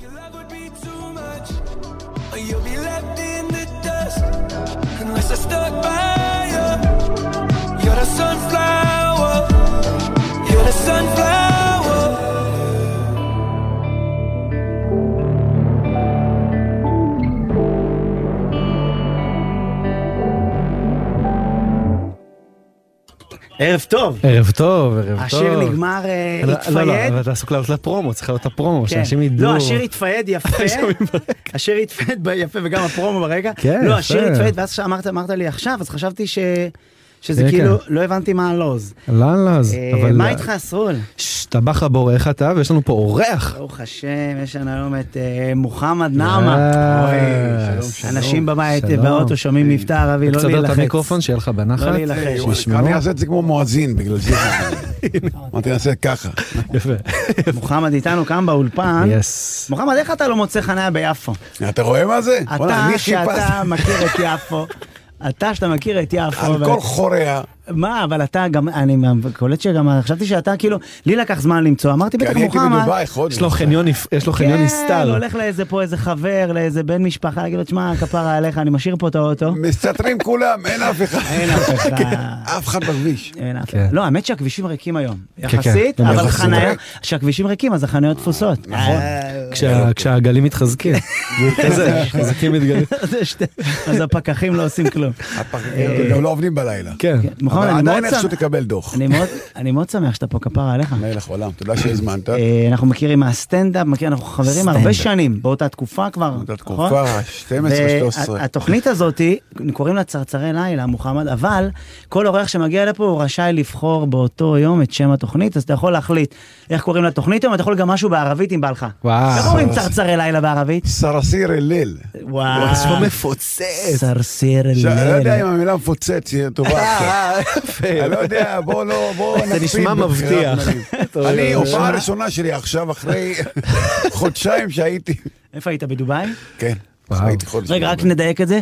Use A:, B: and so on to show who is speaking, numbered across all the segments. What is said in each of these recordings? A: Your love would be too much, or you'll be left in the dust. Unless I stuck by you, you're the sunflower, you're the sunflower.
B: ערב טוב.
C: ערב טוב, ערב טוב.
B: השיר נגמר, אה,
C: לא, לא, לא,
B: התפייד.
C: אבל אתה עסוק לעלות לפרומו, צריך לעלות לפרומו,
B: כן.
C: שאנשים ידעו.
B: לא, השיר התפייד יפה,
C: שומעים
B: השיר התפייד ב- יפה וגם הפרומו ברקע.
C: כן,
B: לא,
C: יפה.
B: השיר התפייד, ואז שאמרת, אמרת לי עכשיו, אז חשבתי ש... שזה
C: כן,
B: כאילו,
C: כן.
B: לא הבנתי מה הלוז.
C: לא, לא, אז...
B: אה,
C: אבל-
B: מה איתך, סרול?
C: ש- טבח הבור, איך אתה? ויש לנו פה אורח.
B: ברוך השם, יש לנו היום את אה, מוחמד נעמה.
C: אה,
D: אוי, שלום, שלום.
B: אנשים בבית,
C: שלום.
B: באוטו, שומעים מבטא ערבי, לא
C: תסדר את
B: להילחץ.
C: המיקרופון, שיהיה לך בנחת.
B: לא להילחץ.
C: שישמעו.
D: אני אעשה את זה כמו מואזין, בגלל זה. אמרתי, נעשה ככה.
C: יפה.
B: מוחמד איתנו כאן באולפן.
C: יס.
B: מוחמד, איך אתה לא מוצא חניה ביפו?
D: אתה רואה מה זה? וואלה,
B: אתה,
D: אני חיפשתי
B: שאתה מכיר את יפו. אתה שאתה מכיר את יפו,
D: על
B: אבל-
D: כל חוריה,
B: מה, אבל אתה גם, אני קולט שגם, חשבתי שאתה כאילו, לי לקח זמן למצוא, אמרתי
D: כי
B: בטח
D: אני הייתי
B: מוחמד,
D: בדובאי חודש.
C: יש לו חניון נפ- יש לו חניון
B: כן,
C: נסתל.
B: הולך לאיזה פה איזה חבר, לאיזה בן משפחה, להגיד לו, תשמע, כפרה עליך, אני משאיר פה את האוטו.
D: מסתתרים כולם, אין אף אחד. כן,
B: אין אף אחד.
D: אף אחד בכביש.
B: אין אף
C: כן.
B: אחד. לא, האמת שהכבישים ריקים היום,
C: כן,
B: יחסית,
C: הם
B: אבל
D: יחסית
B: חניה,
D: ריק.
B: כשהכבישים ריקים אז החניות תפוסות.
D: נכון.
B: אה,
C: כשה- כשהגלים מתחזקים. איזה
B: כן.
C: חזקים מתגלים.
B: זה שתי- אז הפקחים לא עושים כלום.
D: הפקחים גם לא עובדים בלילה.
C: כן.
B: אה, מוחמד,
D: אבל
B: אני מאוד
D: עדיין איכשהו
B: שמח-
D: תקבל דוח.
B: אני מאוד- אני מאוד שמח שאתה פה, כפרה עליך.
D: מלך עולם, תודה שהזמנת.
B: אה, אנחנו מכירים מהסטנדאפ, מכיר, אנחנו חברים הרבה
C: סטנדאפ.
B: שנים, באותה תקופה כבר.
D: זאת
B: נכון?
D: תקופה 12-13.
B: והתוכנית הזאת, קוראים לה צרצרי לילה, מוחמד, אבל כל אורח שמגיע לפה הוא רשאי לבחור באותו יום את שם התוכנית, אז אתה יכול להחליט איך קוראים לתוכנית היום, אתה יכול גם משהו בערבית אם בא לך.
C: וואו.
B: איך אומרים צרצרי לילה בערבית?
D: סרסיר אליל.
B: וואו.
C: משהו מפוצץ.
B: סרסיר
D: עכשיו, אני לא יודע אם
B: לילה.
D: המילה מפוצץ היא טובה עכשיו.
C: אה, יפה.
D: אני לא יודע, בוא לא, בוא נקפיד.
C: זה נשמע
D: בבחירת
C: מבטיח.
D: מילים. אני,
C: אה,
D: הופעה ראשונה שלי עכשיו, אחרי חודשיים שהייתי...
B: איפה היית, בדובאי?
D: כן,
C: וואו.
D: הייתי חודש.
B: רגע, רק
D: בבית.
B: נדייק את זה.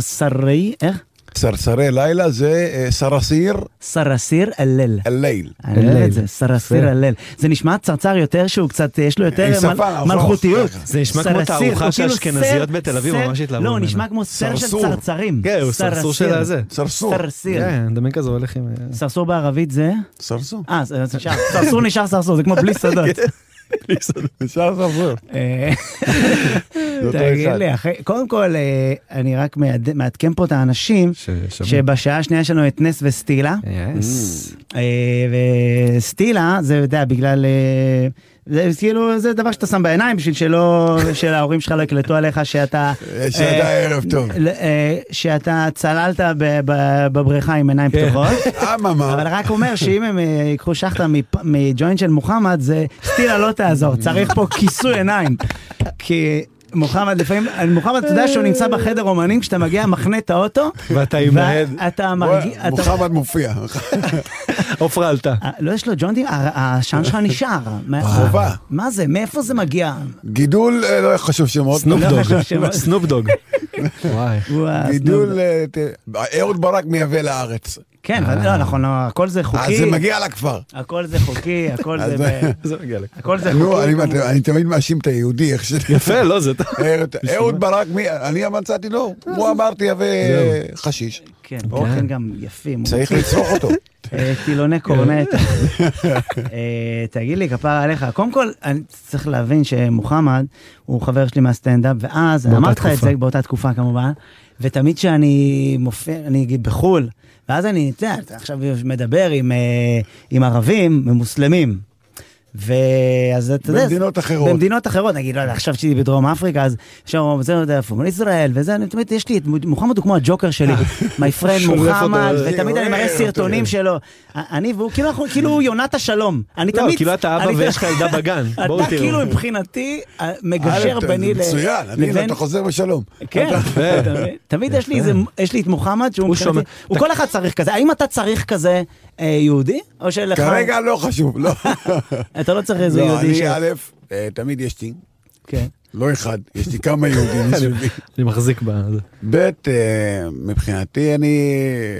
B: סרסרי, איך?
D: סרסרי לילה זה אה, סרסיר
B: סרסיר אל-ליל.
D: אל-ליל.
B: אני אוהב
C: הלל.
B: את זה, סרסיר
C: יפה.
B: הלל. זה נשמע צרצר יותר שהוא קצת, יש לו יותר
D: עם שפה,
B: מל-
D: נכון,
B: מלכותיות.
D: ככה.
C: זה נשמע כמו
B: סרסיר,
C: תערוכה
B: הוא
C: של
B: כאילו
C: אשכנזיות
B: סר-
C: בתל אביב,
B: סר-
C: ממש התלהבו
B: לא, הוא
C: ממנו.
B: נשמע כמו סר של
D: סרסור.
B: צרצרים.
C: כן, הוא סרסור של הזה.
D: סרסור.
B: סרסיר.
C: כן, דמי כזה הולך עם...
B: סרסור בערבית זה?
D: סרסור.
B: אה, זה זה נשאר. סרסור נשאר סרסור, זה כמו
D: כן.
B: בלי שדות.
D: נשאר סרסור.
B: אה,
D: זה אותו
B: תגיד
D: אחד.
B: לי, אחי- קודם כל, אה, אני רק מעד- מעדכן פה את האנשים, שבשעה השנייה יש לנו את נס וסטילה.
C: יס.
D: Mm.
B: אה, וסטילה, זה, אתה יודע, בגלל... אה, זה כאילו, זה דבר שאתה שם בעיניים בשביל שלא, שההורים שלך לא יקלטו עליך שאתה...
D: שאתה
B: אה,
D: ערב טוב.
B: ל- אה, שאתה צללת ב- ב- בבריכה עם עיניים פתוחות. אבל
D: כן. אממה,
B: רק אומר שאם הם אה, ייקחו שחטה מפ- מג'וינט של מוחמד, זה סטילה לא תעזור, צריך פה כיסוי עיניים. כי מוחמד לפעמים, מוחמד, אתה יודע שהוא נמצא בחדר אומנים, כשאתה מגיע, מחנה את האוטו,
C: ואתה עם ההד.
B: ואתה
D: בוא,
B: מרגיש... אתה-
D: מוחמד מופיע.
C: עופרה עלתה.
B: אה, לא, יש לו ג'ונדי, השען שלך נשאר. מה-
D: חובה.
B: מה זה, מאיפה זה מגיע?
D: גידול, אה, לא חשוב שמות.
C: סנופ
B: לא חשוב
C: דוג.
B: שמות.
C: סנופ דוג. וואי.
B: וואו,
D: גידול, אה, ת- אהוד ברק מייבא לארץ.
B: כן, אבל לא, נכון, לא, הכל זה
D: אז
B: חוקי,
D: אה, זה מגיע לכפר.
B: הכל זה חוקי, הכל
D: אז
B: זה...
D: זה-
B: ב-
C: זה מגיע לך.
B: הכל זה
D: נו,
B: חוקי.
D: אני- אני תמיד מאשים את היהודי, איך ש...
C: יפה, לא, זה אתה.
D: אהוד- אהוד ברק, מי- אני מצאתי לו, הוא אמר תייבא חשיש.
B: כן, באופן גם יפים.
D: צריך לצרוך אותו.
B: אה, טילוני קורנט. אה, תגיד לי, כפרה עליך. קודם כל, אני צריך להבין שמוחמד הוא חבר שלי מהסטנדאפ, ואז
C: באותה
B: אמרתי לך את
C: תקופה.
B: זה באותה תקופה כמובן, ותמיד כשאני מופיע, אני בחו"ל, ואז אני, אתה יודע, אתה עכשיו מדבר עם, אה, עם ערבים ומוסלמים. ואז אתה יודע,
D: במדינות אחרות.
B: במדינות אחרות, נגיד, לא יודע, עכשיו שהייתי בדרום אפריקה, אז שם אומרים, זה לא יודע איפה, אבל ישראל, וזה, אני תמיד, יש לי, את מוחמד הוא כמו הג'וקר שלי, מי פרנד
C: שולף אותו,
B: מוחמד,
C: זה- אה, אוקיי.
B: ותמיד אני מראה
D: אותו,
B: סרטונים
D: כן.
B: שלו. אני והוא, כאילו אנחנו, כאילו יונת השלום. אני
C: לא,
B: תמיד...
C: כאילו אתה אבא
B: אני-
C: ויש לך ילדה בגן. בואו
B: אתה
C: תראו.
B: כאילו מבחינתי אה, מגשר
D: אה,
B: ביני ל-
D: מצוין, אני,
B: לבין...
D: אתה חוזר בשלום.
B: כן,
C: יפה.
B: אתה מבין? תמיד יש לי איזה, יש לי את מוחמד שהוא
C: הוא
B: מבחינתי,
C: שומע-
B: הוא כל אחד צריך כזה, האם אתה צריך כזה אה, יהודי? או שלך,
D: כרגע לא חשוב, לא.
B: אתה לא צריך איזה
D: לא,
B: יהודי, ש-
D: אני א', אה, תמיד יש לי,
B: כן.
D: לא אחד, יש לי כמה יהודים מסביבי.
C: אני מחזיק ב...
D: ב', אה, מבחינתי אני...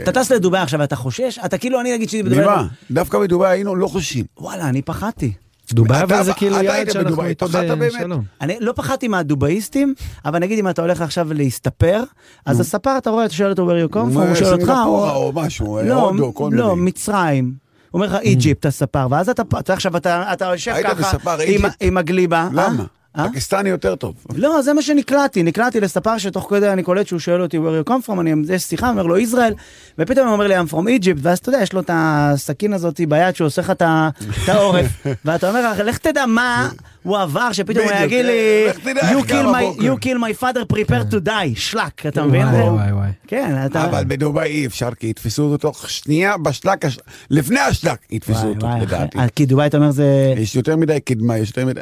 B: אתה טס לדובאי עכשיו ואתה חושש? אתה כאילו, אני נגיד שהייתי בדובאי,
D: ממה? דווקא בדובאי היינו לא חוששים.
B: וואלה, אני פחדתי.
C: דובאי אבל
D: אתה-
C: זה כאילו
D: אתה
C: יעד
D: היית
C: שאנחנו
D: בדובאי,
C: איתו
D: פחדת באמת?
C: בשלום.
B: אני לא פחדתי מהדובאיסטים, אבל נגיד אם אתה הולך עכשיו להסתפר, אז הספר אתה רואה, אתה שואל אותו where you come from, הוא שואל לא אותך,
D: סינגפורה
B: או-
D: או משהו, אה,
B: לא,
D: הודו, כל מיני.
B: לא, מצרים. הוא אומר לך איג'יפט הספר, ואז אתה אתה עכשיו, אתה אתה יושב
D: היית
B: ככה
D: בספר
B: עם-
D: איג'יפט?
B: עם הגליבה. אה?
D: למה?
B: אה?
D: פקיסטני יותר טוב.
B: לא, זה מה שנקלעתי, נקלעתי לספר שתוך כדי אני קולט שהוא שואל אותי where you come from, אני, יש שיחה, אומר לו ישראל, ופתאום הוא אומר לי I'm from Egypt, ואז אתה יודע, יש לו את הסכין הזאת ביד שהוא עושה לך את ה- את העורף, ואתה אומר, לך תדע מה הוא עבר, שפתאום הוא
D: בדיוק,
B: יגיד לי,
D: לך תדע
B: you
D: איך קם
B: kill my-
D: הבוקר."
B: you kill my father prepare to die, שלק, אתה מבין?
C: וואי וואי וואי.
B: כן, אתה...
D: אבל בדובאי אי אפשר, כי יתפסו אותו תוך שנייה בשלק, הש- לפני השלק יתפסו
B: וואי,
D: אותו,
B: וואי,
D: לדעתי.
B: אה, כי דובאי אתה אומר זה
D: יש יותר מדי קדמה, יש יותר מדי...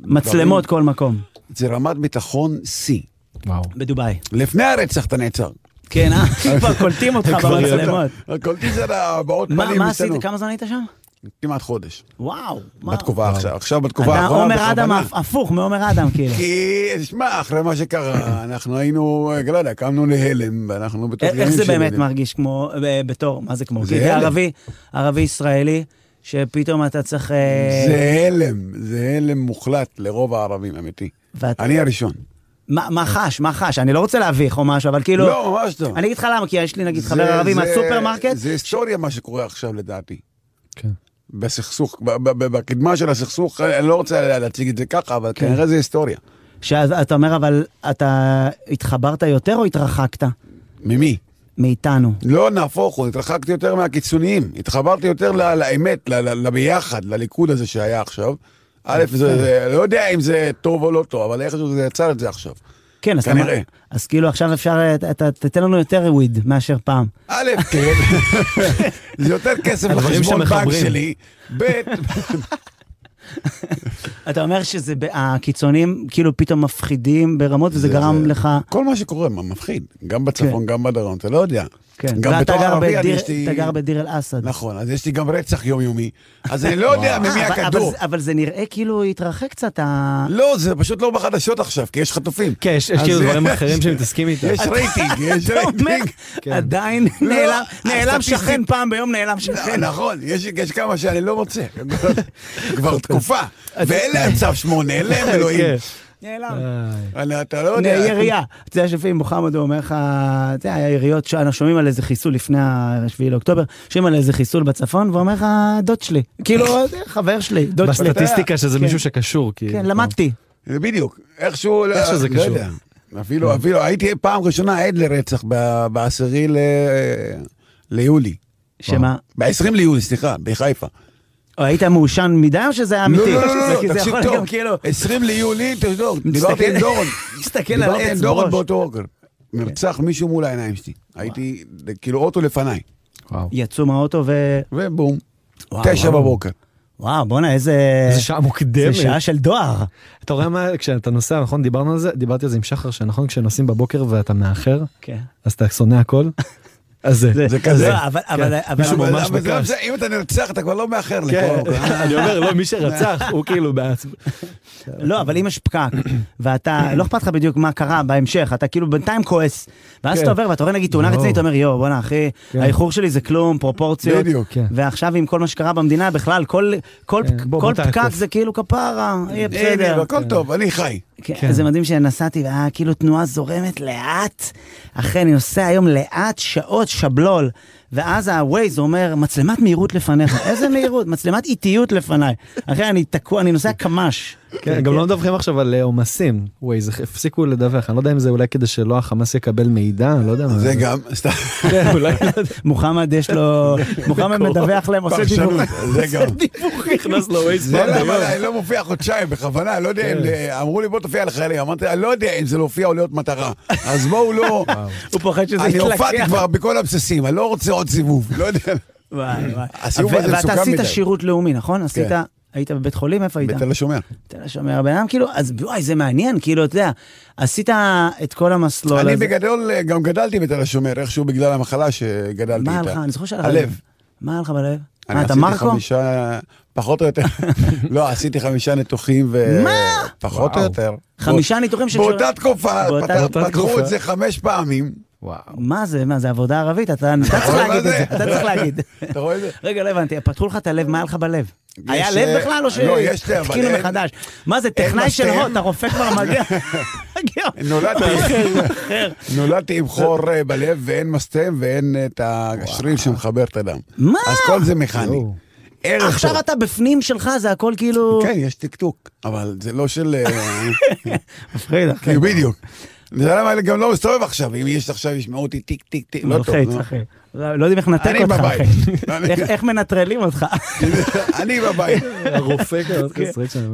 B: מצלמות כל
D: דברים-
B: מקום,
D: זה רמת ביטחון שיא.
C: וואו.
B: בדובאי.
D: לפני הרצח אתה נעצר.
B: כן, אה? כבר קולטים אותך במצלמות.
D: קולטים זה הבעות
B: מה
D: פנים
B: מה
D: אצלנו.
B: עשית? כמה זמן היית שם?
D: כמעט חודש.
B: וואו. מה-
D: בתקופה עכשיו, עכשיו בתקופה
B: אתה
D: האחרונה.
B: עומר אדם,
D: בכוונה.
B: הפ- הפוך מעומר אדם, כאילו.
D: כי, תשמע, אחרי מה שקרה, אנחנו היינו, אה, לא יודע, קמנו להלם, ואנחנו בתור...
B: אה, איך
D: ימים
B: זה
D: של
B: באמת
D: ילדים.
B: מרגיש כמו, ב- בתור, מה זה כמו?
D: זה
B: כאילו,
D: הלם.
B: ערבי, ערבי ישראלי, שפתאום אתה צריך... אה,
D: זה הלם, זה הלם מוחלט לרוב הערבים, אמיתי.
B: ואתה-
D: אני הראשון.
B: מה מה חש? מה חש? אני לא רוצה להביך או משהו, אבל כאילו...
D: לא, ממש לא.
B: אני אגיד לך למה, כי יש לי נגיד
D: זה-
B: חבר ערבי
D: זה-
B: מהסופרמרקט,
D: זה היסטוריה מה שקורה עכשיו, לדעתי.
C: כן.
D: בסכסוך, ב- ב- ב- בקדמה של הסכסוך, אה, אני לא רוצה להציג את זה ככה, אבל
B: כן.
D: כנראה זה היסטוריה.
B: שאז אתה אומר, אבל אתה התחברת יותר או התרחקת
D: ממי?
B: מאיתנו?
D: לא, נהפוך הוא, התרחקתי יותר מהקיצוניים. התחברתי יותר ל- לאמת, ל- ל- לביחד, לליכוד הזה שהיה עכשיו. א', זה, זה, לא יודע אם זה טוב או לא טוב, אבל איך זה יצר את זה עכשיו.
B: כן, אז אתה-
D: כנראה.
B: אז כאילו עכשיו אפשר, אה, ת- ת- תתן לנו יותר וויד מאשר פעם.
D: א', כן, זה יותר כסף
C: הדברים
D: בחשבון בנק
C: שמחברים.
D: שלי, ב',
B: אתה אומר שזה, ב- הקיצונים כאילו פתאום מפחידים ברמות, וזה גרם לך...
D: כל מה שקורה מה, מפחיד, גם בצפון, גם בדרום, אתה לא יודע.
B: כן,
D: גם
B: ואתה
D: בתור
B: גר
D: ערבי אני
B: בדיר-
D: יש לי...
B: אתה גר בדיר אל אסד.
D: נכון, אז יש לי גם רצח יומיומי, אז אני לא יודע ממי
B: אה, אבל- אבל
D: הכדור.
B: זה- אבל זה נראה כאילו התרחק קצת ה...
D: לא, זה פשוט לא בחדשות עכשיו, כי יש חטופים.
C: כן, יש יש
D: אז-
C: כאילו דברים אחרים שמתעסקים איתם.
D: יש רייטינג, יש
B: אתה אומר,
D: רייטינג.
C: כן.
B: עדיין
D: לא,
B: נעלם- נעלם
D: הסטטיסטית-
B: שכן פעם ביום נעלם שכן.
D: נכון, יש, יש כמה שאני לא רוצה, כבר תקופה, ואין להם צו שמונה, אין
C: כן.
D: להם אלוהים.
B: נעלם.
C: איי.
D: אני- אתה לא יודע.
B: אה, ירייה. אתה יודע שלפעמים מוחמד הוא אומר לך, אתה יודע, היה יריות, שאנחנו שומעים על איזה חיסול לפני ה-7 לאוקטובר, שומעים על איזה חיסול בצפון, והוא אומר לך, דוד שלי. כאילו,
D: אה,
B: זה חבר שלי, דוד שלי.
C: בסטטיסטיקה שזה
B: כן.
C: מישהו שקשור, כאילו.
B: כן, למדתי.
D: זה בדיוק, איכשהו, לא-
C: איכשהו זה
D: לא
C: קשור. כן.
D: יודע. אפילו, אפילו, הייתי פעם ראשונה עד לרצח ב- בעשירי ל- ליולי.
B: שמה,
D: ב-20 ליולי, סליחה, בחיפה.
B: או, היית מעושן מדי או שזה היה אמיתי?
D: לא, לא, לא,
B: כי
D: לא,
B: זה
D: תקשיב
B: יכול
D: טוב.
B: גם כאילו-
D: 20 ליולי, תבדוק, דיברתי עם דורון.
B: מסתכל על
D: דיברתי
B: העץ
D: עם דורון
B: בראש.
D: באותו אוכל. נרצח מישהו מול העיניים שלי. הייתי, כאילו, אוטו לפניי.
C: וואו.
B: יצאו מהאוטו ו...
D: ובום,
B: וואו,
D: תשע
B: וואו.
D: בבוקר.
B: וואו, בואנה, איזה...
C: איזה שעה
B: זה
C: מוקדמת.
B: שעה של דואר.
C: אתה רואה מה, כשאתה נוסע, נכון, דיברנו על זה, דיברתי על זה עם שחר, שנכון, כשנוסעים בבוקר ואתה מאחר,
B: כן.
C: אז אתה שונא הכל. אז זה. כן.
B: זה
D: כזה.
B: לא, אבל, אבל, אבל,
C: מישהו
D: אבל-
C: ממש
D: אבל זה לא
C: בכעס.
D: משנה, אם אתה נרצח, אתה כבר לא מאחר
C: כן,
D: לכל אוכל.
C: אני אומר, לא, מי שרצח, הוא כאילו בעצ...
B: לא, אבל אם יש פקק, ואתה, לא אכפת לך בדיוק מה קרה בהמשך, אתה כאילו בינתיים כועס, ואז
C: כן.
B: אתה עובר ואתה רואה נגיד תאונה
C: ברור.
B: רצינית, אתה אומר, יואו, בואנה אחי,
C: כן.
B: האיחור שלי זה כלום, פרופורציות.
D: בדיוק.
C: כן.
B: ועכשיו עם כל מה שקרה במדינה, בכלל, כל- כל
C: כן, בוא,
B: כל
C: בוא
B: פקק
C: תעקוף.
B: זה כאילו כפרה, יהיה
D: הנה,
B: בסדר.
D: הכל טוב, אני חי.
B: כן,
C: כן.
B: זה מדהים שנסעתי והיה כאילו תנועה זורמת לאט, אחי אני נוסע היום לאט שעות שבלול, ואז ה-Waze אומר מצלמת מהירות לפניך, איזה מהירות? מצלמת איטיות לפניי. אחי אני תקוע, אני נוסע קמ"ש.
C: כן, גם לא מדווחים עכשיו על אה, עומסים. וואי, זה הפסיקו לדווח, אני לא יודע אם זה אולי כדי שלא החמאס יקבל מידע, אני לא יודע מה.
D: זה גם, סתם,
C: כן, אולי, לא יודע.
B: מוחמד יש לו, מוחמד מדווח להם, עושה דיווחים.
D: פרשנות, זה גם.
C: נכנס לווייז
D: זה
C: פעם
D: למה
C: ביום.
D: אני לא מופיע חודשיים בכוונה, לא יודע אם,
B: כן.
D: אה, אמרו לי בוא תופיע לחיילים, אמרתי, אני לא יודע אם זה להופיע או להיות מטרה, אז בואו לא,
B: הוא פוחד שזה
D: אני
B: יתלקח.
D: הופעתי כבר בכל הבסיסים, אני לא רוצה עוד סיבוב, לא יודע,
B: וואי וואי.
D: הסיבוב
B: ו-
D: הזה
B: ואתה
D: מסוכן
B: עשית
D: מדי.
B: שירות לאומי, נכון? עשית,
D: כן.
B: היית בבית חולים, איפה היית?
D: בתל השומר.
B: תל השומר, הבן אדם כאילו, אז וואי זה מעניין, כאילו, אתה יודע, עשית את כל המסלול הזה.
D: אני בגדול אה, גם גדלתי בתל השומר, איכשהו בגלל המחלה שגדלתי איתה.
B: מה היה לך? אני זוכר שהיה לך
D: הלב.
B: מה היה לך בלב?
D: אני
B: מה, אתה
D: עשיתי
B: מרקו?
D: חמישה, פחות או יותר, לא, עשיתי חמישה ניתוחים ו...
B: מה?
D: פחות או
C: וואו.
D: יותר.
B: חמישה ניתוחים שקשורים-
D: באותה תקופה,
B: באותה-
D: פתח-
C: באותה
D: פתחו
C: תקופה.
D: את זה חמש פעמים,
C: וואו.
B: מה זה, מה זה עבודה ערבית? אתה אתה צריך
D: רואה נכון, מה
B: להגיד את
D: זה?
B: זה, אתה צריך להגיד.
D: אתה רואה את זה?
B: רגע, לא הבנתי, פתחו לך את הלב, מה היה לך בלב? היה
D: יש,
B: לב
D: אה,
B: בכלל או
D: לא, יש לב, אבל
B: שהתקינו
D: אין-
B: מחדש? מה זה,
D: אין
B: טכנאי של
D: משטר.
B: הוט, הרופא כבר מגיע. מגיע.
D: נולדתי-
B: אחר.
D: נולדתי עם חור אה, בלב ואין מסתם ואין את השריר שמחבר את הדם.
B: מה?
D: אז כל זה מכני.
C: יואו.
D: ערך טוב.
B: עכשיו אתה בפנים שלך, זה הכל כאילו...
D: כן, יש טקטוק, אבל זה לא של... אה,
C: כן.
B: מפחיד, אחי.
D: כאילו, בדיוק. אתה יודע למה אני גם לא מסתובב עכשיו, אם יש עכשיו ישמעו אותי טיק טיק טיק, לא טוב.
B: מלחיץ,
D: נו.
B: אחי. לא יודעים איך לנתק
D: אני
B: אותך,
D: בבית.
B: אחי.
D: אני-
B: איך- איך מנטרלים אותך?
D: אני בבית.
C: הרופא כזה,
B: כן.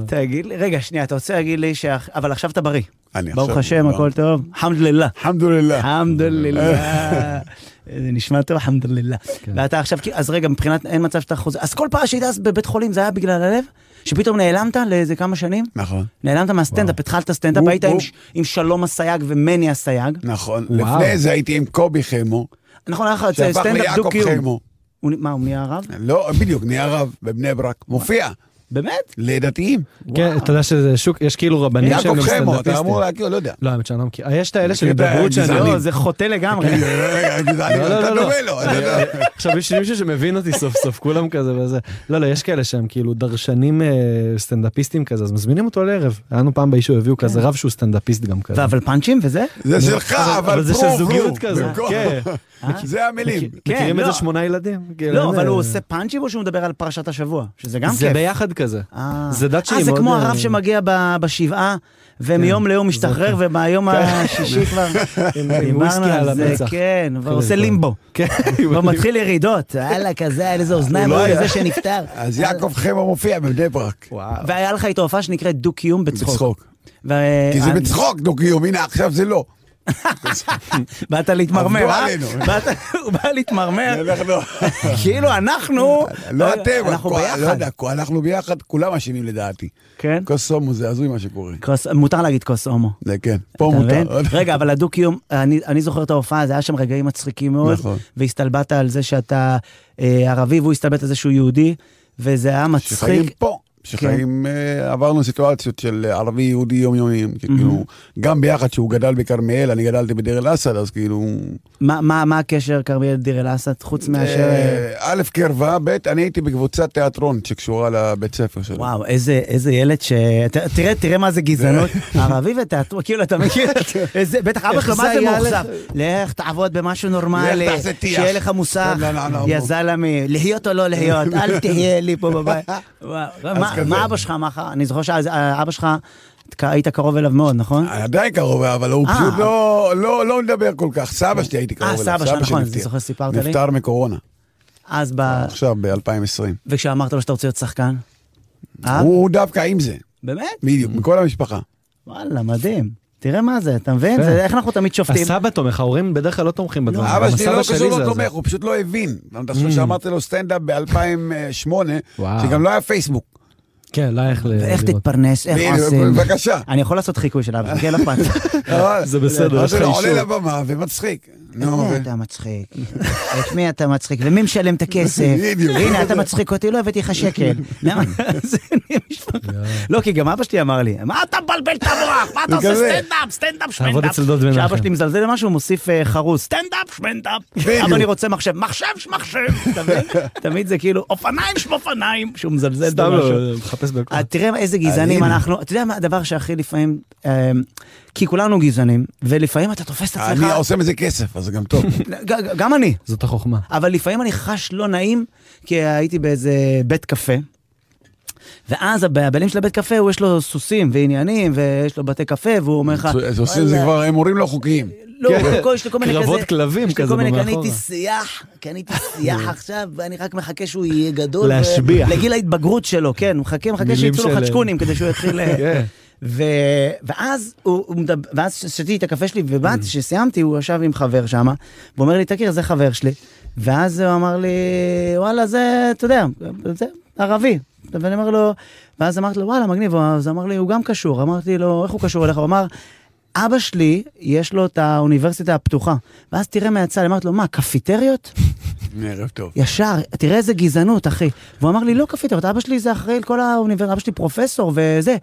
B: תגיד לי, רגע, שנייה, אתה רוצה להגיד לי ש... אבל עכשיו אתה בריא.
D: אני
B: ברוך
D: עכשיו
B: השם,
D: בריא.
B: הכל טוב. חמדללה.
C: אה?
D: אלחמדוללה.
B: חמדוללה. זה נשמע טוב, חמדוללה. ואתה עכשיו, כאילו- אז רגע, מבחינת, אין מצב שאתה חוזר. אז כל פעם שהיית אז בבית חולים זה היה בגלל הלב? שפתאום נעלמת לאיזה כמה שנים?
D: נכון.
B: נעלמת מהסטנדאפ, התחלת סטנדאפ,
D: בום,
B: היית עם
D: בום.
B: ש- עם שלום אסייג ומני אסייג.
D: נכון.
C: וואו. אה,
D: לפני זה הייתי עם קובי חמו,
B: נכון, היה לך את
D: שהפך
B: סטנדאפ
D: ליעקב
B: דו-קיום.
D: חמו.
B: הוא נ- מה, הוא נהיה רב?
D: לא, בדיוק, נהיה רב בבני ברק. מופיע,
B: באמת?
D: לדתיים.
C: כן, אתה יודע שזה שוק, יש כאילו רבנים שהם
D: יעקב
C: גם
D: חמו, אתה
C: סטנדאפיסטים.
D: אמור להכיר, לא יודע.
C: לא, האמת שאני לא מכיר. יש את האלה של
D: מכיר את
C: הידברות שאני...
D: הגזענים.
B: לא, זה חוטא לגמרי.
D: כן.
C: לא, לא,
D: אתה
C: לא,
D: דומה
C: לא.
D: לו, אתה יודע.
C: עכשיו יש מישהו שמבין אותי סוף סוף, כולם כזה וזה. לא, לא, יש כאלה שהם כאילו דרשנים אה, סטנדאפיסטים כזה, אז מזמינים אותו לערב. היה לנו פעם באישו, הביאו כזה רב שהוא סטנדאפיסט גם כזה.
B: אבל פאנצ'ים וזה?
D: זה שלך, אבל
C: אבל זה של
D: פרו,
C: זוגיות
D: פרו.
C: כזה,
D: במקום-
C: כן. אה?
D: זה המילים.
B: כן,
C: מכירים את
B: לא.
C: זה שמונה ילדים? כאילו,
B: לא, אבל הוא עושה פאנצ'ים או שהוא מדבר על פרשת השבוע? שזה גם כיף.
C: כן, זה ביחד כזה.
B: אה.
C: זה דת שהיא
B: אה, זה
C: מאוד,
B: כמו
C: אה,
B: הרב שמגיע ב- בשבעה, ומיום ליום משתחרר, וביום השישי כבר...
D: אה,
C: עם וויסקי על
B: זה,
C: המצח.
B: כן, כבר עושה
C: כן.
B: לימבו.
C: כן.
B: כבר מתחיל ירידות, הלאה, כזה, היה לזה אוזניים,
D: הוא לא
B: היה
D: היה.
B: לזה שנפטר.
D: אז יעקב חמו מופיע בבני ברק.
C: וואו.
B: והיה לך איתו הופעה שנקראת דו-קיום בצחוק. אה,
D: בצחוק. כי זה בצחוק דו-קיום, הנה עכשיו זה לא.
B: באת להתמרמר,
D: עבדו
B: אה?
D: עלינו.
B: באת- הוא בא להתמרמר,
D: נלך לו.
B: כאילו אנחנו...
D: לא אתם,
B: אה, אנחנו
D: הכל- לא
B: ביחד.
D: יודע, הכל- אנחנו ביחד, כולם אשמים לדעתי.
B: כן?
D: כוס הומו זה הזוי מה שקורה.
B: כוס- מותר להגיד כוס הומו.
D: זה כן, פה
B: אתה
D: מותר.
B: מבין? רגע, אבל הדו-קיום, אני, אני זוכר את ההופעה, זה היה שם רגעים מצחיקים מאוד,
D: נכון.
B: והסתלבטת על זה שאתה אה, ערבי והוא הסתלבט על זה שהוא יהודי, וזה היה
D: שחיים
B: מצחיק.
D: פה, שחיים, אה, עברנו סיטואציות של אה, ערבי יהודי יומיומיים, כי כאילו, גם ביחד שהוא גדל בכרמיאל, אני גדלתי בדיר אל-אסד, אז כאילו...
B: מה, מה, מה הקשר כרמיאל דיר אל-אסד, חוץ מאשר... אה,
D: אה, א', קרבה, ב', אני הייתי בקבוצת תיאטרון שקשורה לבית ספר שלו.
B: וואו, איזה, איזה ילד ש... ת, תראה, תראה מה זה גזענות. ערבי ותיאטרו, כאילו, אתה מכיר?
D: כן.
B: איזה, בטח אבא
C: איך
B: שלך, מה
C: זה
B: זה
C: היה
B: מאוכזב? לך תעבוד במשהו נורמלי,
D: לך תעשה טיח.
B: שיהיה לך מושג,
D: לא, לא, לא,
B: יא
D: לא.
B: זלמי, להיות או לא להיות, אל תהיה לי פה בבית. וואו, מה-
D: כזה.
B: מה אבא שלך, מה ח- אני זוכר שאבא שלך, תק- היית קרוב אליו מאוד, נכון?
D: עדיין קרוב, אבל הוא
B: אה.
D: פשוט לא, לא, לא מדבר כל כך. סבא שלי הייתי קרוב
B: אה,
D: אליו.
B: סבא שלך, נכון,
D: שלי
B: אני זוכר שסיפרת לי.
D: נפטר נפטר מקורונה,
B: אז ב...
D: עכשיו ב-2020.
B: וכשאמרת לו שאתה רוצה להיות שחקן? אה?
D: הוא דווקא עם זה,
B: באמת?
D: בדיוק, מכל המשפחה.
B: וואלה, מדהים. תראה מה זה, אתה
D: כן.
B: מבין? זה- איך אנחנו תמיד שופטים.
C: הסבא תומך, ההורים בדרך כלל לא תומכים בדברים.
B: אה,
D: אבא
C: גם
D: שלי
C: הסבא
D: לא
C: שלי
D: קשור,
C: זה-
D: לא
C: זה-
D: תומך, הוא פשוט לא הבין. אתה חושב שאמרתי לו סטנדאפ ב-2008,
C: וואו.
D: שגם לא היה פייסבוק.
C: כן, לא איך ל...
B: איך
C: לראות.
B: תתפרנס,
D: והנה,
B: איך עושים?
D: בבקשה.
B: אני יכול לעשות חיקוי של אבא, כן, לא אכפת.
D: אבל-
C: זה בסדר,
D: אז
C: יש לך
D: הוא עולה
C: אישור.
D: לבמה ומצחיק. נו,
B: את מי
D: אה, ו-
B: אה, אתה מצחיק? את מי אתה מצחיק? ומי משלם את הכסף?
D: בדיוק.
B: הנה, אתה מצחיק אותי, לא הבאתי לך שקל. למה? זה נהיה משפחה. לא, כי גם אבא שלי אמר לי, מה אתה מבלבל את המוח? מה אתה עושה
D: כזה.
B: סטנדאפ, סטנדאפ,
C: תעבוד
B: שמנדאפ?
C: אצל דוד מנחם.
B: כשאבא שלי מזלזל במשהו, הוא מוסיף אה, חרוז, סטנדאפ, שמנדאפ.
D: בדיוק.
B: אבא, אני רוצה מחשב, מחשב, שמחשב. אתה מבין? תמיד זה כאילו, אופניים, שמופניים, שהוא מזלזל
C: סתם
B: במשהו.
C: לא, מחפש בכל.
B: אה, תראה איזה גזענים
D: אני-
B: אנחנו, אתה יודע מה הדבר שהכי לפעמים, אה, כי כולנו גזענים, ולפעמים אתה תופס את עצמך,
D: אני עושה מזה כסף, אז זה גם טוב.
B: ג- ג- גם אני,
C: זאת החוכמה.
B: אבל לפעמים אני חש לא נעים, כי הייתי באיזה בית קפה, ואז הב- הבעלים של הבית קפה, הוא יש לו סוסים ועניינים, ויש לו בתי קפה, והוא אומר לך,
D: אז עושים זה
B: "וואלה,
D: כבר הימורים לא חוקיים.
B: לא,
C: כן.
B: כל- יש לי כל מיני כזה...
C: קרבות כלבים
B: יש לי
C: כזה
B: כל מיני,
C: במאחורה.
B: קניתי שיח, קניתי שיח עכשיו, ואני רק מחכה שהוא יהיה גדול. ו-
C: להשביע.
B: לגיל ההתבגרות שלו, כן, הוא מחכה, מחכה
C: מילים
B: שיצאו לו
C: של-
B: חדשקונים כדי שהוא יתחיל... ל-
C: כן.
B: ו... ואז הוא, הוא מדבר, ואז שתיתי את הקפה שלי, ובאת, כשסיימתי, הוא ישב עם חבר שם, והוא אומר לי, תכיר, זה חבר שלי. ואז הוא אמר לי, וואלה, זה, אתה יודע, זה ערבי. ואני אומר לו, ואז אמרתי לו, וואלה, מגניב, אז הוא אמר לי, הוא גם קשור. אמרתי לו, איך הוא קשור אליך? הוא אמר, אבא שלי, יש לו את האוניברסיטה הפתוחה. ואז תראה מהצד, אמרתי לו, מה, קפיטריות?
D: אה, ערב טוב.
B: ישר, תראה איזה גזענות, אחי. והוא אמר לי, לא קפיטריות, אבא שלי זה אחראי לכל האוניברסיטה, אבא שלי פרופסור וזה.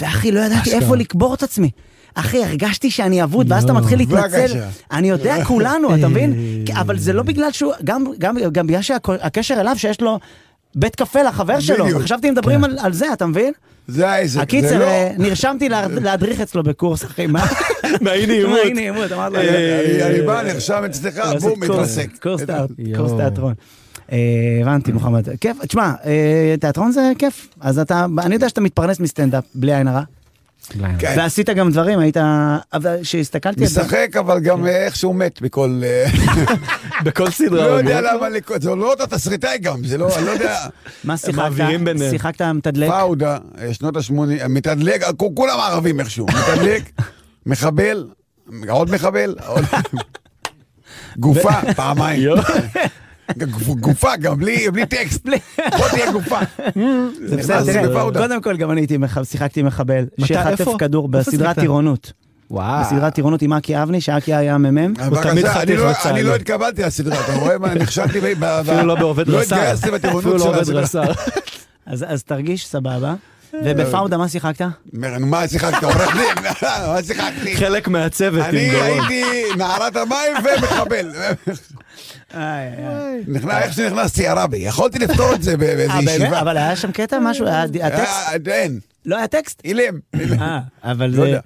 B: ואחי, לא ידעתי איפה לקבור את עצמי. אחי, הרגשתי שאני אבוד, ואז אתה
C: לא.
B: מתחיל להתנצל.
D: בבקשה.
B: אני יודע, כולנו, אתה מבין? כי- אבל זה לא בגלל שהוא, גם, גם, גם בגלל שהקשר אליו, שיש לו בית קפה לחבר שלו.
D: בדיוק.
B: חשבתי מדברים על, על זה, אתה מבין?
D: זה העסק, זה
B: הקיצר,
D: לא...
B: אה, נרשמתי לה- להדריך אצלו בקורס, אחי, מה?
C: מהאי
B: מה,
C: נעימות.
B: הנה עימות, אמרת לו, "אה,
D: אני- אני בא, נרשם אצלך,
B: לעשות
D: אה, בום,
B: לא, קורס-
D: מתרסק.
B: קורס תיאט-
C: יואו.
B: קורס תיאטרון. אה, הבנתי מוחמד, כיף, תשמע, אה, תיאטרון זה כיף, אז אתה, אני יודע שאתה מתפרנס מסטנדאפ בלי עין הרע,
C: לא,
D: כן.
B: ועשית גם דברים, היית, אבל כשהסתכלתי, על זה-
D: משחק, אבל גם איכשהו מת בכל... אה,
C: בכל
D: לא
C: סדרה.
D: יודע למה, לקרות, זה לא אותו תסריטאי גם, זה לא, אני לא יודע.
B: מה
C: מעבירים
B: שיחקת,
C: ביניהם.
B: שיחקת מתדלק,
D: פאודה, אה, שנות ה-80, מתדלק, אה, כו- כולם ערבים איכשהו, מתדלק, מחבל, עוד מחבל, עוד... גופה, פעמיים. גופ- גופה גם, בלי בלי טקסט, בוא תהיה גופה.
B: זה בסדר,
D: אז
B: תראה,
D: זה פאודה.
B: קודם כל גם אני הייתי, מח- שיחקתי מחבל,
C: מתי,
B: שחטף
C: איפה?
B: כדור
C: איפה
B: בסדרת
C: שיחקת?
B: טירונות,
D: אה.
C: וואו.
B: בסדרת טירונות עם אקי אבני, שאקי היה הממ"מ,
D: אבל
C: תמיד
D: כזה, אני
C: חתיך
D: לא-
C: רצה,
D: אני
C: לא.
D: לא התקבלתי לסדרה, אתה רואה מה, נכשלתי ב... ב-
C: אפילו לא בעובד
D: לא
C: רס"ר.
D: התגייסתי בטירונות
C: אפילו
D: של
C: לא עובד
D: הסדרה.
C: רס"ר.
B: אז אז תרגיש סבבה, ובפאודה מה שיחקת?
D: אומר, "נו, מה שיחקת, עורך דין? מה שיחקתי?
C: חלק מהצוות עם
D: אני
C: דורון.
D: הייתי נערת המים ומחבל. נכנס- איך שנכנסתי, הרבי. יכולתי לפתור את זה באיזו
B: אה, באמת?
D: ישיבה.
B: אבל היה שם קטע, משהו, היה הטקסט?
D: אה, אין,
B: לא היה טקסט?
D: אילם. אילם.
B: אה, אבל
D: לא
B: זה...
D: יודע.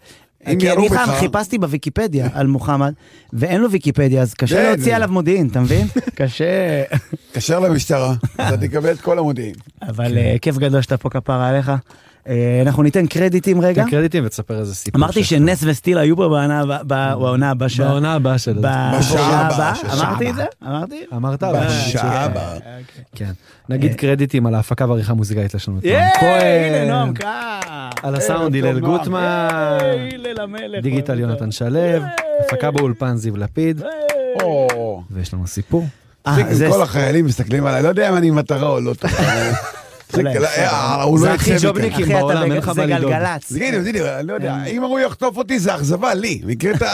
D: אם
B: כי
D: ירו
B: אני פעם
D: בך-
B: חיפשתי בוויקיפדיה על מוחמד, ואין לו ויקיפדיה, אז
D: כן.
B: קשה להוציא עליו מודיעין, אתה מבין? קשה.
D: תתקשר למשטרה, אתה תקבל את כל המודיעין.
C: כן.
B: אבל אה, כיף גדול שאתה פה כפרה עליך. אה, אנחנו ניתן קרדיטים רגע.
C: תן קרדיטים ותספר איזה סיפור.
B: אמרתי
C: שלך.
B: שנס וסטיל היו פה בעונה הבאה- בעונה הבאה. שלה.
C: בעונה הבאה שלו.
B: בשעה
D: בשעה הבאה,
B: הבאה.
D: שעה
B: אמרתי את זה?
D: הבאה.
B: אמרתי?
C: אמרת?
B: אה,
D: בשעה הבאה. אה.
C: כן. נגיד קרדיטים על ההפקה והעריכה המוזיקלית יש לנו את נועם
B: ייי, הנה נועם
C: כהן.
B: קאר.
C: על הסאונד
D: ערב
C: הלל
D: טוב, נועם.
C: גוטמן.
B: היי, ליל המלך.
C: דיגיטל יונתן שלו. הפקה באולפן זיו לפיד.
D: או,
C: ויש לנו סיפור.
B: אה,
D: תפסיק,
B: זה-
D: כל החיילים מסתכלים עליי, לא יודע אם אני עם מטרה או לא. טוב. תפסיק,
B: אולי,
D: לא,
B: בסדר.
D: אה, הוא לא
C: זה
D: יצא
C: הכי
D: מכאן.
C: ג'ובניק.
B: אחי,
C: ניקים
B: אתה
C: בעולם,
B: בג-
C: אין לך מה
B: זה
C: לדאוג.
B: גלגלצ.
D: תגידי, תגידי, אני לא
B: אה.
D: יודע, אם הוא יחטוף אותי זה אכזבה לי, מכיר את ה...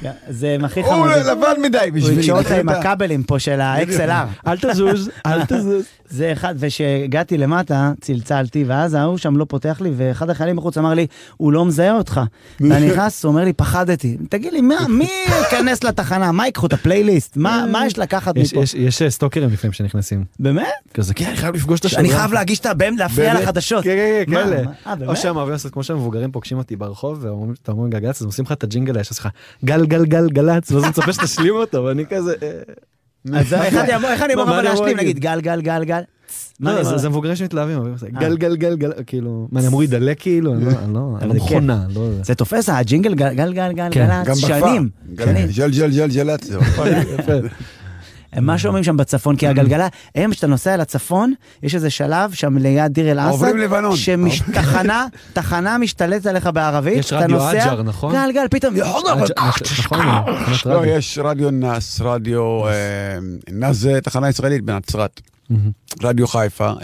B: כן, זה הכי
D: הוא
B: חמוד.
D: לבן מדי
B: הוא
D: בשבילי.
B: יקשור אותך עם
D: מכיר את ה-
B: הכבלים פה של ה-XLR.
C: אל תזוז, אל תזוז.
B: זה אחד, וכשהגעתי למטה, צלצלתי, ואז ההוא שם לא פותח לי, ואחד החיילים בחוץ אמר לי, הוא לא מזהה אותך. ואני נכנס, הוא אומר לי, פחדתי. תגיד לי, מה- מי ייכנס לתחנה? מה ייקחו את הפלייליסט? מה מה יש לקחת
C: יש-
B: מפה?
C: יש- יש אה, סטוקרים לפעמים שנכנסים.
B: באמת?
C: כזה, כן, אני חייב לפגוש את השאלה.
B: אני חייב להגיש את הבן, להפריע לחדשות.
C: כן, כן, כן,
B: מה,
C: כאלה.
B: מה? אה, באמת?
C: או שהם אוהבים לעשות כמו שהמבוגרים פוגשים אותי ברחוב, ואומרים, אתה אומר גלגלצ, אז הם עושים לך את הג'ינגל הישן שלך, גל גל גל גלצ, ואז הוא מצפה שתשלים אותו, ואני כזה... אה,
B: אז איך אני אמור- איך אני אמור
C: מה
B: אבל
C: אני אמור
B: להשלים?
C: להגיד?
B: נגיד, גל, גל, גל, גל. צס, מה
C: לא,
B: אני
C: זה
B: אמור- אה.
C: זה מבוגרים שמתלהבים, אבל הם עושים, גל גל גל גל, כאילו, מה, אני אמור להידלק כאילו? אני לא- אני לא אני לא
B: אבל זה
C: מכונה, לא...
B: זה תופס, הג'ינגל גל גל גל גל
C: כן,
B: גל"צ,
D: גם בכפר.
B: שנים.
D: גם- ג'ל ג'ל ג'ל ג'לת. זה בכפר.
C: יפה.
B: מה שאומרים שם בצפון,
C: Mm.
B: כי הגלגלה, הם, כשאתה נוסע לצפון, יש איזה שלב שם ליד דיר אל אסד,
D: עוברים לבנון. אוקיי.
B: שתחנה, תחנה משתלטת עליך בערבית,
C: יש
B: אתה
C: רדיו
B: נוסע,
C: אג'ר, נכון?
B: גל גל, פתאום,
C: נכון, תחנת
D: לא,
C: רדיו.
D: יש רדיו נס, רדיו... אה, נס זה תחנה ישראלית בנצרת. רדיו חיפה. אה,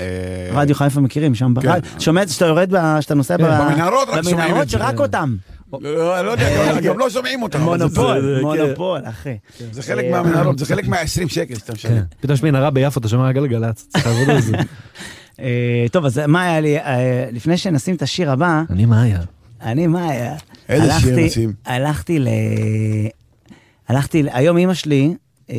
B: רדיו חיפה מכירים שם,
D: כן.
B: ברדיו. שומע את זה שאתה יורד, ב- שאתה נוסע ב-
D: במנהרות רק שומעים את
B: במנהרות
D: זה.
C: כן.
B: שרק אותם,
D: לא, לא, לא יודע, גם- גם לא שומעים אותם. אבל זה-
C: זה-
B: מונופול,
C: כן.
B: מונופול, אחי.
D: זה- זה חלק מהמנהרות, זה חלק מה-20 שקל שאתה משלם.
C: כן. פתאום יש מנהרה ביפו, אתה שומע גלגלצ, צריך לעבוד על זה.
B: אה, טוב, אז מה היה לי, אה, לפני שנשים את השיר הבא,
C: אני מאיה.
B: אני מה היה?
D: איזה שיר
B: הלכתי-
D: רוצים?
B: הלכתי ל... הלכתי, ל- היום אימא שלי אה,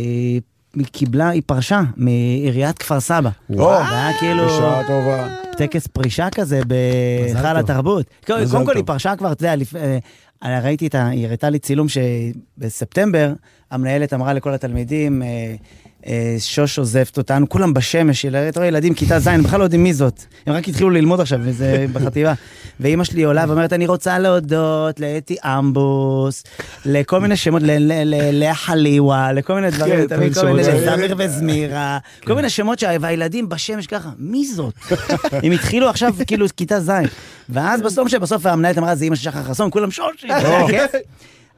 B: היא קיבלה, היא פרשה מעיריית כפר סבא.
D: וואו.
B: זה היה כאילו
D: בשעה טובה.
B: טקס פרישה כזה בהיכל
C: אה. טוב.
B: התרבות. קודם
D: מזל
B: קודם כל
D: טוב.
B: היא פרשה כבר, אתה יודע, לפ- אה, אה, ראיתי את ה... היא הראתה לי צילום שבספטמבר המנהלת אמרה לכל התלמידים, אה, אה, שוש עוזבת אותנו, כולם בשמש, היא ראתה ילדים כיתה ז', הם בכלל לא יודעים מי זאת. הם רק התחילו ללמוד עכשיו, וזה בחטיבה. ואימא שלי עולה ואומרת, אני רוצה להודות לאתי אמבוס, לכל מיני שמות, ל- ל- ל- לאה חליווה, לכל מיני דברים,
C: כן,
B: אתה מבין? כל
C: שמות
B: מיני
C: של-
B: זמיר וזמירה,
C: כן.
B: כל מיני שמות שה- והילדים בשמש ככה, מי זאת? הם התחילו עכשיו כאילו כיתה ז', ואז בסוף שבסוף המנהלת אמרה זה אמא של שחר חסון, כולם שושי, זה
C: לא.
B: היה כיף.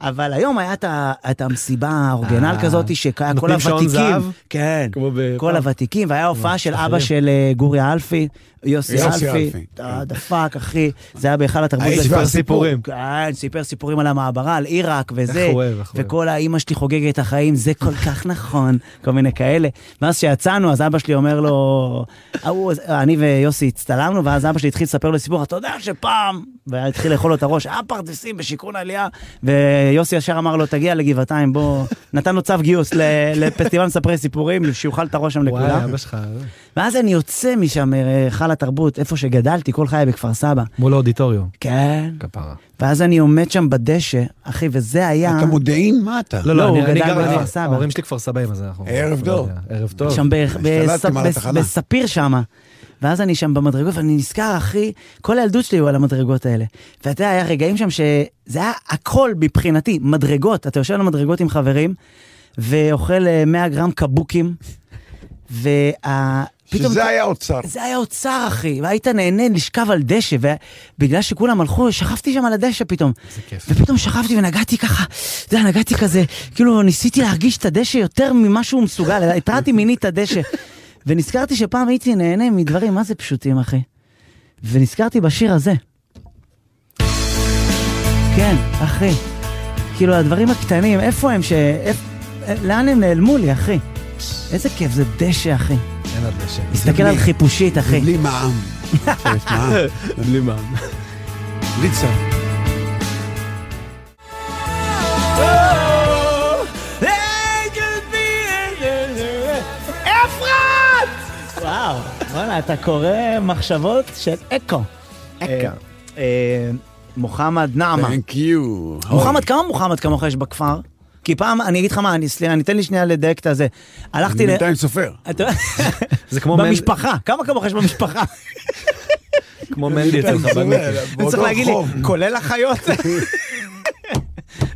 B: אבל היום היה את ה- את המסיבה האורגנל
C: אה,
B: כזאת, שכל
C: נותנים שעון
B: הוותיקים,
C: זהב?
B: כן,
C: כמו אה. בפעם.
B: כל הוותיקים, והיה הופעה של
C: משתחרר.
B: אבא של אה, גורי אלפי, יוסי
D: יוסי
B: אלפי,
D: אלפי,
B: אה,
C: כן.
B: דפק, אחי, זה היה בהיכל התרבות.
D: האיש
B: זה כבר
D: והסיפור.
B: סיפור. כן, סיפר סיפורים על המעברה, על עיראק וזה,
C: איך הוא אוהב, איך הוא
B: וכל האימא שלי חוגגת את החיים, זה כל כך נכון, כל מיני כאלה. ואז כשיצאנו, אז אבא שלי אומר לו, ההוא- אני ויוסי הצטלמנו, ואז אבא שלי התחיל לספר לו סיפור, אתה יודע שפעם, והתחיל לאכול לו את הראש, היה פרדסים בשיכון עלייה, ויוסי ישר אמר לו, תגיע לגבעתיים, בוא, נתן לו צו גיוס ל- לפסטיבל מספרי סיפורים, שיאכל את הראש שם לכולם.
C: וואי, אבא שלך,
B: ואז אני יוצא משם, אה, היכל התרבות, איפה שגדלתי כל חיי בכפר סבא.
C: מול האודיטוריום.
B: כן.
C: כפרה.
B: ואז אני עומד שם בדשא, אחי, וזה היה...
D: אתה מודיעין? מה אתה?
C: כן. לא,
B: לא,
C: לא,
B: הוא
C: אני- אני
B: גדל
C: גר,
B: בכפר
C: אני-
B: סבא.
C: ההורים שלי כפר סבאים, אז אנחנו...
D: ערב
C: לא
D: טוב.
C: יודע, ערב טוב.
B: שם ב- ב-
D: השתלטתי
B: ב-
D: מעל התחנה.
B: בספיר שמה. ואז אני שם במדרגות, ואני נזכר, אחי, כל הילדות שלי היו על המדרגות האלה. ואתה יודע, היה רגעים שם שזה היה הכל מבחינתי, מדרגות, אתה יושב על המדרגות עם חברים, ואוכל אה, 100 גרם קבוקים, ופתאום...
D: שזה היה אוצר.
B: זה היה אוצר, אחי, והיית נהנה לשכב על דשא, ובגלל שכולם הלכו, שכבתי שם על הדשא פתאום.
C: איזה כיף.
B: ופתאום שכבתי ונגעתי ככה, אתה יודע, נגעתי כזה, כאילו ניסיתי להרגיש את הדשא יותר ממה שהוא מסוגל, התרעתי מינית את הדשא. ונזכרתי שפעם הייתי נהנה מדברים, מה זה פשוטים, אחי? ונזכרתי בשיר הזה. כן, אחי. כאילו, הדברים הקטנים, איפה הם ש... איפ... לאן הם נעלמו לי, אחי? איזה כיף זה דשא, אחי.
C: אין עד לשם.
B: תסתכל על חיפושית, אחי.
D: בלי מע"מ. מע"מ.
C: בלי מע"מ.
D: בלי צו.
B: אפרת! וואו, וואלה, אתה קורא מחשבות של אקו. אה, אה, מוחמד
C: אה,
B: נעמה.
D: Thank you.
B: מוחמד, כמה מוחמד כמוך יש בכפר? כי פעם, אני אגיד לך מה, אני סליחה, אני אתן לי שנייה לדייק את הזה. הלכתי ל...
D: בינתיים סופר.
B: אתה-
C: זה כמו מנ-
B: במשפחה, כמה כמוך יש במשפחה?
C: כמו מנדי אצלך בנקי.
B: אתה צריך להגיד לי, כולל אחיות?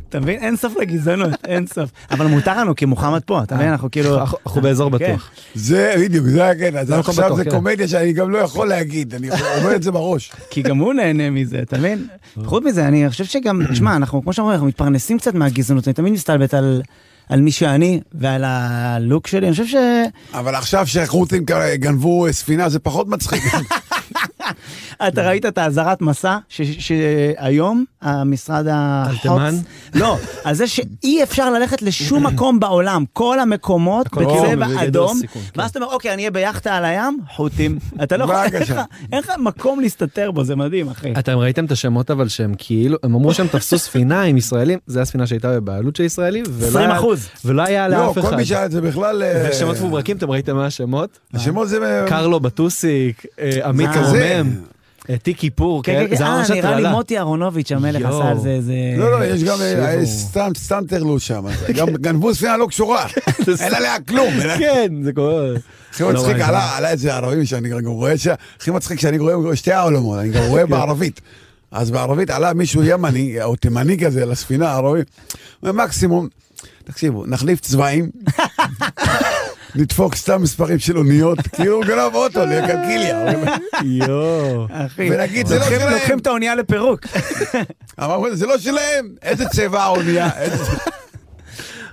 B: אתה מבין? אין סוף לגזענות, אין סוף. אבל מותר לנו, כי מוחמד פה, אתה מבין? אנחנו כאילו...
C: לא, אנחנו אנחנו באזור
B: כן.
C: בטוח.
D: זה בדיוק, זה הקטע. זה
C: לא מקום
D: עכשיו
C: בטוח,
D: זה
C: כן.
D: קומדיה שאני גם לא יכול להגיד, אני אומר את זה בראש.
B: כי גם הוא נהנה מזה, אתה מבין? חוץ מזה, אני חושב שגם, תשמע, אנחנו, כמו שאומרים, אנחנו מתפרנסים קצת מהגזענות, אני תמיד מסתלבט על... על מי שאני ועל הלוק שלי, אני חושב ש...
D: אבל עכשיו שהחות'ים גנבו אה, ספינה זה פחות מצחיק. כן.
B: אתה ראית את האזהרת מסע ש- שהיום המשרד החוץ...
C: תימן?
B: לא, על זה שאי אפשר ללכת לשום מקום בעולם, כל המקומות
C: הכל אדום,
B: בצבע
C: זה גדול
B: אדום,
C: סיכון, כן.
B: ואז אתה אומר, אוקיי, אני אהיה ביאכטה על הים, חותים. אתה לא יכול, אין
D: בבקשה.
B: לך- אין לך מקום להסתתר בו, זה מדהים, אחי.
C: אתם ראיתם את השמות אבל שהם כאילו, הם אמרו שהם תפסו ספינה עם ישראלים, זו הספינה שהייתה בבעלות של ישראלים, ולא היה-
B: 20%.
C: ולא היה
D: לא,
C: לאף אחד.
D: כל מי שהיה אה, את זה בכלל... אה,
C: שמות מוברקים, אתם ראיתם מה השמות?
D: השמות זה...
C: קרלו בטוסיק, אה, עמית
B: אה.
C: רומם, אה, טיקי פור,
B: כן, כן,
C: זה
B: כן, אה,
C: ממש
B: נראה לי
C: הטרלה.
B: מוטי אהרונוביץ' המלך
C: יואו.
B: עשה על זה איזה...
D: לא, לא, יש גם... אה,
C: תקשיבו.
D: סתם, סתם טרלול שם. גם גנבו ספינה לא קשורה. אין עליה כלום. אין עליה-
C: כן, זה לא קורה.
D: הכי
B: לא
D: מצחיק,
C: נורא,
D: עלה עלה איזה ערבים שאני גם רואה ש... הכי מצחיק שאני רואה שתי העולמות, אני גם רואה
B: כן.
D: בערבית. אז בערבית עלה מישהו ימני, או תימני כזה, לספינה הערבית. ומקסימום, תקשיבו, נחליף צבעים, נדפוק סתם מספרים של אוניות, כאילו הוא גנב אוטו לקלקיליה.
C: יואו.
B: אחי,
D: ולהגיד, זה לא
B: כן. לוקחים-
D: שלהם.
B: לוקחים את האונייה לפירוק.
D: אמרנו, זה לא שלהם, איזה צבע האונייה, איזה-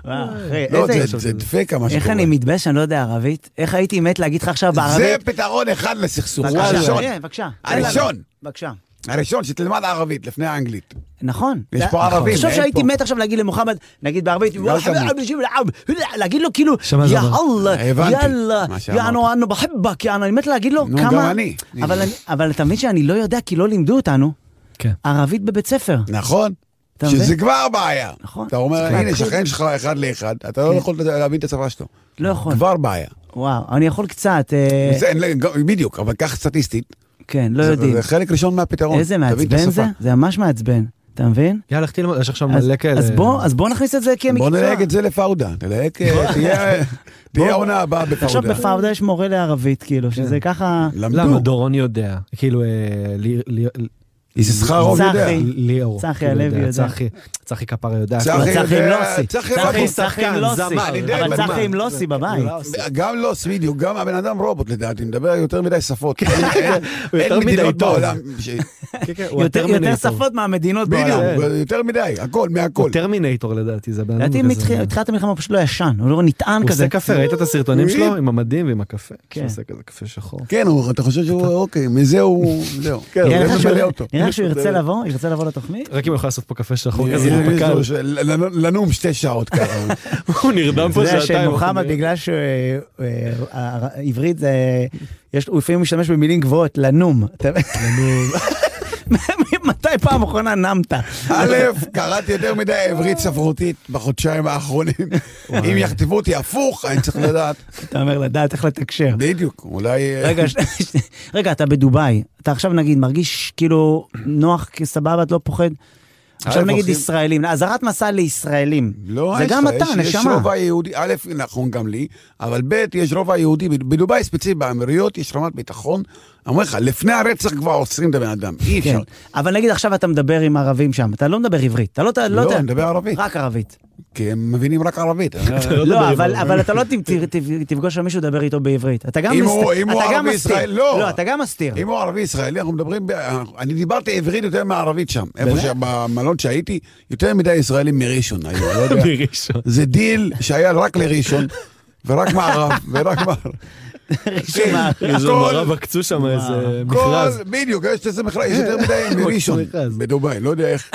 B: וואו, אחי,
D: לא,
B: איזה-
D: זה- זה דפקה מה
B: איך
D: שקורה.
B: אני מתבייש שאני לא יודע ערבית? איך הייתי מת להגיד לך עכשיו
D: זה
B: בערבית?
D: פתרון אחד לסכסוך,
B: בבקשה,
D: הראשון,
B: אה, בבקשה. תן לנו.
D: הראשון,
B: בבקשה.
D: הראשון שתלמד ערבית לפני האנגלית.
B: נכון.
D: יש
B: זה-
D: פה ערבים,
B: תחשוב
D: אין
B: שהייתי
D: פה.
B: מת עכשיו להגיד למוחמד, נגיד בערבית, "וואלה,
D: כמוך.
B: חביבי, אנשים לעם", להגיד לו כאילו,
C: שמע, זה
B: יא
C: אומר.
B: אללה,
D: אה, הבנתי
B: יאללה,
D: מה שאמרת.
B: יענו, אנו בחבק, יענו, אני מת להגיד לו
D: נו,
B: כמה...
D: גם אני.
B: אבל אני- אבל אתה מבין שאני לא יודע כי לא לימדו אותנו
C: כן.
B: ערבית בבית ספר.
D: נכון.
B: אתה מבין?
D: שזה כבר בעיה.
B: נכון.
D: אתה אומר,
B: צריך
D: הנה,
B: להתחיל. כן.
D: שכן שלך אחד לאחד, אתה לא יכול להבין את השפה שלו.
B: לא יכול.
D: כבר בעיה.
B: וואו, אני יכול קצת, אה,
D: זה אין לה- גם- בדיוק, אבל קח סטטיסטית.
B: כן, לא
D: זה-
B: יודעים.
D: זה חלק ראשון מהפתרון.
B: איזה
D: תבין את
B: מעצבן
D: השפה.
B: זה? זה ממש מעצבן, אתה מבין?
C: יאללה, הלכתי ללמוד, יש עכשיו
B: אז-
C: מלא כאלה.
B: אז בוא, אז בוא נכניס את זה כמקצוע.
D: בוא נלהג את זה לפאודה. נלהג, אה, תהיה- תהיה העונה הבאה
B: נכון. עכשיו
D: בפאודה.
B: בפאודה יש
D: כן.
B: מורה לערבית, כאילו, שזה ככה...
D: למדו.
C: למה? דורון יודע. כאילו, אה, לי- לי-
D: יששכרוב יודע.
B: צחי.
C: ליאור.
B: צחי
C: כאילו,
B: הלוי יודע.
C: צחי, צחי כפרה יודע.
D: צחי,
C: הכל.
B: אבל צחי עם
D: יודע,
B: לוסי,
D: צחי
B: צחי-
D: הוא
B: צחי עם
C: שחקן,
B: לוסי,
C: זמר, אני די
B: אבל
D: בזמן.
B: צחי עם לוסי בבית.
D: גם לא, בדיוק, גם הבן אדם רובוט לדעתי, מדבר יותר מדי שפות. אין- אין-
C: הוא יותר
D: אין
C: מדי
D: מדינות
C: טוב.
D: בעולם. ש-
C: כן, כן, הוא
B: יותר
C: הטרמינטור.
B: יותר שפות מהמדינות
D: בדיוק,
B: בעולם.
D: הוא יותר מדי, הכל, מהכל.
C: הוא טרמינטור לדעתי, לא זה בן אדם
B: לדעתי
C: כזה.
B: מתחיל- מתחילת המלחמה הוא פשוט לא ישן, הוא לא נטען
C: הוא
B: כזה.
C: עושה קפה, ראית את הסרטונים שלו? עם המדים ועם הקפה.
B: כן.
C: כן. הוא עושה כזה קפה שחור.
D: כן, הוא- אתה חושב שהוא, אוקיי, מזה הוא, זהו. כן,
B: נראה לך שהוא-
D: ממלא אותו.
B: נראה לך שהוא ירצה לבוא, ירצה לבוא לתוכנית?
C: רק אם הוא יכול לעשות פה קפה שחור
D: אה,
C: כזה,
D: אה,
C: הוא פקל.
D: אה, אה, לנום- לנום שתי שעות ככה.
C: הוא נרדם
B: אתה
C: פה
B: יודע
C: שעתיים.
B: לא שמוחמד, בגלל שעברית זה... יש- הוא לפעמים משתמש במילים גבוהות, לנום. לנום. מתי פעם אחרונה נמת?
D: א', קראתי יותר מדי עברית ספרותית בחודשיים האחרונים. אם יכתבו אותי הפוך, אני צריך לדעת.
B: אתה אומר לדעת איך לתקשר.
D: בדיוק, אולי... אה,
B: רגע, ש- ש- רגע, אתה בדובאי, אתה עכשיו נגיד מרגיש כאילו נוח, כי סבבה, אתה לא פוחד? עכשיו
D: הולכים-
B: נגיד ישראלים, אזהרת מסע לישראלים.
D: אה, לא,
B: זה
D: יש
B: גם
D: לך,
B: אתה,
D: יש- יש
B: נשמה.
D: רובע יהודי, א', נכון גם לי, אבל ב', יש רובע יהודי, בד- בדובאי ספציפית, באמירויות יש רמת ביטחון. אני אומר לך, לפני הרצח כבר עוצרים את הבן אדם, אי
B: כן.
D: אפשר.
B: אבל נגיד עכשיו אתה מדבר עם ערבים שם, אתה לא מדבר עברית, אתה לא... אתה-
D: לא,
B: אתה-
D: אני מדבר ערבית.
B: רק עברית.
D: כי הם מבינים רק ערבית.
B: לא, אבל- אבל אתה לא ת- ת- ת- תפגוש שם מישהו לדבר איתו בעברית. אתה גם
D: אם
B: מסת-
D: הוא- אם הוא
B: אתה גם
D: ערבי
B: מסתיר.
D: ישראל, לא.
B: לא, אתה גם מסתיר.
D: אם הוא ערבי ישראלי, אנחנו מדברים, ב... אני דיברתי עברית יותר מערבית שם. איפה ש... במלון שהייתי, יותר מדי ישראלים מראשון היו, אני לא יודע.
C: בראשון.
D: זה דיל שהיה רק לראשון, ורק מערב, ורק מערב. כן,
B: ראשון מה-
C: איזה
D: כל-
C: מראה בקצו שם איזה
D: כל,
C: מכרז.
D: בדיוק, יש איזה מכרז, יש יותר מדי מראשון,
C: מכרז.
D: בדובאי, לא יודע איך.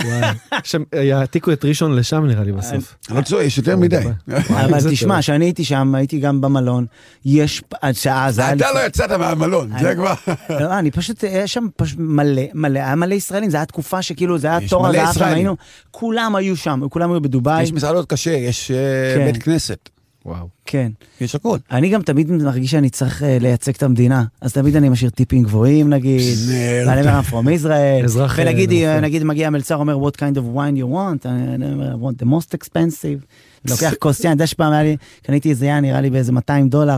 C: שם, יעתיקו את ראשון לשם נראה לי בסוף.
D: אני לא צועק, יש יותר מדי.
C: זה
B: אבל
C: טוב.
B: תשמע, כשאני הייתי שם, הייתי גם במלון, יש... שעה זה היה
D: אתה
B: לפני-
D: לא יצאת מהמלון, זה כבר...
B: לא, אני פשוט, היה שם פשוט מלא, מלא, היה מלא ישראלים, זו הייתה תקופה שכאילו, זה היה
D: יש
B: תור
D: מלא
B: הזהב שם,
D: ישראלים.
B: היינו, כולם היו שם, כולם היו בדובאי,
D: יש מסעדות קשה, יש אה,
B: אה, כן.
D: בית כנסת,
C: וואו.
B: כן.
D: יש הכל.
B: אני גם תמיד מרגיש שאני צריך אה, לייצג את המדינה, אז תמיד אני משאיר טיפים גבוהים נגיד,
D: נerd.
B: ואני אומר I'm from Israel,
C: אזרח, אה,
B: ונגיד אה,
C: נופל.
B: נגיד מגיע המלצר אומר what kind of wine you want, אני אני אומר I want the most expensive, לוקח כוס יין, אתה יודע שפעם היה לי, קניתי איזה יין נראה לי באיזה 200 דולר,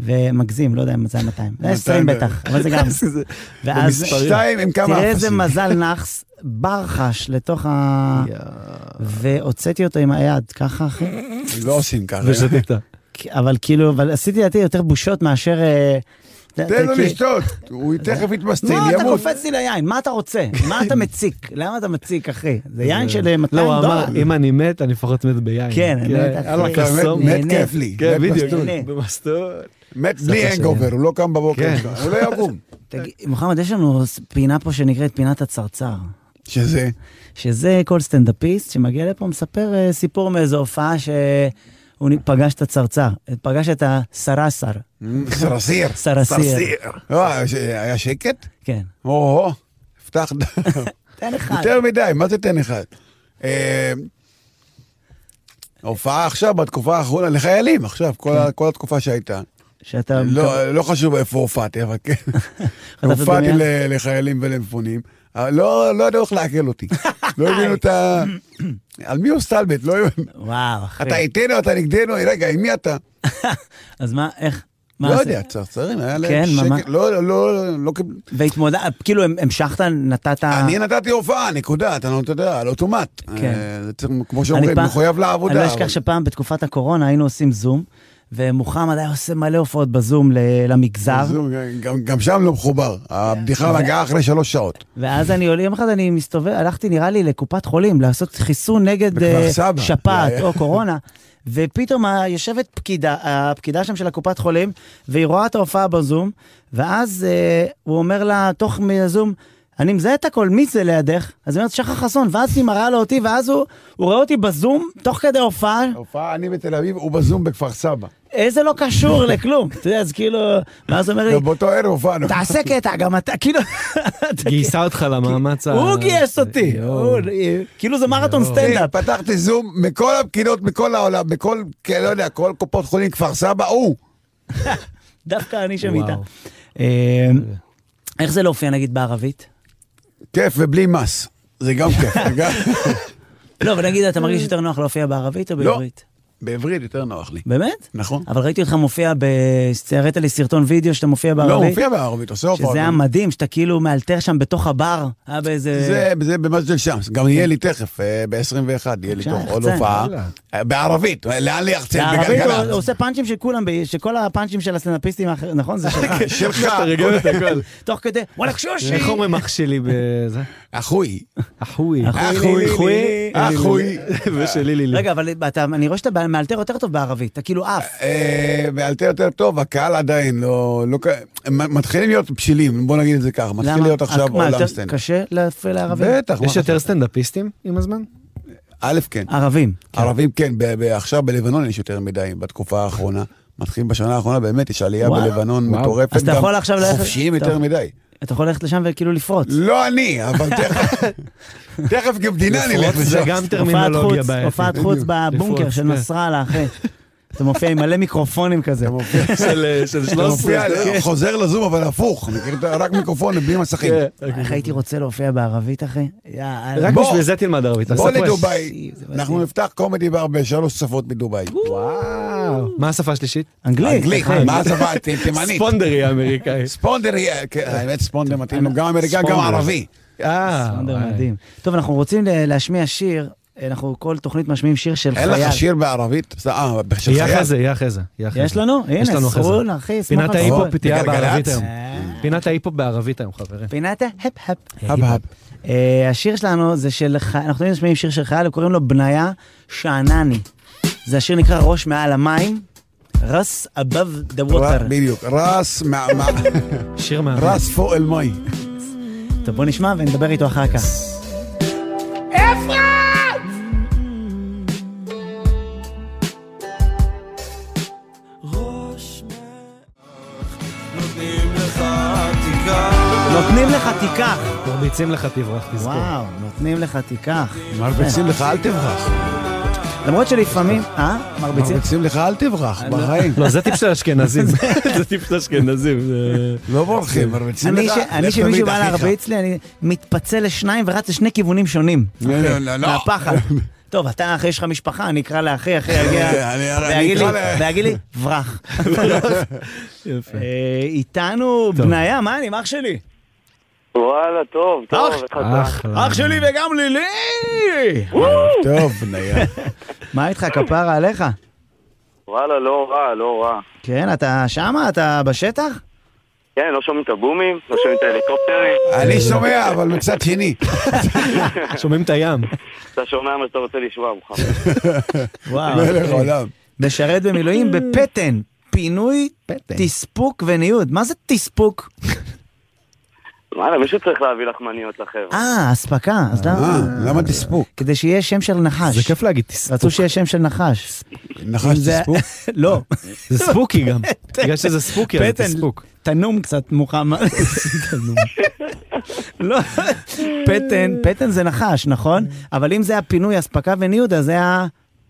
B: ומגזים, לא יודע אם זה היה 200, זה היה 20 בטח, אבל זה גם, ואז
D: שתיים עם כמה
B: תראה איזה
D: אפסים.
B: מזל נאחס, ברחש לתוך ה... והוצאתי אותו עם היד, ככה אחי.
D: לא עושים ככה.
B: אה,
C: ושתית.
B: כי- אבל כאילו, אבל עשיתי לדעתי יותר בושות מאשר... אה,
D: תן לו
B: כי-
D: לשתות, הוא תכף יתמסטל,
B: מה לא, אתה
D: ימות.
B: קופץ לי ליין? מה אתה רוצה? מה אתה מציק? למה אתה מציק, אחי? זה יין של אה, 200
C: לא, הוא
B: דולר.
C: אמר, אם אני מת, אני לפחות מת ביין.
B: כן, אני מת, אחי.
C: היה לו
D: אתה מת-
C: קסום.
D: מת
B: נהנה.
D: כיף לי.
C: כן,
D: מת
C: בדיוק.
D: מסטול.
B: נהנה.
C: במסטול.
D: מת בלי
C: סבתא שלי.
D: הנגובר, הוא לא קם בבוקר,
C: כן.
D: הוא לא יקום.
B: תגיד, מוחמד, יש לנו פינה פה שנקראת פינת הצרצר.
D: שזה,
B: שזה כל סטנדאפיסט שמגיע לפה מספר אה, סיפור מאיזו הופעה שהוא נ- פגש את הצרצר, פגש את הסרסר,
D: סרסיר.
B: סרסיר,
D: לא, היה שקט?
B: כן.
D: או-הו, פתח דבר.
B: תן אחד.
D: יותר מדי, מה זה תן אחד? אה, ההופעה עכשיו, בתקופה האחרונה, לחיילים עכשיו, כל ה- כל התקופה שהייתה.
B: שאתה...
D: לא לא חשוב איפה הופעתי, אבל כן. הופעתי
B: דמיין?
D: ל- לחיילים ולמפונים. אבל לא לא ידעו איך לעכל אותי. לא הבינו את ה... על מי הוא סטלבט? לא הבינו.
B: וואו, אחי.
D: אתה איתנו, אתה נגדנו, רגע, עם מי אתה?
B: אז מה, איך? מה
D: לא
B: זה?
D: יודע, צרצרים, היה
B: כן,
D: להם
B: מה-
D: שקט. לא, לא, לא, לא קיבלו.
B: והתמודד, כאילו הם- המשכת, נתת...
D: אני נתתי הופעה, נקודה, אתה לא אתה יודע, על אוטומט.
B: אה. כן.
D: אה, זה צריך, כמו
B: אני
D: שאומרים,
B: פעם-
D: מחויב לעבודה.
B: אני לא
D: אבל-
B: אשכח שפעם בתקופת הקורונה היינו עושים זום, ומוחמד היה עושה מלא הופעות בזום ל- למגזר,
D: זום, גם- גם שם לא מחובר, הבדיחה
B: כן.
D: מגיעה אחרי שלוש שעות.
B: ואז אני עולה, יום אחד אני מסתובב, הלכתי נראה לי לקופת חולים לעשות חיסון נגד
D: בכפר
B: אה,
D: סבא.
B: שפעת
D: זה היה.
B: או קורונה. ופתאום ה- יושבת פקידה, אה, הפקידה שם של הקופת חולים, והיא רואה את ההופעה בזום, ואז אה, הוא אומר לה, תוך מהזום, אני מזהה את הכל, מי זה לידך? אז היא אומרת, שחר חסון, ואז היא מראה לו אותי, ואז הוא, הוא רואה אותי בזום, תוך כדי הופעה,
D: הופעה, אני בתל אביב, הוא בזום בכפר סבא.
B: איזה לא קשור לכלום. אתה יודע, אז כאילו, ואז הוא אומר לי,
D: באותו ערב הופענו.
B: תעשה קטע, גם אתה, כאילו, אתה
C: גייסה אותך למאמץ ה...
B: הוא גייס אותי,
C: יואו.
B: הוא- כאילו זה מרתון
D: הנה,
B: סטנדאפ.
D: פתחתי זום מכל הפקידות, מכל העולם, מכל, כן, לא יודע, כל קופות חולים, כפר סבא, הוא.
B: דווקא אני שם
C: וואו.
B: איתה. אה,
D: אוקיי.
B: איך זה להופיע נגיד בערבית?
D: כיף ובלי מס. זה גם כיף. זה גם-
B: לא, אבל נגיד אתה מרגיש יותר נוח להופיע בערבית או
D: לא.
B: בעברית?
D: בעברית יותר נוח לי.
B: באמת?
D: נכון.
B: אבל ראיתי אותך מופיע, ב... הראת לי סרטון וידאו שאתה מופיע
D: לא, הוא
B: בערבית.
D: מופיע בערבית, עושה הופעות.
B: שזה היה מדהים, שאתה כאילו מאלתר שם בתוך הבר, היה באיזה...
D: זה, זה במג'דל שמס, גם יהיה לי תכף, ב-21 יהיה לי
B: בבקשה,
D: תוך עוד
B: יחצן.
D: הופעה.
C: יאללה.
D: אה, בערבית, לאן לי יחצן?
B: בערבית
D: בגלגלצ.
B: הוא עושה פאנצ'ים של כולם, ב- שכל הפאנצ'ים של הסטנדאפיסטים האחרים, נכון? זה שלך.
D: שלך,
C: אתה רגל את הכל.
B: תוך כדי, וואלה קשושי!
C: איך אומרים אח שלי בזה?
D: אחוי.
C: אחוי.
B: אחוי,
D: אחוי. אחוי.
C: ושלי לילי.
B: רגע, אבל אתה- אני רואה שאתה מאלתר יותר טוב בערבית, אתה כאילו עף.
D: אה, מאלתר יותר טוב, הקהל עדיין לא... לא כ- הם מתחילים להיות בשלים, בוא נגיד את זה ככה. מתחיל
B: למה? אה,
D: להיות עכשיו
B: מה, יותר
D: עולם סטנדאפ.
B: קשה להפריע לערבים?
D: בטח, מה
C: יש יותר
D: חשבת?
C: סטנדאפיסטים עם הזמן?
D: א', כן.
B: ערבים.
D: ערבים כן, ב- ב- עכשיו בלבנון יש יותר מדי בתקופה האחרונה. מתחיל בשנה האחרונה, באמת יש עלייה
B: וואלה.
D: בלבנון
C: וואו.
D: מטורפת.
B: אז אתה
D: גם
B: יכול עכשיו ללכת-
D: חופשיים
B: טוב.
D: יותר מדי.
B: אתה יכול ללכת לשם וכאילו לפרוץ.
D: לא אני, אבל תכף, תכף כמדינה אני אלך
C: לפרוץ זה
D: לשם.
C: גם
B: הופעת
C: טרמינולוגיה
B: חוץ,
C: בעייתית.
B: הופעת חוץ בבונקר
C: לפרוץ,
B: של
C: כן.
B: נסראללה, אחי. אתה מופיע עם מלא מיקרופונים כזה.
C: של של
D: אתה
C: 13.
D: מופיע,
C: כן.
D: חוזר לזום אבל הפוך, מכיר את ה- רק מיקרופון בלי מסכים.
B: כן. איך הייתי רוצה להופיע בערבית, אחי? יאללה.
C: כן. רק
D: בוא.
C: בשביל זה תלמד ערבית. תעשה
D: בוא
C: פרס.
D: לדובאי,
B: זה
D: אנחנו
B: מדהים.
D: נפתח קומדי בר בשלוש שפות מדובאי.
C: וואו. מה השפה השלישית?
B: אנגלית.
D: אנגלית,
B: אחי.
D: מה השפה? ת- תימנית.
C: ספונדרי האמריקאי.
D: ספונדר, יהיה- כן, האמת ספונדר מתאים לו, גם אמריקאי, גם
C: ספונדר.
D: ערבי.
C: אה,
B: ספונדר
C: וואי.
B: מדהים. טוב, אנחנו רוצים ל- להשמיע שיר, אנחנו כל תוכנית משמיעים שיר של
D: אין
B: חייל.
D: לך שיר בערבית? אה, של
C: יהיה
D: חייל?
C: אחרי זה, יהיה אחרי זה. יהיה אחרי
B: יש
C: זה.
B: לנו? הנה, נכון.
C: יש לנו אחרי זה.
B: סרול, אחי, סמוך
C: פינת
B: על סרול.
C: ההיפ-הופ תהיה
D: בגלגלצ?
C: בערבית היום.
B: אה.
C: פינת ההיפ-הופ בערבית היום, חברים.
B: פינת ההפ-הפ.
D: הב, הב.
B: אה, השיר שלנו זה של, ח- אנחנו תמיד משמיעים שיר של חייל, קוראים לו בניה שאנני. זה השיר נקרא ראש מעל המים, רס above the
D: ר-
B: water.
D: בדיוק, רס, מה- מה-
C: שיר מה...
D: רס פו אל מוי.
B: טוב, בוא נשמע ונדבר איתו אחר כך.
A: נותנים לך עתיקה
B: נותנים לך תיקח.
C: מרביצים לך תברח, תזכור.
B: וואו, נותנים לך תיקח. כן.
D: מרביצים לך אל תברח.
B: למרות שלפעמים, אה? מרביצים?
D: מרביצים לך אל תברח, בחיים.
C: לא, זה טיפ של אשכנזים. זה טיפ של אשכנזים. זה-
D: לא בורחים, מרביצים
B: אני,
D: לך.
B: ש... אני
D: לך
B: שמישהו
D: תמיד,
B: בא
D: אחיך.
B: להרביץ לי, אני מתפצל לשניים ורץ לשני כיוונים שונים.
D: לא,
B: אחי,
D: לא, לא, לא.
B: מהפחד. טוב, אתה אחי, יש לך משפחה, אני אקרא לאחי, אחי יגיע,
D: אה, אני- אני
B: ויגיד לי-
D: אקרא ל-
B: ויגיד לי, ברח.
C: יפה.
B: אה, איתנו בניה, מה אני, עם אח שלי?
E: וואלה, טוב, טוב,
B: אח-
E: איך אתה?
C: אחלה.
B: אח שלי וגם לילי!
D: טוב, בניה.
B: מה איתך, כפרה עליך?
E: וואלה, לא רע, לא רע.
B: כן, אתה שמה? אתה בשטח?
E: כן, לא שומעים את הבומים, לא שומעים את ההליקופטרים,
D: אני שומע, אבל מצד שני.
C: אה, שומעים את הים.
E: אתה שומע מה שאתה רוצה לשמוע, מוחמד.
B: וואו.
D: מלך עולם.
B: משרת במילואים בפטן. פינוי, תספוק וניוד. מה זה תספוק?
E: וואלה, מישהו צריך להביא לחמניות לחבר'ה.
B: אה, לא. אספקה, אז
D: אה,
B: למה?
D: למה תספוק?
B: כדי שיהיה שם של נחש.
C: זה כיף להגיד תספוק.
B: רצו שיהיה שם של נחש.
D: נחש
B: זה-
D: תספוק?
B: לא,
C: זה ספוקי גם. בגלל שזה ספוקי, כן, זה
B: פטן.
C: תספוק.
B: תנום קצת, מוחמד. לא, פטן, פטן זה נחש, נכון? אבל אם זה היה פינוי, אספקה וניוד, אז זה היה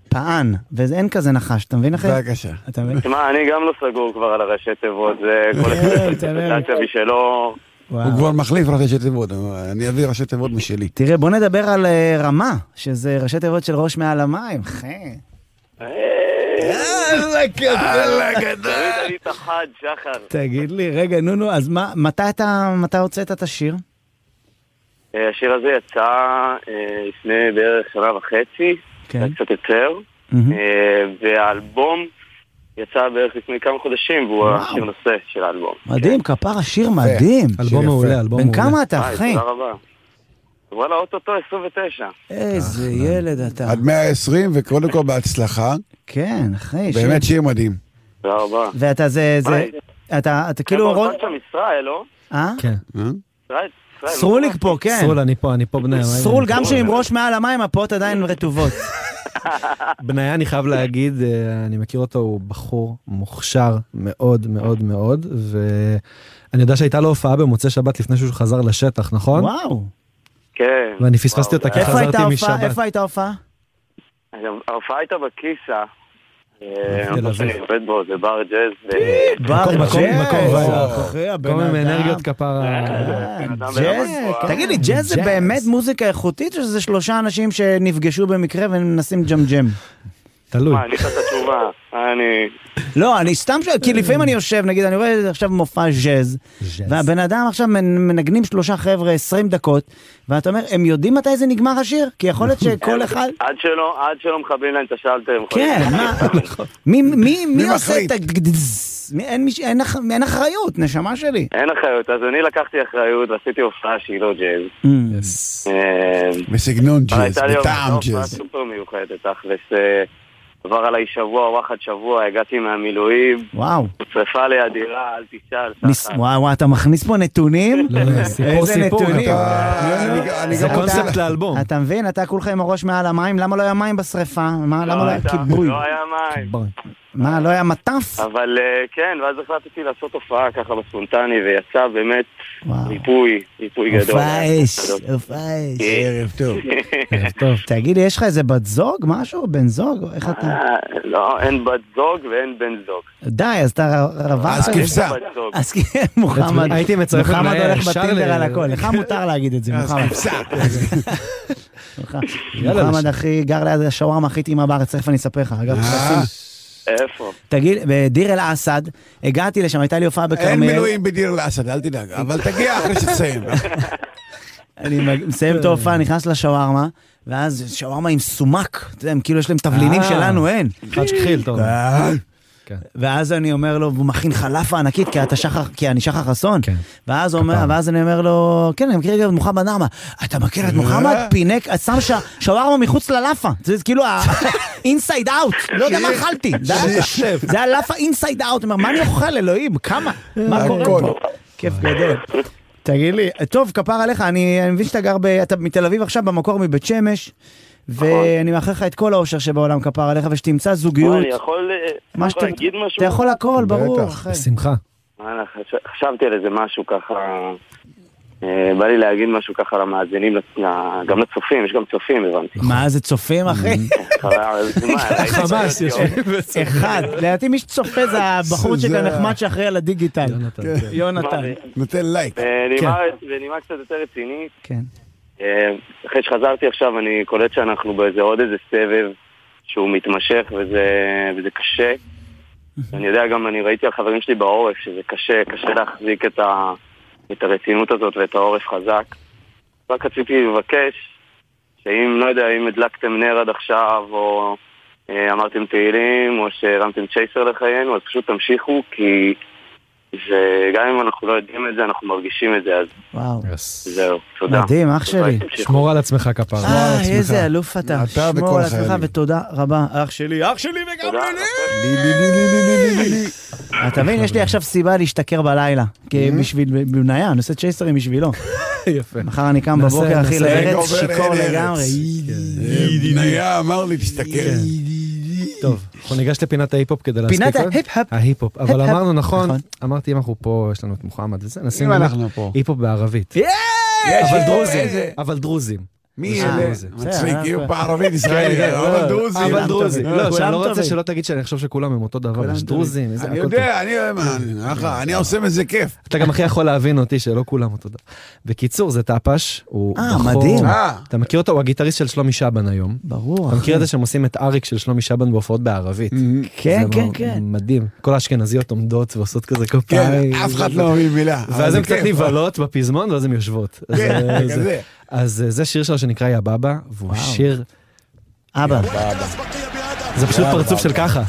B: פען, ואין כזה נחש, אתה מבין אחי?
D: בבקשה.
B: אתה מבין?
E: תשמע, אני גם לא סגור כבר על הראשי תיבות, זה
B: כן,
E: כל הסטטציה משלו.
D: הוא
B: וואו.
D: כבר מחליף ראשי תיבות, אני אביא ראשי תיבות משלי.
B: תראה, בוא נדבר על אה, רמה, שזה ראשי תיבות של ראש מעל המים, חי. אה.
E: תמיד אני את החד, שחר.
B: תגיד לי, רגע, נו, נו, אז מה, מתי אתה, מתי הוצאת את השיר?
E: אה, השיר הזה יצא אה, לפני בערך שנה וחצי,
B: כן.
E: אולי קצת יותר,
B: מהמם.
E: אה, והאלבום יצא בערך לפני כמה חודשים, והוא השיר נושא של האלבום.
B: מדהים, כפרה, שיר מדהים.
C: כן. אלבום מעולה, אלבום
B: בן
C: מעולה.
B: כמה אתה,
E: היי,
B: אחי?
E: תודה רבה. וואלה, אוטוטו 29.
B: איזה ילד אתה.
D: עד 120, וקודם כל בהצלחה.
B: כן, אחי. שיר-
D: באמת שיר מדהים.
E: תודה רבה.
B: ואתה זה, זה,
E: היי.
B: אתה, אתה כאילו,
E: כאילו...
B: רון-
E: שם ישראל, לא?
B: אה?
C: כן.
D: אה?
E: ישראל, ישראל. לא?
B: סרוליק פה, כן.
C: סרול, אני פה, אני פה בניה.
B: סרול,
C: כן.
B: גם שעם ראש מעל המים, הפעות עדיין רטובות.
C: בניה, אני חייב להגיד, אה, אני מכיר אותו, הוא בחור מוכשר מאוד מאוד מאוד, ואני יודע שהייתה לו הופעה במוצאי שבת לפני שהוא חזר לשטח, נכון?
B: וואו.
E: כן.
C: ואני פספסתי
E: וואו,
C: אותה,
E: זה
C: כי
B: איפה
C: חזרתי
B: הייתה ההופעה?
C: משבת.
B: איפה הייתה ההופעה?
E: היה- ההופעה הייתה בקיסה. אה,
C: תל
E: מקום שאני
C: אביב.
E: עובד בו, זה בר ג'אז. אה, ו-
B: בר
C: מקום-
B: ג'אז,
C: מקום
D: וואו.
B: אחי, הבן
C: כל
B: אדם.
C: מיני אנרגיות כפרה.
E: בן אדם
B: כן, ג'אז?
E: ברמה גבוהה.
B: תגיד לי, ג'אז זה
C: ג'אז.
B: באמת מוזיקה איכותית, או שזה שלושה אנשים שנפגשו במקרה ומנסים ג'מג'ם?
C: תלוי.
E: מה, אני אתן לך תשובה. אני...
B: לא, אני סתם שואל, כי לפעמים אני יושב, נגיד, אני רואה עכשיו מופע ז'אז,
C: ז'אז.
B: והבן אדם עכשיו מנ- מנגנים שלושה חבר'ה 20 דקות, ואתה אומר, הם יודעים מתי זה נגמר השיר? כי יכול להיות
C: נכון.
B: שכל אחד...
E: עד שלא, עד שלא מכבים להם את השלטר. הם יכולים-
B: כן, מה... מי- מי מי עושה את
D: מחליט?
B: ה... מי- אין מיש- אין אח- אין אחריות, נשמה שלי.
E: אין אחריות, אז אני לקחתי אחריות ועשיתי הופעה שהיא לא ג'אז. אה,
D: בסגנון
E: אבל
D: ג'אז,
E: הייתה לי
D: בטעם
E: הופעה
D: ג'אז.
E: סופר מיוחדת, תכלס. אה, עבר עליי שבוע, וואחד שבוע, הגעתי מהמילואים,
B: וואו.
E: שרפה לי הדירה, אל תשאל,
B: ניס-
E: סחר.
B: וואו, וואו, אתה מכניס פה נתונים?
C: לא, לא, סיפור
B: איזה
C: סיפור.
B: נתונים.
C: אתה- זה
B: אתה-
C: קונספט לאלבום.
B: אתה מבין? אתה כולך עם הראש מעל המים, למה לא היה מים בשריפה? מה, למה
E: לא
B: לא היה
E: הייתה-
B: כיבוי?
E: לא היה מים.
C: בואי.
B: מה, לא היה מטף?
E: אבל אה, כן, ואז החלטתי לעשות הופעה ככה בספונטני, ויצא באמת
B: וואו.
E: ריפוי, ריפוי גדול. אה,
B: הופעה אש, הופעה אש.
D: ערב טוב.
C: ערב טוב.
B: תגיד לי, יש לך איזה בת זוג? משהו? בן זוג? איך אתה...
E: אה, לא, אין בת זוג ואין בן זוג.
B: די, אז אתה רווק?
D: אז כבשה.
E: אין בת זוג.
B: אז כן, מוחמד.
C: הייתי מצרף את אה,
B: מוחמד
C: מאיר,
B: הולך
C: אפשר
B: בטינדר
C: ל-
B: על הכל. לך מותר להגיד את זה,
D: אז
B: מוחמד.
D: כבשה.
C: יאללה,
B: מוחמד
C: לשם.
B: אחי גר ליד השווארמה הכי טעימה בארץ, תכף אני אספר לך. אגב,
D: אה,
E: איפה?
B: תגיד, בדיר אל-אסד, הגעתי לשם, הייתה לי הופעה בכרמל.
D: אין מילואים בדיר אל-אסד, אל תדאג, אבל תגיע אחרי שתסיים.
B: אה, אני מג- מסיים את ההופעה, נכנס לשווארמה, ואז שווארמה עם סומק, אתה יודע, הם כאילו יש להם תבלינים
C: אה.
B: שלנו, אין.
C: אחד שכחיל, טוב.
D: אה,
B: ואז אני אומר לו, הוא מכין חלאפה ענקית, כי אתה שחר, כי אני שחר חסון.
C: כן.
B: ואז, הוא אומר,
C: כפרה.
B: ואז אני אומר לו, כן, אני מכיר גם את מוחמד נעמה. אתה מכיר את מוחמד? פינק, אז שם ש- שווארמה מחוץ ללאפה. זה כאילו ה-inside out, לא יודע מה אכלתי. זה היה- זה הלאפה inside out, הוא אומר, מה אני אוכל, אלוהים? כמה? מה קורה
D: הכל.
B: פה? כיף גדול. תגיד לי, טוב, כפר עליך, אני אני מבין שאתה גר, ב- אתה מתל אביב עכשיו, במקור מבית שמש. ואני מאחל לך את כל האושר שבעולם כפר עליך, ושתמצא
E: מה,
B: זוגיות.
E: אני יכול אה,
B: מה
E: יכול
B: שאתה...
E: להגיד משהו?
B: אתה יכול הכל, ברור.
D: בטח.
B: אחי.
C: בשמחה.
E: וואלה, חש- חשבתי על איזה משהו ככה... אה, בא לי להגיד משהו ככה למאזינים, ל- גם לצופים, יש גם צופים, הבנתי.
B: מה זה צופים אחי?
C: חמאס יש.
B: אחד. לדעתי מי שצופה זה הבחורצ'יק
D: זה-
B: הנחמד שאחראי על הדיגיטל.
C: יונתן, כן.
B: יונתן.
D: נותן לייק.
E: בנימה קצת יותר רצינית,
B: כן.
E: אה, אחרי שחזרתי עכשיו, אני קולט שאנחנו באיזה עוד איזה סבב שהוא מתמשך וזה, וזה קשה. אני יודע גם, אני ראיתי על חברים שלי בעורף שזה קשה, קשה להחזיק את, ה, את הרצינות הזאת ואת העורף חזק. רק רציתי לבקש שאם, לא יודע, אם הדלקתם נר עד עכשיו, או אה, אמרתם תהילים, או שהרמתם צ'ייסר לחיינו, אז פשוט תמשיכו, כי זה, גם אם אנחנו לא יודעים את זה, אנחנו מרגישים את זה, אז
B: וואו.
E: זהו, תודה.
B: מדהים, אח שלי.
E: תמשיכו.
C: שמור על עצמך כפרה.
B: אה, איזה אלוף אתה.
D: אתה
B: שמור
D: וכל
B: על עצמך
D: החיילים.
B: ותודה רבה. אח שלי, אח שלי וגם
E: תודה.
B: אתה מבין, יש לי עכשיו סיבה להשתכר בלילה. כי בשביל, בבניה, אני עושה צ'ייסרים בשבילו. אה,
C: יפה.
B: מחר אני קם
C: נעשה-
B: בבוקר, אחי,
C: נעשה-
B: לארץ
D: עובר
B: שיכור
D: לארץ.
B: לגמרי.
D: בניה אמר לי, תסתכל.
C: טוב, אנחנו ניגש לפינת ההיפ-הופ כדי להספיק.
B: פינת
C: עוד?
B: ההיפ-הופ.
C: ההיפ-הופ. אבל
B: ההיפ-הופ.
C: אמרנו נכון,
B: נכון.
C: אמרתי אם אנחנו פה, יש לנו את מוחמד וזה, נשים
D: אם
C: גם
D: אנחנו פה.
C: היפ-הופ בערבית.
B: יש!
C: אבל
D: יש, אה,
C: דרוזים,
D: איזה-
C: אבל דרוזים.
D: מי
B: אה,
D: אלה?
C: זה-
D: מצחיק,
B: זה-
D: כאילו בערבית ישראלי,
C: כן,
D: אבל
B: אה,
C: לא,
D: דרוזי.
C: אבל דרוזי.
B: טובים.
C: לא,
B: כולם
C: שאני לא רוצה
B: טובים.
C: שלא תגיד שאני אחשוב שכולם הם אותו דבר,
B: כולם
C: יש
B: טובים.
C: דרוזים, איזה
D: אני
C: הכל טוב.
D: יודע, אני אני- אחלה, אני עושה מזה כיף.
C: אתה גם הכי יכול להבין אותי שלא כולם אותו דבר. בקיצור, זה טפש, הוא
B: אה,
C: בחור.
B: מדהים.
D: אה.
C: אתה מכיר אותו? הוא הגיטריסט של שלומי שבן היום. אתה
B: ברור, אחי.
C: מכיר את זה שהם עושים את אריק של שלומי שבן בהופעות בערבית.
D: Mm-hmm.
B: כן,
C: זה
B: כן,
C: מ-
B: כן.
C: מדהים. כל האשכנזיות עומדות ועושות כזה
D: כן,
C: כפיים.
D: אף אחד לא מבין מילה. אבל
C: ואז
D: זה
C: הן קצת
D: כיף.
C: נבהלות בפזמון, ואז הן יושבות. אז,
D: כן,
C: אה, זה-
D: כזה.
C: אז אה, זה שיר שלו שנקרא יא בבא, והוא שיר,
B: אבא.
C: זה פשוט פרצוף של ככה.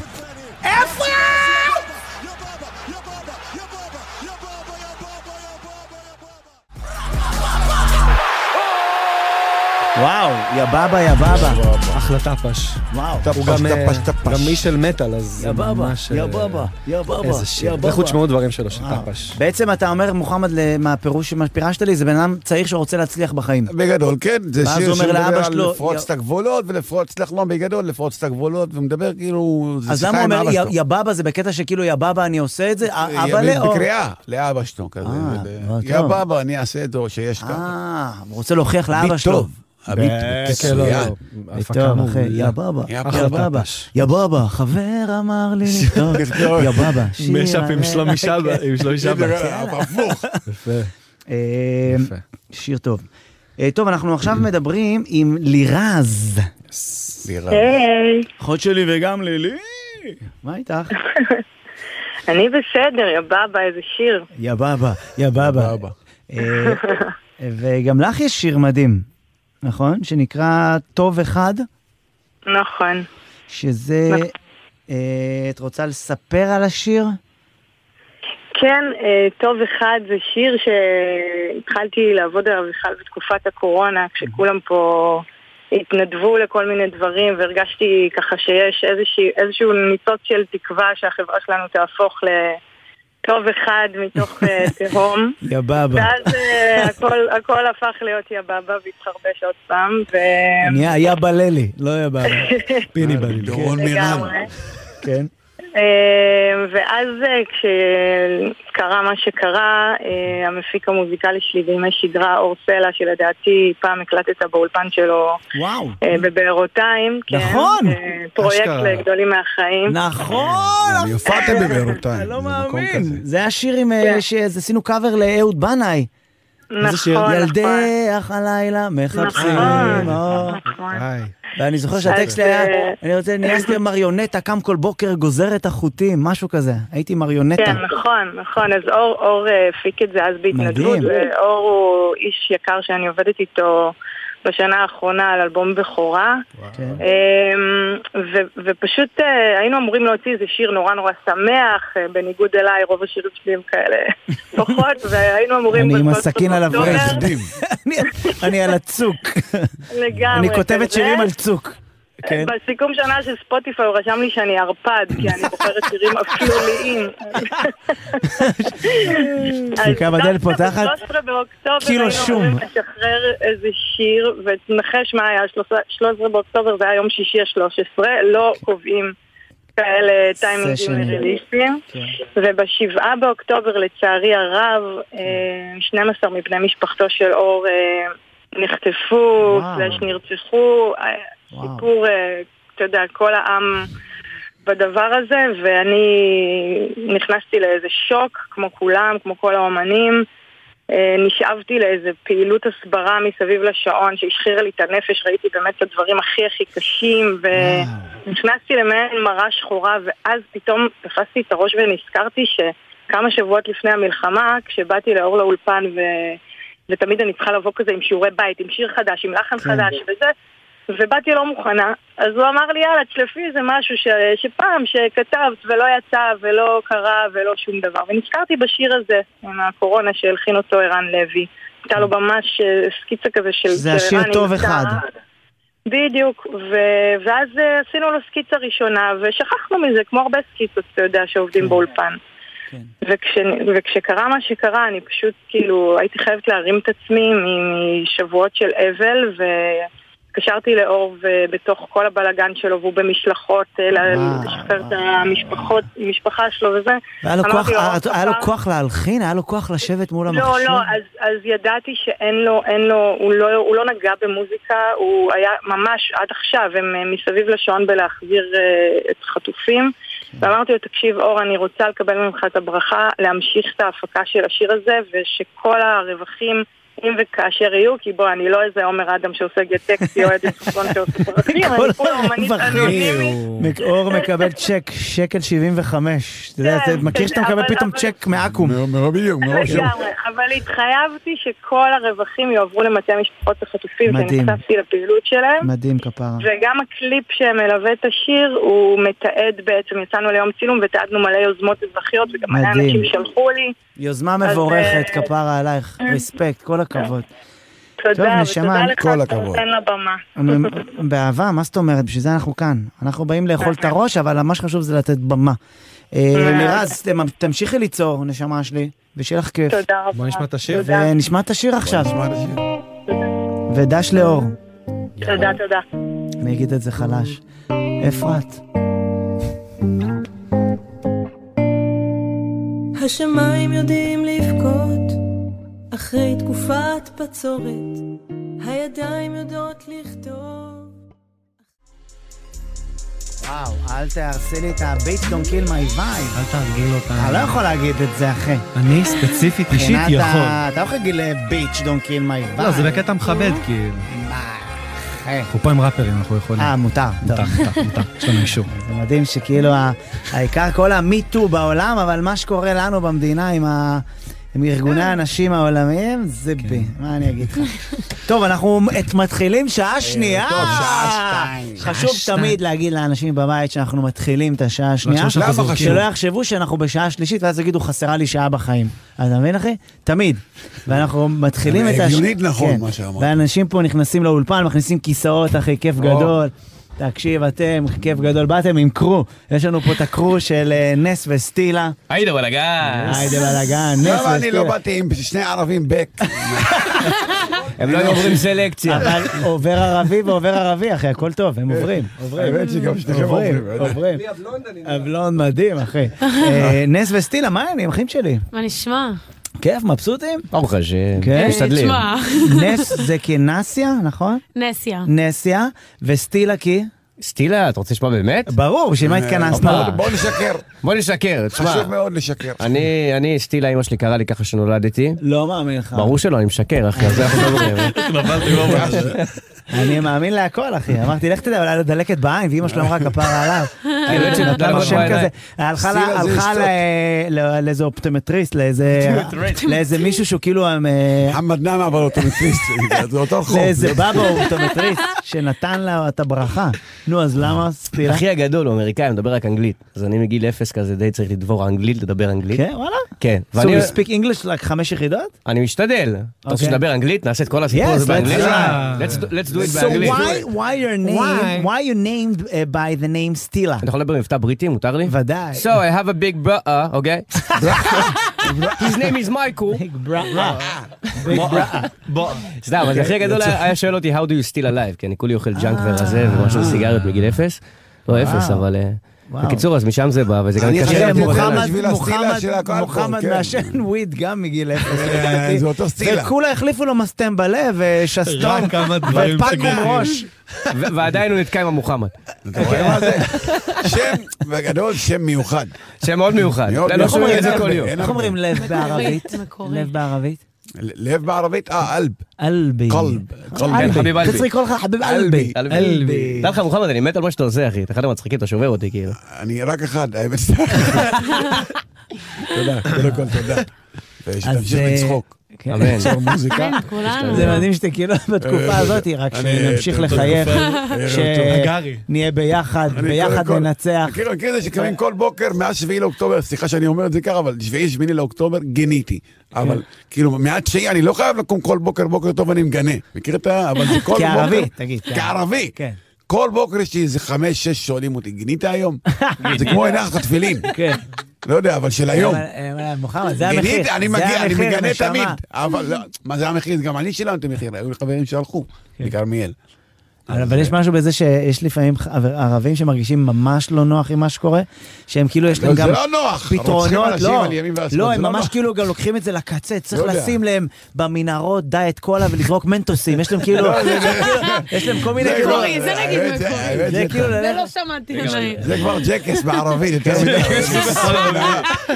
B: וואו, יא בבא, יא בבא.
C: אחלה טפש.
B: וואו.
C: הוא גם, אה,
D: טפש, טפש.
C: גם מי של מטאל, אז זה
B: יא בבא,
C: ממש...
B: יא
C: אה,
B: בבא, יא בבא,
C: איזה שיר.
B: יא בבא.
C: לכו תשמעו דברים שלו של
B: וואו.
C: טפש.
B: בעצם אתה אומר, מוחמד, ל- מהפירוש, מה שפירשת לי, זה בן אדם צעיר שרוצה להצליח בחיים.
D: בגדול, כן, זה
B: ואז
D: שיר
B: הוא אומר לאבא
D: שמדבר על
B: שלו, יא-
D: לפרוץ את הגבולות ולפרוץ, לחלום בגדול, לפרוץ את הגבולות, ומדבר כאילו, זה
B: אז
D: שיחה
B: למה הוא
D: עם
B: אומר,
D: אבא
B: יא-
D: שלו.
B: יא בבא זה בקטע שכאילו יא בבא אני עושה את זה? א- אבא
D: אה, ימין
B: לאו.
D: בקריאה לאבא שלו כזה.
B: אה,
D: ול-
B: לא,
D: יא
B: טוב.
D: בבא, אני אעשה את זה, או שיש ככה.
B: אה, הוא רוצה להוכיח לאבא
D: ביט
B: שלו.
D: טוב. הביט
C: כן, לא, לא.
D: מצוין.
C: הפקה
B: טוב, אחי,
C: מעולה.
B: יא בבא,
D: יא
B: יא
C: בבא.
B: בבא, יא בבא, חבר אמר לי לכתוב,
D: לכתוב.
B: יא בבא, שיר
C: משאפ עם
B: עליי.
C: שלומי שבא, עם שלומי
D: כן.
C: שבא.
D: הפוך.
C: יפה.
B: אה,
C: יפה.
B: שיר טוב. אה, טוב, אנחנו עכשיו מדברים עם לירז.
D: סירה.
F: היי,
B: אחות שלי וגם לילי. מה איתך?
F: אני בסדר, יא בבא, איזה שיר.
B: יא בבא, יא בבא.
D: בבא.
B: אה, וגם לך יש שיר מדהים, נכון? שנקרא טוב אחד,
F: נכון.
B: שזה... אה, את רוצה לספר על השיר?
F: כן, אה, טוב אחד זה שיר שהתחלתי לעבוד עליו בכלל בתקופת הקורונה, כשכולם פה התנדבו לכל מיני דברים, והרגשתי ככה שיש איזשהו, איזשהו ניצוץ של תקווה שהחברה שלנו תהפוך לטוב אחד מתוך אה, תהום.
B: יא בבא.
F: ואז אה, הכל, הכל הפך להיות יבבה והתחרבש עוד פעם, ו...
B: נהיה יא בללי, לא יא בבא. פיני בללי.
D: דורון
B: כן,
D: מירן.
F: לגמרי.
B: כן.
F: אה, ואז אה, כשקרה מה שקרה, אה, המפיק המוזיקלי שלי בימי שגרה, אור סלע, שלדעתי פעם הקלטת באולפן שלו
B: וואו.
F: אה, בבארותיים. כן,
B: נכון.
F: אה, פרויקט
C: אשכרה.
F: לגדולים מהחיים.
B: נכון!
D: אני הופעתי בבארותיים.
B: אני לא
D: זה מקום כזה.
B: מאמין. זה השיר עם...
F: כן.
B: אה, שזה- עשינו קאבר לאהוד בנאי. איזה שיר?
F: נכון,
B: ילדי אח הלילה מחפשים
F: נכון.
B: אור.
F: נכון.
C: היי.
B: ואני זוכר שהטקסט
F: אז,
B: היה,
F: אה,
B: אני רוצה, נהיה מריונטה, קם כל בוקר, גוזר את החוטים, משהו כזה. הייתי מריונטה.
F: כן, נכון, נכון. אז אור, אור אה, הפיק את זה אז בהתנדבות.
B: מדהים.
F: אור הוא איש יקר שאני עובדת איתו בשנה האחרונה על אלבום בכורה.
B: כן.
F: אמ, ו- ופשוט אה, היינו אמורים להוציא איזה שיר נורא נורא שמח, אה, בניגוד אליי, רוב השירים שלי הם כאלה פחות, והיינו אמורים...
B: אני עם
F: בסוף
B: הסכין על
F: אוקטובר-
B: הברז. אני- אני על הצוק.
F: אה, לגמרי.
B: אני כותבת
F: כזה.
B: שירים על צוק. כן.
F: בסיכום שנה של ספוטיפיי הוא רשם לי שאני ערפד, כי אני בוחרת שירים אפלוליים.
B: דפיקה בדלת פותחת,
F: ב-13 באוקטובר
B: קילו
F: היינו
B: שום.
F: אמורים לשחרר איזה שיר, ותנחש מה היה, 13 באוקטובר זה היה יום שישי ה-13, לא קובעים כאלה טיימינגים
B: סשנים.
F: לריליסים.
B: כן.
F: ובשבעה באוקטובר, לצערי הרב, אה, 12 מבני משפחתו של אור אה, נחטפו,
B: וואו.
F: סלש נרצחו, אה,
B: וואו.
F: סיפור, אה, אתה יודע, כל העם בדבר הזה, ואני נכנסתי לאיזה שוק, כמו כולם, כמו כל האומנים. אה, נשאבתי לאיזה פעילות הסברה מסביב לשעון שהשחירה לי את הנפש, ראיתי באמת את הדברים הכי הכי קשים, ו... נכנסתי למעין מראה שחורה, ואז פתאום תפסתי את הראש ונזכרתי שכמה שבועות לפני המלחמה, כשבאתי לאור לאולפן, ו... ותמיד אני צריכה לבוא כזה עם שיעורי בית, עם שיר חדש, עם
B: כן.
F: לחן חדש וזה, ובאתי לא מוכנה. אז הוא אמר לי, יאללה, תשלפי איזה משהו ש... שפעם שכתבת ולא יצא ולא קרה ולא שום דבר. ונזכרתי בשיר הזה, עם הקורונה שהלחין אותו ערן לוי. הייתה לו ממש אה, סקיצה כזה של...
B: זה
F: של
B: השיר
F: ערן
B: טוב
F: עם
B: אחד.
F: טעם. בדיוק, ו- ואז אה, עשינו לו סקיצה ראשונה, ושכחנו מזה, כמו הרבה סקיצות, אתה יודע, שעובדים באולפן.
B: כן.
F: וכש, וכשקרה מה שקרה, אני פשוט, כאילו, הייתי חייבת להרים את עצמי מ- משבועות של אבל, והתקשרתי לאור ו- בתוך כל הבלגן שלו, והוא במשלחות, אה, ל-
B: וואו,
F: לשחרר את המשפחות, המשפחה שלו וזה.
B: והיה לו
F: אמרתי
B: כוח- אה,
F: לו,
B: היה לו
F: "אור,
B: כוח להלחין? היה לו כוח לשבת מול המחשב?
F: לא, לא, אז, אז ידעתי שאין לו, אין לו, הוא לא, הוא לא נגע במוזיקה, הוא היה ממש עד עכשיו, הם אה, מסביב לשעון בלהחזיר אה, את החטופים.
B: כן.
F: ואמרתי לו, תקשיב אור, אני רוצה לקבל ממך את הברכה להמשיך את ההפקה של השיר הזה, ושכל הרווחים, אם וכאשר יהיו, כי בוא, אני לא איזה עומר אדם שעושה גטקסי או עדן חסון שעושה פרחים, אני כולה אומנית
B: הרווחים. אוקיי.
F: אנונימית.
B: מק- אור מקבל צ'ק, שקל 75. אתה יודע,
F: כן,
B: אתה מכיר
F: כן,
B: שאתה מקבל
F: אבל-
B: פתאום
F: אבל-
B: צ'ק מעכו"ם.
D: מ- בדיוק, מראש.
F: לגמרי, אבל התחייבתי שכל הרווחים יועברו למטה משפחות החטופים, כי
B: מדהים.
F: נחשפתי לפעילות שלהם.
B: מדהים כפרה.
F: וגם הקליפ שמלווה את השיר, הוא מתעד בעצם, יצאנו ליום צילום ותעדנו מלא יוזמות אזרחיות, וגם מלא
B: מדהים.
F: אנשים שלחו לי.
B: יוזמה
F: אז,
B: מבורכת,
F: אה,
B: כפרה עלייך. רספקט, כל הכבוד. טוב,
F: תודה,
B: נשמה,
F: ותודה לך
D: כל
F: שאתה
D: הכבוד.
F: נותן לבמה.
B: אמ, באהבה, מה זאת אומרת? בשביל זה אנחנו כאן. אנחנו באים לאכול את הראש, אבל מה שחשוב זה לתת במה. אה, לירז, ת- תמשיכי ליצור, נשמה שלי, ושיהיה לך כיף.
F: תודה רבה.
C: בוא נשמע את השיר.
F: תודה,
B: ונשמע את השיר עכשיו,
D: מה זה שיר?
B: ודש לאור.
F: תודה, תודה.
B: אני אגיד את זה חלש. אפרת.
G: השמיים יודעים לבכות אחרי תקופת בצורת, הידיים יודעות לכתוב
B: וואו, אל תהרסי לי את הביט דון קיל מי וייב.
C: אל תרגיל אותה.
B: אתה לא יכול להגיד את זה, אחי.
C: אני ספציפית אישית
B: מבחינת
C: יכול.
B: ה- אתה לא יכול להגיד ביץ' דון קיל מי וייב.
C: לא, זה בקטע מכבד, כאילו.
B: אחי.
C: אנחנו פה עם ראפרים, אנחנו יכולים.
B: אה, מותר. טוב.
C: מותר, מותר, מותר, יש לנו אישור.
B: זה מדהים שכאילו ה- העיקר כל המיטו בעולם, אבל מה שקורה לנו במדינה עם ה... עם ארגוני הנשים העולמיים, זה בי, מה אני אגיד לך? טוב, אנחנו את מתחילים שעה שנייה.
D: טוב, שעה שתיים.
B: חשוב
C: שעה
B: תמיד
C: שתיים.
B: להגיד לאנשים בבית שאנחנו מתחילים את השעה השנייה.
C: לחשוב שאנחנו
D: למה חשוב?
B: שלא יחשבו שאנחנו בשעה שלישית, ואז יגידו, חסרה לי שעה בחיים. אתה מבין, אחי? תמיד. ואנחנו מתחילים את הש... כן.
D: הגיונית נכון, מה שאמרת.
B: ואנשים פה נכנסים לאולפן, מכניסים כיסאות, אחי, כיף גדול. תקשיב, אתם, כיף גדול. באתם עם קרו. יש לנו פה את הקרו של אה, נס וסטילה.
H: היידה בלאגן.
B: היידה בלאגן, נס וסטילה.
D: למה אני לא באתי עם שני ערבים בק?
B: אה,
H: הם לא היו עוברים סלקציה.
B: אבל עובר ערבי ועובר ערבי, אחי, הכל טוב, הם עוברים, עוברים.
D: האמת שגם
H: לא
D: שניכם
B: עוברים,
D: עוברים.
B: עוברים. אבלון מדהים, אחי. אה, נס וסטילה, מה העניינים, אחים שלי?
I: מה נשמע? אה,
B: כיף, מבסוטים?
H: ברוך השם.
B: כן.
H: משתדלים.
I: תשמע,
B: נס זה כנסיה, נכון?
I: נסיה.
B: נסיה, וסטילה כי?
H: סטילה, אתה רוצה לשמוע באמת?
B: ברור, בשביל מה התכנסנו?
H: אה.
D: בואו נשקר,
H: בוא נשקר, תשמע.
D: חשוב מאוד לשקר.
H: אני, אני, סטילה, אמא שלי קראה לי ככה שנולדתי.
B: לא מאמין לך.
H: ברור שלא, אני משקר, אחי, אז זה אנחנו לא מדברים. לא
B: אני מאמין להכל, אחי. אמרתי, לך תדע, אולי היה לו דלקת בעין, ואימא שלו אמרה כפרה עליו.
H: האמת שנתנה
B: כאילו, נתנה לו
H: לו
B: שם
H: בעיניים.
B: כזה. הלכה לה-
D: סטילה זה
B: הלכה
D: שטות.
B: ל- לא- לאיזה אופטומטריסט, לאיזה לאיזה מישהו שהוא כאילו... אה,
D: חמד נאמה אבל אותו מטריסט, זה אותו חוב.
B: לאיזה בבא אופטומטריסט שנתן לה את הברכה. נו, אז למה סטילה?
H: אחי הגדול הוא אמריקאי, הוא מדבר רק אנגלית. אז אני מגיל אפס כזה די צריך לדבור אנגלית, לדבר אנגלית.
B: כן, וואלה.
H: כן.
B: So
H: ואני
B: you speak English like חמש יחידות?
H: אני משתדל. אתה רוצה
B: אוקיי.
H: שנדבר אנגלית? נעשה את כל הסיפור
B: Yes,
H: הזה באנגלית?
B: let's
C: try.
H: Let's do- let's do it
B: So
H: באנגלית.
B: why, why your name, why,
C: Why?
B: you named uh, by the name סטילה?
H: אתה יכול לדבר מבטא בריטי? מותר לי?
B: ודאי.
H: So I have a big brother, okay? His name is Michael.
B: Big brother. Big brother.
H: סתם,
B: כן,
H: אז אחי הגדול היה שואל אותי, How do you still alive? כי אני כולי אוכל ג'אנק ורזה ומשהו סיגריות מגיל אפס. לא אפס,
B: אה. וואו.
H: אבל... אה,
B: וואו.
H: בקיצור, אז משם זה בא, וזה גם
D: אני
H: קשה.
B: כן,
D: חשבתי
H: להתמודד.
D: על
B: מוחמד,
D: בשביל הסטילה
B: מוחמד,
D: של הקלפון,
B: מוחמד
D: כן.
B: מעשן וויד גם מגיל אפס.
D: אה, זה אותו סטילה.
B: וכולה החליפו לו מסתם בלב אה, ושסתום
C: רק כמה דברים
B: ופגום ראש.
H: ו- ועדיין הוא נתקע עם המוחמד.
D: אתה רואה מה זה? שם, בגדול שם מיוחד.
H: שם מאוד מיוחד.
D: מאוד
H: אתה
D: מיוחד.
H: לא שומע את זה
D: אין
H: כל
D: הרבה,
H: יום.
D: אין
B: איך
D: הרבה.
B: אומרים לב בערבית?
I: מקורי.
B: לב בערבית?
D: לב בערבית? אה, אלב.
B: אלבי.
D: קלב.
H: כן,
D: קלב.
H: חביב אלבי.
B: צריך לקרוא לך חביב אלבי.
D: אלבי.
H: אלבי. תדע לך מוחמד, אני מת על מה שאתה עושה, אחי. אתה אחד המצחיקים, אתה שובר אותי, כאילו.
B: אה.
D: אני רק אחד, האמת. תודה, קודם כל תודה.
B: אז,
D: ושתמשיך
B: אה,
D: לצחוק.
B: כן.
H: אמן.
D: ליצור מוזיקה.
I: כן, כולנו.
B: זה מדהים שאתה כאילו בתקופה הזאת, רק
D: אה, אני-
B: שנמשיך
D: אתה- אתה-
B: לחייך,
D: אתה-
C: הגרי.
B: שנהיה ביחד,
D: אני
B: ביחד
D: קודם כל-
B: ננצח.
D: כאילו, אני מכיר את זה שקמים כל בוקר מאז 7 לאוקטובר, סליחה שאני אומר את זה ככה, אבל 7 8 לאוקטובר גיניתי.
B: כן.
D: אבל כאילו, מעט שהיא, אני לא חייב לקום כל בוקר, בוקר טוב, אני מגנה. מכיר את ה... אבל זה כל בוקר...
B: כערבי, תגיד,
D: כערבי.
B: כן.
D: כל בוקר יש לי איזה חמש, שש שואלים אותי, גינית היום? זה כמו הנחת תפילין.
B: כן.
D: לא יודע, אבל של היום.
B: אבל, אה, מוחמד, זה המחיר.
D: גינית, אני
B: זה
D: מגיע, אני
B: המחיר,
D: מגנה
B: נשמה.
D: תמיד. אבל לא, מה זה המחיר? גם אני שילמתי מחיר, היו לי חברים שהלכו,
B: כן.
D: לכרמיאל.
B: אבל יש משהו בזה שיש לפעמים ח- ערבים שמרגישים ממש לא נוח עם מה שקורה, שהם כאילו יש להם
D: לא, זה
B: גם
D: לא נוח. רוצחים
B: פתרונות,
D: אנשים
B: לא,
D: על ימין ועל שמאל,
B: לא,
D: זה
B: הם
D: לא
B: ממש
D: נוח.
B: כאילו גם לוקחים את זה לקצה, צריך
D: לא יודע.
B: לשים להם במנהרות דיאט קולה ולזרוק מנטוסים, יש להם כאילו, יש להם כל מיני,
D: לא, זה
B: כאילו-
I: מקורי, לא, זה נגיד
D: האמת,
I: מקורי.
D: האמת,
B: זה כאילו,
I: זה לא שמעתי עליי.
D: זה כבר ג'קס בערבית, יותר מדי.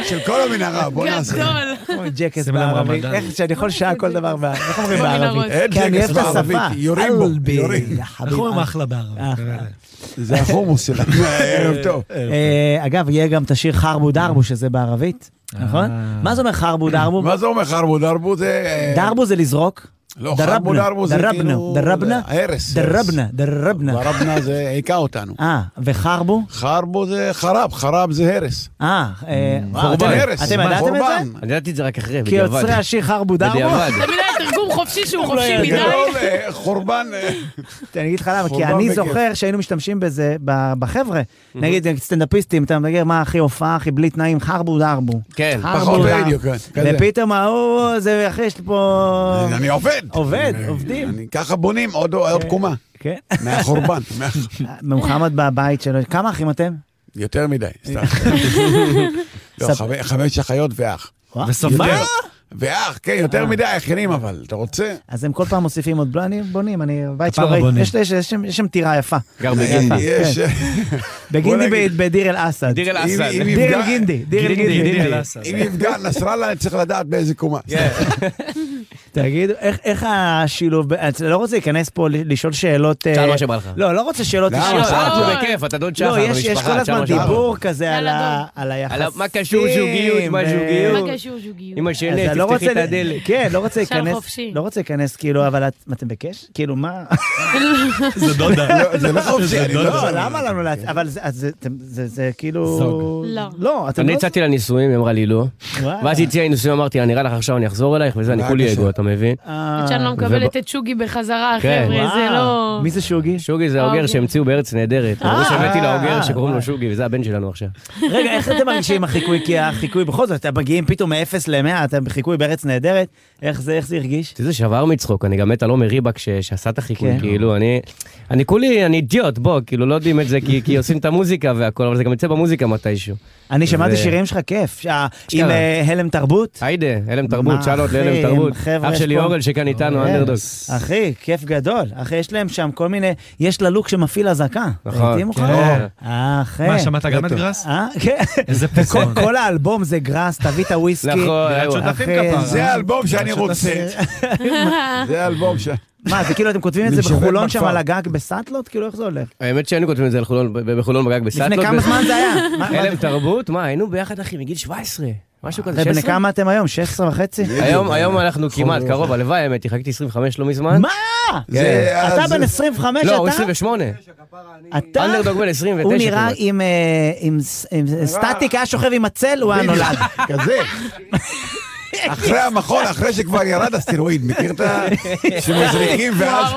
D: של כל המנהרה, בוא נעשה.
I: גדול.
B: כמו ג'קס
C: שים להם
B: בערבית,
C: רמדאן.
B: איך שאני יכול שעה כל דבר, בערבית. איך אומרים בערבית?
I: במנהרות.
D: אין
B: כי אני
D: ג'קס
B: אוהב את
D: בערבית,
B: השפה.
D: יורים בו,
B: אלבי,
D: יורים.
B: יא חביב,
C: איך אומרים
B: אלבי.
C: אחלה אה, בערבית?
D: זה החומוס שלנו, ערב טוב.
B: אה, אגב, יהיה גם את השיר חרבו דרבו, שזה בערבית, נכון?
D: אה.
B: מה זה אומר חרבו דרבו?
D: מה זה אומר חרבו דרבו? זה... אה,
B: דרבו זה לזרוק.
D: לא, חרבו דרבו זה כאילו...
B: דרבנה,
D: זה הרס.
B: דרבנה, דרבנה.
D: דרבנה זה הכה אותנו.
B: אה, וחרבו?
D: חרבו זה חרב, חרב זה הרס.
B: אה, אה, וואו,
D: חורבן,
B: אתם-
D: הרס.
B: אתם ידעתם את
D: חורבן.
B: זה?
H: אני ידעתי את זה רק אחרי,
B: כי
H: בדיעבד.
B: יוצרי השיר חרבו דרבו?
H: בדיעבד.
I: תמיד היה תרגום חופשי שהוא חופשי מדי.
D: גדול, אה, חורבן... אה,
B: אני אגיד לך למה, כי
D: חורבן
B: אני
D: בכיף.
B: זוכר שהיינו משתמשים בזה ב- בחבר'ה. נגיד סטנדאפיסטים, אתה מגיע, מה אחי, הופעה אחי, בלי תנאים, חרבו דרבו.
H: כן.
B: חרבו
D: פחות
B: דרבו.
D: בדיוק, כן, כזה.
B: ופתאום ההוא, זה אחי, יש לי פה...
D: אני עובד.
B: אה. עובד,
D: אני-
B: עובדים.
D: אני- ככה בונים עוד עוד קומה.
B: כן.
D: מהחורבן. מה-
B: מוחמד בבית שלו, כמה אחים אתם?
D: יותר מדי, סתם. לא,
B: ספ-
D: חמ- חמש אחיות ואח.
C: וסופר.
D: ואח, כן, יותר מדי אחרים אבל, אתה רוצה?
B: אז הם כל פעם מוסיפים עוד בלונים, בונים, אני, הבית שלו,
C: כפרה
B: ראיתי-
C: בונים.
B: יש- יש- יש שם- יש שם טירה יפה.
D: אה,
H: גר בגינדי.
D: יש...
B: בגינדי
D: נגיד-
B: ב- בדיר אל אסד.
H: דיר אל
D: אם-
H: אסד.
D: אם
B: דיר אל
D: יפגע-
B: גינדי, דיר אל
C: גינדי,
B: גינדי.
C: דיר אל אסד.
H: כן.
D: אם יפגע נסראללה, אני צריך לדעת באיזה קומה.
B: תגיד, איך איך השילוב, ב- אתה לא רוצה להיכנס פה ל- לשאול שאלות... אה,
H: תשאל מה שבא לך.
B: לא, לא רוצה שאלות
D: למה?
B: אישיות.
D: שאל
H: אנחנו
I: לא.
H: בכיף, אה, אתה דוד שחר
B: לא, יש
H: במשפחה,
B: יש כל
H: תשאל
B: הזמן
H: מה שבא לך.
B: דיבור כזה על
I: יאללה, לא
B: ה-
I: דוד.
B: על
H: על
B: היחסים.
H: ה- מה קשור זוגיות, מה
B: ו-
H: זוגיות.
I: מה קשור זוגיות?
H: אמא
B: אז
H: שלי,
B: אתה לא
H: תפתחי את
B: רוצה-
H: הדלת.
B: כן, לא רוצה
I: אפשר
B: להיכנס,
I: חופשי.
B: לא רוצה להיכנס כאילו, אבל את- מה, אתם בקש? כאילו, מה?
J: זה דודה.
D: זה לא חופשי, אני
B: לא,
D: לא...
B: למה לנו לה... אבל זה- אז זה- אתם- זה זה כאילו...
C: זוג.
I: לא.
B: לא, אתם
H: אני
B: לא... אה.
H: יצאתי לנישואים, היא אמרה לי לא.
B: וואלה.
H: ואז היא הציעה לי נישואים, אמרתי לה, נראה לך עכשיו אני אחזור אלייך, וזה, אני
D: מה
H: כולי
D: הקשר?
H: אגו, אתה מבין?
B: אה,
I: עד שאני לא מקבלת את שוגי בחזרה,
H: כן.
I: חבר'ה, זה
B: וואו.
I: לא...
B: מי זה שוגי?
H: שוגי זה האוגר
I: האוגר.
H: שהמציאו בארץ נהדרת.
B: אוקיי. אה,
H: אמרו שהבאתי
B: אה, אה,
H: לאוגר שקוראים
B: וואי.
H: לו שוגי, וזה הבן שלנו עכשיו.
B: רגע, איך אתם מרגישים עם החיקוי? כי החיקוי, בכל זאת, אתם מגיעים פתאום מ-0 ל-100, אתם בחיקוי בארץ נהדרת, איך זה איך זה הרגיש?
H: אתה יודע, שבר מצחוק, אני גם לא מת על עומר ריבק ש- שעשה את החיקוי,
B: כן.
H: כאילו, אני... אני כולי, אני אידיוט, בוא, כאילו, לא יודעים את זה, כי- כי עושים את המוזיקה והכל, אבל זה גם יצא במוזיקה מתישהו.
B: אני שמעתי
H: ו-
B: שירים שלך כיף, שה- עם
H: קרה?
B: אה, הלם תרבות.
H: היידה, הלם תרבות,
B: מה,
H: שאלות
B: אחי,
H: להלם תרבות.
B: חבר'ה,
H: אח
B: יש
H: שלי
B: פה-
H: אורל שכאן איתנו,
B: כן.
H: אנדרדוג.
B: אחי, כיף גדול. אחי, יש להם שם כל מיני, יש לה לוק שמפעיל אזעקה.
H: נכון,
B: ראיתם אותך?
H: כן.
B: אה, אחי.
J: מה, שמעת גם את גראס?
B: אה, כן.
J: איזה
B: כל-
J: פסון.
B: כל האלבום זה גראס, תביא את הוויסקי.
H: נכון,
J: אה, שותפים
H: אהוה.
B: אחי,
J: כפרה.
B: אה, זה-
D: זה האלבום שאני רוצה. זה האלבום ש...
B: מה, זה כאילו אתם כותבים את
D: אני
B: זה
D: משווק
B: בחולון שם
D: בכפר.
B: על הגג בסאטלות? כאילו, איך זה הולך?
H: האמת שהיינו כותבים את זה לחולון- ב- בחולון בגג בסטלות.
B: לפני כמה זמן זה היה? מה- מה-
H: הלם תרבות, מה, היינו ביחד, אחי, מגיל 17. משהו כזה,
B: ובני
H: 16?
B: כמה אתם היום? 16 וחצי?
H: היום, היום אנחנו כמעט, קרוב, הלוואי, האמת, היא חגגתי 25 לא מזמן.
B: מה?
D: זה-
B: אתה
D: אז-
B: בן 25,
H: לא, הוא
B: אתה?
H: 28.
B: אתה?
H: אנדרדוג בן 29.
B: הוא נראה
H: כמעט.
B: עם, אה, עם ס- עם סטטיק, היה שוכב עם הצל, הוא היה נולד.
D: כזה. אחרי המכון, אחרי שכבר ירד הסטרואיד, מכיר את ה... שמזריקים ואז...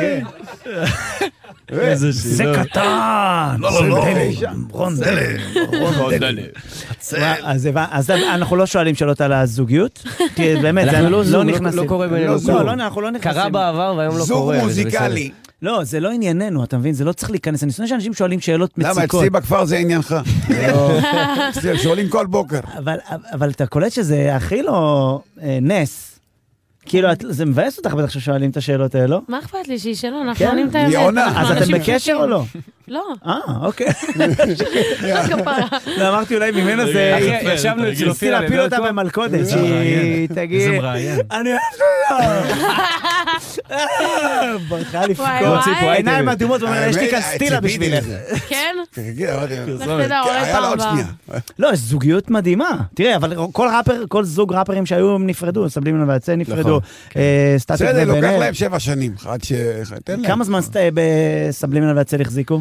D: כן.
I: וואו.
J: איזה
B: זה
J: שילוב.
B: קטן!
D: לא, לא, לא.
B: רון דלם. אז הבנ- אז אנחנו לא שואלים שאלות על הזוגיות, כי באמת, זה
H: אנחנו לא
B: לא
H: זוג,
B: נכנסים.
H: לא קורה בינינו
B: לא,
H: כלום.
B: לא, אנחנו לא נכנסים.
H: קרה בעבר והיום לא
D: זוג
H: קורה. וזה
D: מוזיקלי.
H: בסדר.
B: לא, זה לא ענייננו, אתה מבין? זה לא צריך להיכנס. אני שונא שאנשים שואלים שאלות
D: למה
B: מציקות.
D: אצלי בכפר זה עניינך? אצלי שואלים כל בוקר.
B: אבל, אבל אתה קולט שזה הכי לא אה, נס. כאילו, את, זה מבאס אותך בטח ששואלים את השאלות האלה, לא?
I: מה אכפת לי? שישאלו, אנחנו
B: כן,
I: עונים את
D: היא
I: האמת.
D: עונה.
I: אנחנו
B: אז אתם
I: אנשים
B: בקשר או
I: פשוטים.
B: לא?
I: לא,
B: אה, אוקיי.
I: לא כפרה.
B: לא, אמרתי אולי ממנה זה...
H: אחי, ישבנו אצל
B: ניסיתי
H: אופירה
B: להפיל אותה
H: בבלקון.
B: במלכודת,
J: איזה
B: שהיא
J: מראיין.
B: תגיד...
J: איזה מראיין.
B: אני אוהב אותה! ברכה
I: וואי,
B: לבכות.
I: וואי.
B: עיניים אדומות, ואומר, יש לי כאן
D: האמת,
B: סטילה
D: ציפיתי
B: בשבילך.
D: לזה.
I: כן?
D: תגיד, אמרתי,
I: לך תדע, אולי
D: היה לה
I: פעם
D: עוד
I: הבאה.
D: שנייה.
B: לא, יש זוגיות מדהימה. תראה, אבל כל ראפר, כל זוג ראפרים שהיו, הם נפרדו, סבלימנו והצל נפרדו.
H: נכון,
B: אה,
H: כן.
B: סטטיק
D: בסדר, לוקח
B: ובן-אל.
D: להם שבע שנים, עד ש... תן להם.
B: כמה זמן סט- בסבלימינל והצל
H: אה,
B: החזיקו?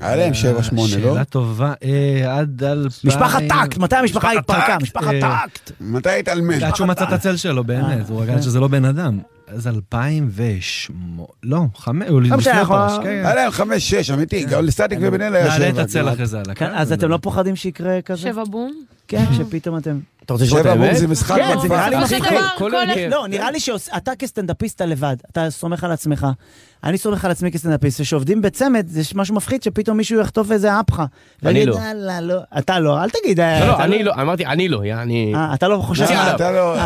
D: היה להם שבע, שמונה, לא?
J: שאלה טובה, אה, עד אלפיים...
B: משפחת
H: אה,
B: טקט, מתי המשפחה התפרקה?
D: טקט.
B: משפחת
J: אה,
B: טקט.
D: מתי התאלמן?
J: עד שהוא מצא את הצל שלו,
B: אה,
J: באמת, הוא רגע שזה לא בן אדם. אז אלפיים ושמונה, לא, חמש, הוא לפני
B: משנה,
J: הפרש,
B: אנחנו-
J: כן.
D: היה להם חמש, שש, אמיתי. גם לסטטיק ובן אל היה שבע.
J: נעלה את הצל
D: כמעט.
J: אחרי זה על הקו.
B: אה, כן, אז אתם לא פוחדים שיקרה כזה?
I: שבע בום.
B: כן, שפתאום אתם...
H: אתה רוצה לשמוע את
D: שבע בום
H: האמת?
D: זה משחק
B: כן, זה
D: בכפר.
B: נראה לי
I: בסופו של
B: מפחיד.
I: דבר,
H: כל
I: כל-
H: הרכב.
B: לא, נראה לי שאתה כסטנדאפיסט אתה לבד, אתה סומך על עצמך. אני סומך על עצמי כסטנדאפיסט, וכשעובדים בצמד, זה משהו מפחיד שפתאום מישהו יחטוף איזה אפחה.
H: אני
B: ויגיד,
H: לא.
B: "יאללה, לא. אתה לא, אל תגיד. אה,
H: לא,
B: אתה
H: לא, אני לא, אמרתי, אני לא, יא, אני...
B: אה, אתה לא חושב...
D: אה, אתה לא...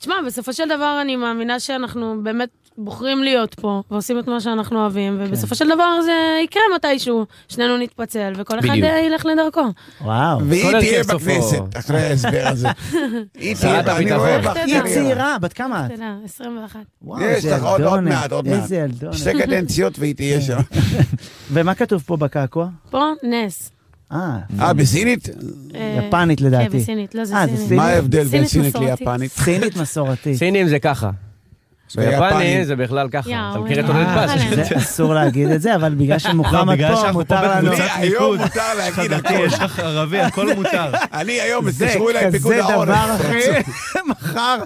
I: תשמע, בסופו של דבר אני מאמינה שאנחנו באמת בוחרים להיות פה, ועושים את מה שאנחנו אוהבים,
C: כן.
I: ובסופו של דבר זה יקרה מתישהו, שנינו נתפצל, וכל אחד
H: בדיוק.
I: אה, ילך לדרכו.
B: וואו.
D: והיא
H: כל
D: תהיה
H: הרכב סופו.
D: בכנסת, אחרי ההסבר הזה. היא תהיה,
H: שרת
D: אני רואה
H: הביטחון.
D: בך.
B: היא
D: אני-
B: צעירה, בת כמה את?
I: אתה יודע, 21.
B: וואו,
D: יש
B: איזה
D: לך עוד עוד
B: ילדונת,
D: מעט, עוד מעט.
B: איזה ילדונת.
D: שתי קדנציות והיא תהיה שם.
B: ומה כתוב פה בקעקוע?
I: פה, נס.
B: אה,
D: אה, בסינית?
I: אה,
B: יפנית
I: כן,
B: לדעתי.
I: בסינית, לא, זה
B: אה, זה
I: סינית.
B: סינית?
D: מה ההבדל בין
I: סינית
D: סינית
I: מסורתית.
D: ליפנית?
B: סינית מסורתית.
H: סינים זה ככה.
D: ביפנים.
H: ביפני זה בכלל
B: נכון.
H: ככה.
I: יאו,
H: אתה מכיר את
I: אה,
H: עודד
J: אה,
H: פס?
B: זה אסור להגיד את זה, אבל בגלל שמוחמד
J: לא, בגלל
B: פה,
J: שאנחנו פה
B: מותר לנו...
J: בקבוצה.
D: אני היום מותר להגיד
J: חזקי,
D: הכל.
J: יש לך ערבי, הכל מותר.
D: אני היום,
B: זה
D: התקשרו אליי פיקוד
B: כזה
D: העורף.
B: דבר, אחי, מחר,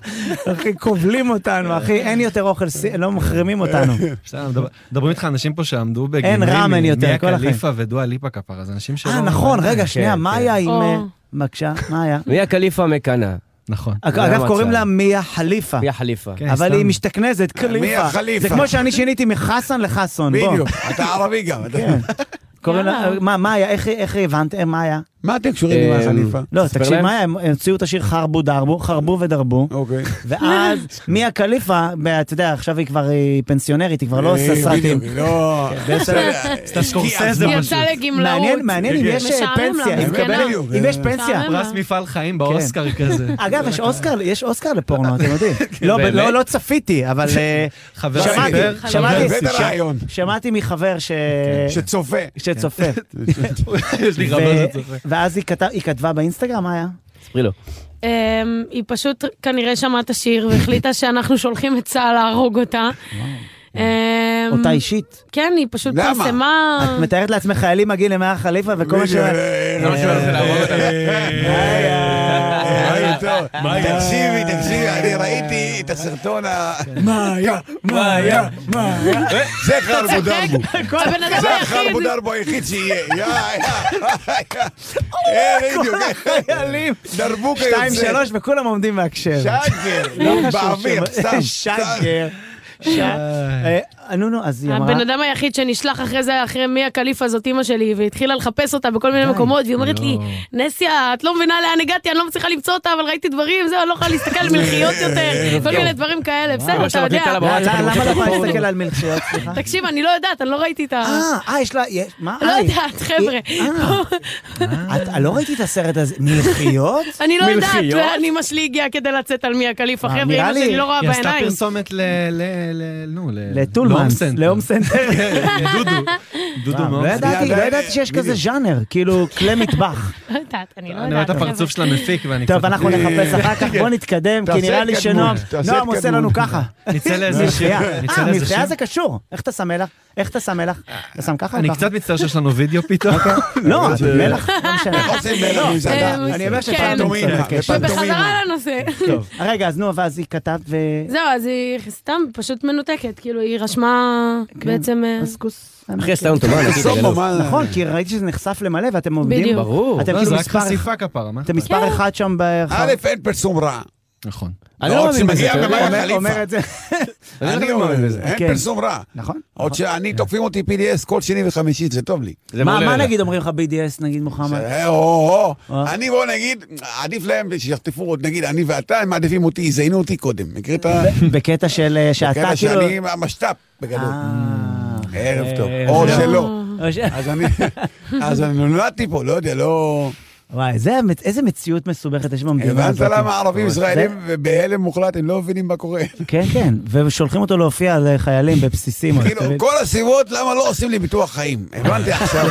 B: אחי, כובלים אותנו, אחי, אין יותר אוכל, סי- לא מחרימים אותנו.
J: סתם, מדבר- מדברים איתך אנשים פה שעמדו בגימלים.
B: ראמן יותר, כל
J: מיה
B: החיים.
J: קליפה ודואה ליפה כפר, אז אנשים שלא...
B: אה, נכון, רגע,
H: כן,
B: שנייה, מה
H: כן.
B: היה עם...
I: או.
B: אה, בבקשה, מה היה?
J: לא
H: מיה קליפה מקנא.
J: נכון.
B: אג-
H: לא
B: אגב,
H: מצא.
B: קוראים לה מיה חליפה.
H: מיה חליפה.
J: כן.
B: אבל
J: סתם.
B: היא משתכנזת, קליפה.
D: מיה חליפה.
B: זה כמו שאני שיניתי מחסן לחסון, בוא. כן.
D: בדיוק, אתה ערבי גם. אתה-
B: קוראים לה,
I: יאללה.
B: מה מה היה, איך- איך הבנת, אה, מה היה?
D: מה אתם קשורים עם
H: אה,
D: החליפה?
B: לא,
H: תספר
B: תקשיב,
H: להם.
B: מה היה? הם הוציאו את השיר חרבו דרבו, חרבו ודרבו,
D: אוקיי.
B: ואז מיה קליפה, ב- אתה יודע, עכשיו היא כבר היא פנסיונרית, היא כבר לא עושה
D: אה,
B: סרטים.
D: בדיוק, לא.
B: אה,
J: סתם סקורסזה
I: היא
J: פשוט.
I: יצאה לגמלאות.
B: מעניין, מעניין אם יש אה,
I: משעמם לה, לא.
B: פנסיה, היא
D: מסכנה.
B: מקבלת-
D: בדיוק,
B: אם
D: אה.
B: יש פנסיה.
I: משעמם.
J: פרס מפעל חיים באוסקר
B: כן.
J: כזה.
B: אגב, יש אוסקר, יש אוסקר לפורנו, אתם יודעים.
D: כן,
B: לא, ב- לא, לא צפיתי, אבל אה,
J: חבר
B: שמעתי,
J: סיפר,
I: חבר
B: שמעתי,
D: הבאת
B: ש-
D: רעיון.
B: שמעתי מחבר ש-
D: שצופה.
B: שצופה.
J: יש לי
D: לא
J: חבר
B: ו-
J: שצוחק.
B: ואז היא כתב- היא כתבה באינסטגרם, מה היה?
H: ספרי לו.
I: אמ, היא פשוט כנראה שמעה את השיר והחליטה שאנחנו שולחים את צה"ל להרוג אותה. אמ,
B: אותה אישית.
I: כן, היא פשוט
D: למה?
I: פרסמה...
B: את מתארת לעצמך חיילים מגיעים למאה חליפה וכל מה ש...
D: אה, אה, תקשיבי, תקשיבי, אני ראיתי את הסרטון ה... מה היה? מה היה? מה היה? זה חרבו דרבו.
I: הבן אדם
D: זה
I: היחיד.
D: החרבו דרבו היחיד שיהיה. יא, יא, יא. בדיוק.
B: חיילים.
D: דרבו
B: שתיים,
D: כיוצא.
B: שלוש, וכולם עומדים לא בהקשר.
D: שגר. באוויר, סתם.
B: שגר. ש- אה, נו, נו, אז היא אמרה...
I: הבן אדם היחיד שנשלח אחרי זה, אחרי מי הקליפה זאת אימא שלי, והתחילה לחפש אותה בכל מיני מקומות, והיא אומרת לי, נסיה, את לא מבינה לאן הגעתי, אני לא מצליחה למצוא אותה, אבל ראיתי דברים, זהו, אני לא יכולה להסתכל על מלחיות יותר, כל מיני דברים כאלה, בסדר, אתה יודע.
H: מקליטה לה
B: לא,
H: בוואטסאפ,
B: לא,
H: אני
B: למה
H: מוצא את
B: לא יכולה
H: הפורנו.
B: להסתכל על מלחיות? סליחה.
I: תקשיב, אני לא יודעת, אני לא ראיתי את ה...
B: אה, אה, יש לה... יש- מה?
I: לא
B: אה,
I: יודעת, חבר'ה.
B: אה. את- לא ראיתי את הסרט הזה. מלחיות?
I: אני לא יודעת,
H: מלחיות?
I: לאן אמא שלי הגיעה כדי לצאת על מי הקליפה,
B: אה,
I: חבר'ה,
B: נראה
I: אמא
B: לי-
I: שלי לא רואה
J: היא עשתה
I: בעיניים.
J: פרסומת ל... ל- ל- נו, ל...
C: לא,
B: לטולמנס,
J: להום
B: להום
C: אה,
B: סנטר.
J: כן, דודו. דודו
B: לא
J: מהום סנטר.
B: ידעתי, לא
D: אה,
B: ידעתי שיש
D: בדיוק.
B: כזה ז'אנר, כאילו כלי מטבח.
I: לא יודעת, אני לא
J: אני רואה
I: יודעת,
J: את
I: חבר'ה.
J: הפרצוף של המפיק ואני
B: טוב,
J: קצת- אה,
B: אנחנו נחפש אחר כך, בוא נתקדם, כי
D: תעשה
B: נראה לי
D: התקדמות,
B: שנועם,
D: תעשה
B: נועם עושה לנו
D: התקדמות.
B: ככה.
J: נצא לאיזה שיר.
B: מלחייה.
J: נצא
B: אה,
J: לאיזה שיר.
B: מלחייה זה קשור. איך אתה שם מלח? איך אתה שם מלח? אתה שם ככה או
J: אני
B: ככה?
J: קצת מצטער שיש לנו וידאו פתאום.
B: לא, מלח, לא משנה.
D: איך עושים מלך במסעדה?
I: אה,
B: אני אומר
I: כן.
B: שפעם
D: פנטומימה,
I: ובחזרה לנושא.
B: רגע, אז נו, ואז היא כתבת ו...
I: זהו, אז היא סתם פשוט מנותקת, כאילו, היא רשמה בעצם... אה,
B: אז כוס...
H: אחי, עשתה לנו טובה, נגיד,
D: סומו,
H: תגלו.
D: מה-
B: נכון, כי ראיתי שזה נחשף למלא ואתם עובדים...
I: בדיוק.
H: ברור.
B: אתם
J: לא,
B: כאילו
J: זה רק
B: מספר...
J: חשיפה כפרה, מה?
B: אתם מספר אחד שם ב...
D: א', אין פרסום רע.
J: נכון.
H: אני לא
D: עוד
H: מאמין בזה,
D: שמגיע
H: אתה יודע.
D: במאי
B: אומר-
D: החליפה.
B: אומר את זה.
D: אני אומר, אין
B: כן.
D: פרסום רע.
B: נכון.
D: עוד שאני, תוקפים אותי PDS כל שני וחמישי, זה טוב לי.
H: זה
B: מה
H: מעולה
B: מה
H: לדעת.
B: נגיד אומרים לך BDS, נגיד מוחמד?
D: אה, או, או.
B: אה.
D: אני בוא נגיד, עדיף להם שיחטפו עוד, נגיד, אני ואתה, הם מעדיפים אותי, יזיינו אותי קודם. מכיר את ה...
B: בקטע של אה, שאתה
D: בקטע
B: כאילו...
D: שאני המשת"פ בגדול.
B: אה.
D: ערב טוב.
B: אה,
D: או
B: אה,
D: שלא.
B: או ש-
D: אז אני, אז אני נולדתי פה, לא יודע, לא...
B: וואי, זה המצ- איזה מציאות מסובכת יש במדינה
D: הבנת
B: הזאת.
D: למה ערבים ישראלים
B: זה-
D: בהלם מוחלט, הם לא מבינים מה קורה.
B: כן, כן, ושולחים אותו להופיע לחיילים בבסיסים. אז
D: כאילו,
B: אתה מבין?
D: כל הסיבות למה לא עושים לי ביטוח חיים. הבנתי עכשיו.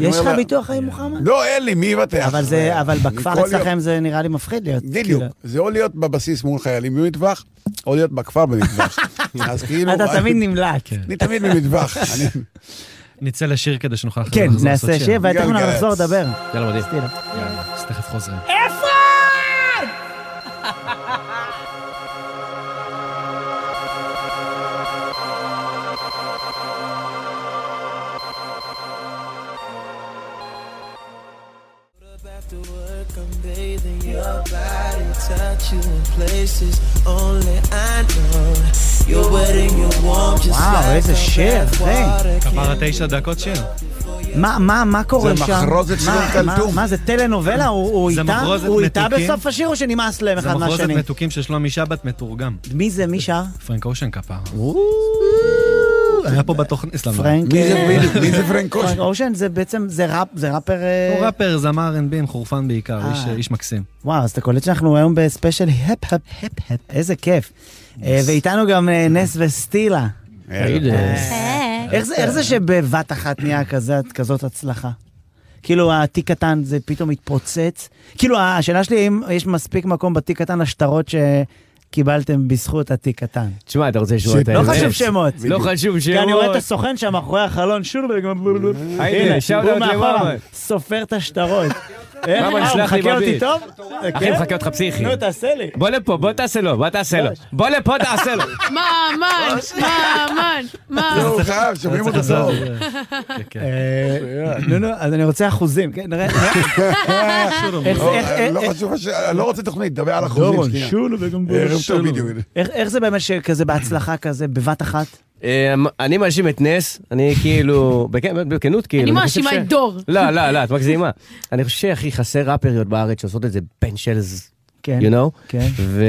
B: יש לך
D: אומר,
B: ביטוח חיים מוחמד?
D: לא, אין לי, מי יבטח?
B: אבל זה, אבל
D: אני
B: בכפר
D: כל יום-
B: אצלכם זה נראה לי מפחיד להיות.
D: בדיוק,
B: כאילו.
D: זה או להיות בבסיס מול חיילים במטווח, או להיות בכפר במטווח. אז כאילו...
B: אתה תמיד נמלט.
J: כן.
D: אני תמיד במטווח. אני-
J: נצא לשיר כדי שנוכל אחרי
B: כן,
J: זה לחזור לעשות
B: נעשה שיר,
D: גל
B: ותכף אנחנו
D: גלצ.
B: נחזור לדבר. כאילו.
H: יאללה, לא מדהים.
B: סטילה.
J: יאללה, אז תכף חוזרים.
B: אה,
A: After work, I'm bathing your body, touch you in places only I know. You're wet and you're warm, just
B: וואו,
A: like
B: איזה
A: a
B: שיר,
A: bath
B: אחי.
A: water.
J: כפרה תשע דקות שיר.
B: מה, מה, מה קורה
D: זה
B: שם?
D: מחרוזת של
B: מה-
D: אום כלתום.
B: מה- מה, זה טלנובלה? הוא הוא
J: זה
B: איתה?
J: מחרוזת
B: הוא איתה
J: מתוקים.
B: בסוף השיר או שנמאס להם
J: זה
B: אחד
J: מחרוזת
B: מהשני?
J: מתוקים של שלומי שבת מתורגם.
B: מי זה? מי שר?
J: פרנק אושן כפרה. היה פה בתוכנית, סתם. לא.
B: פרנק...
D: מי זה-
B: אה,
D: מי- מי זה פרנק
B: פרנק
H: אוקיי.
D: אושן?
B: אושן זה בעצם, זה ראפ- זה ראפר... אה,
J: הוא ראפר, זמר R&B עם חורפן בעיקר,
B: אה.
J: איש- איש מקסים.
B: וואו, אז אתה קולט שאנחנו היום בספיישל הפ-הפ, הפ-הפ, איזה כיף. אה, ואיתנו גם אה, נס וסטילה.
H: תגיד, אה,
B: איך זה- איך זה שבבת אחת נהיה כזאת- כזאת הצלחה? כאילו התיק קטן זה פתאום התפוצץ. כאילו השאלה שלי אם יש מספיק מקום בתיק קטן לשטרות שקיבלתם בזכות התיק קטן.
H: תשמע, אתה רוצה לשמוע את
B: לא
H: האמת?
B: חשוב שמות.
H: לא חשוב
B: כי אני רואה את
H: שמות.
B: הסוכן שם מאחורי החלון, שוב,
H: הנה, שאוט אאוט למאמה.
B: סופר את השטרות. איך,
H: מאמה,
B: אה, הוא
H: שלח לי
B: מחכה אותי
H: מביט.
B: טוב?
H: אחי,
B: כן?
H: מחכה אותך פסיכי.
B: נו, תעשה לי.
H: בוא לפה, בוא תעשה לו, בוא תעשה לו. בוא לפה, תעשה לו.
I: ממן, ממן, ממן.
D: הוא חייב, שומעים אותו טוב.
J: כן,
B: אה, נו, נו, אז אני רוצה אחוזים, כן, נראה. איך-
H: אה,
D: לא,
B: איך-
D: אני לא
B: איך-
D: חשוב, הש- אני לא רוצה תוכנית, דבר על אחוזים
B: דורון,
D: שנייה.
H: אה,
B: שולו וגם
D: ערב
B: שולו.
D: טוב בדיוק.
B: איך איך זה באמת שכזה בהצלחה כזה, בבת אחת?
H: אה, אני מאשים את נס, אני כאילו, בכן- בכנות כאילו.
I: אני
H: חושב
I: מאשימה
H: ש-
I: את דור.
H: לא, לא, לא, את מגזימה. אני חושב שהכי חסר ראפריות בארץ שעושות את זה בן של ז...
B: כן,
H: you know?
B: כן.
H: ו...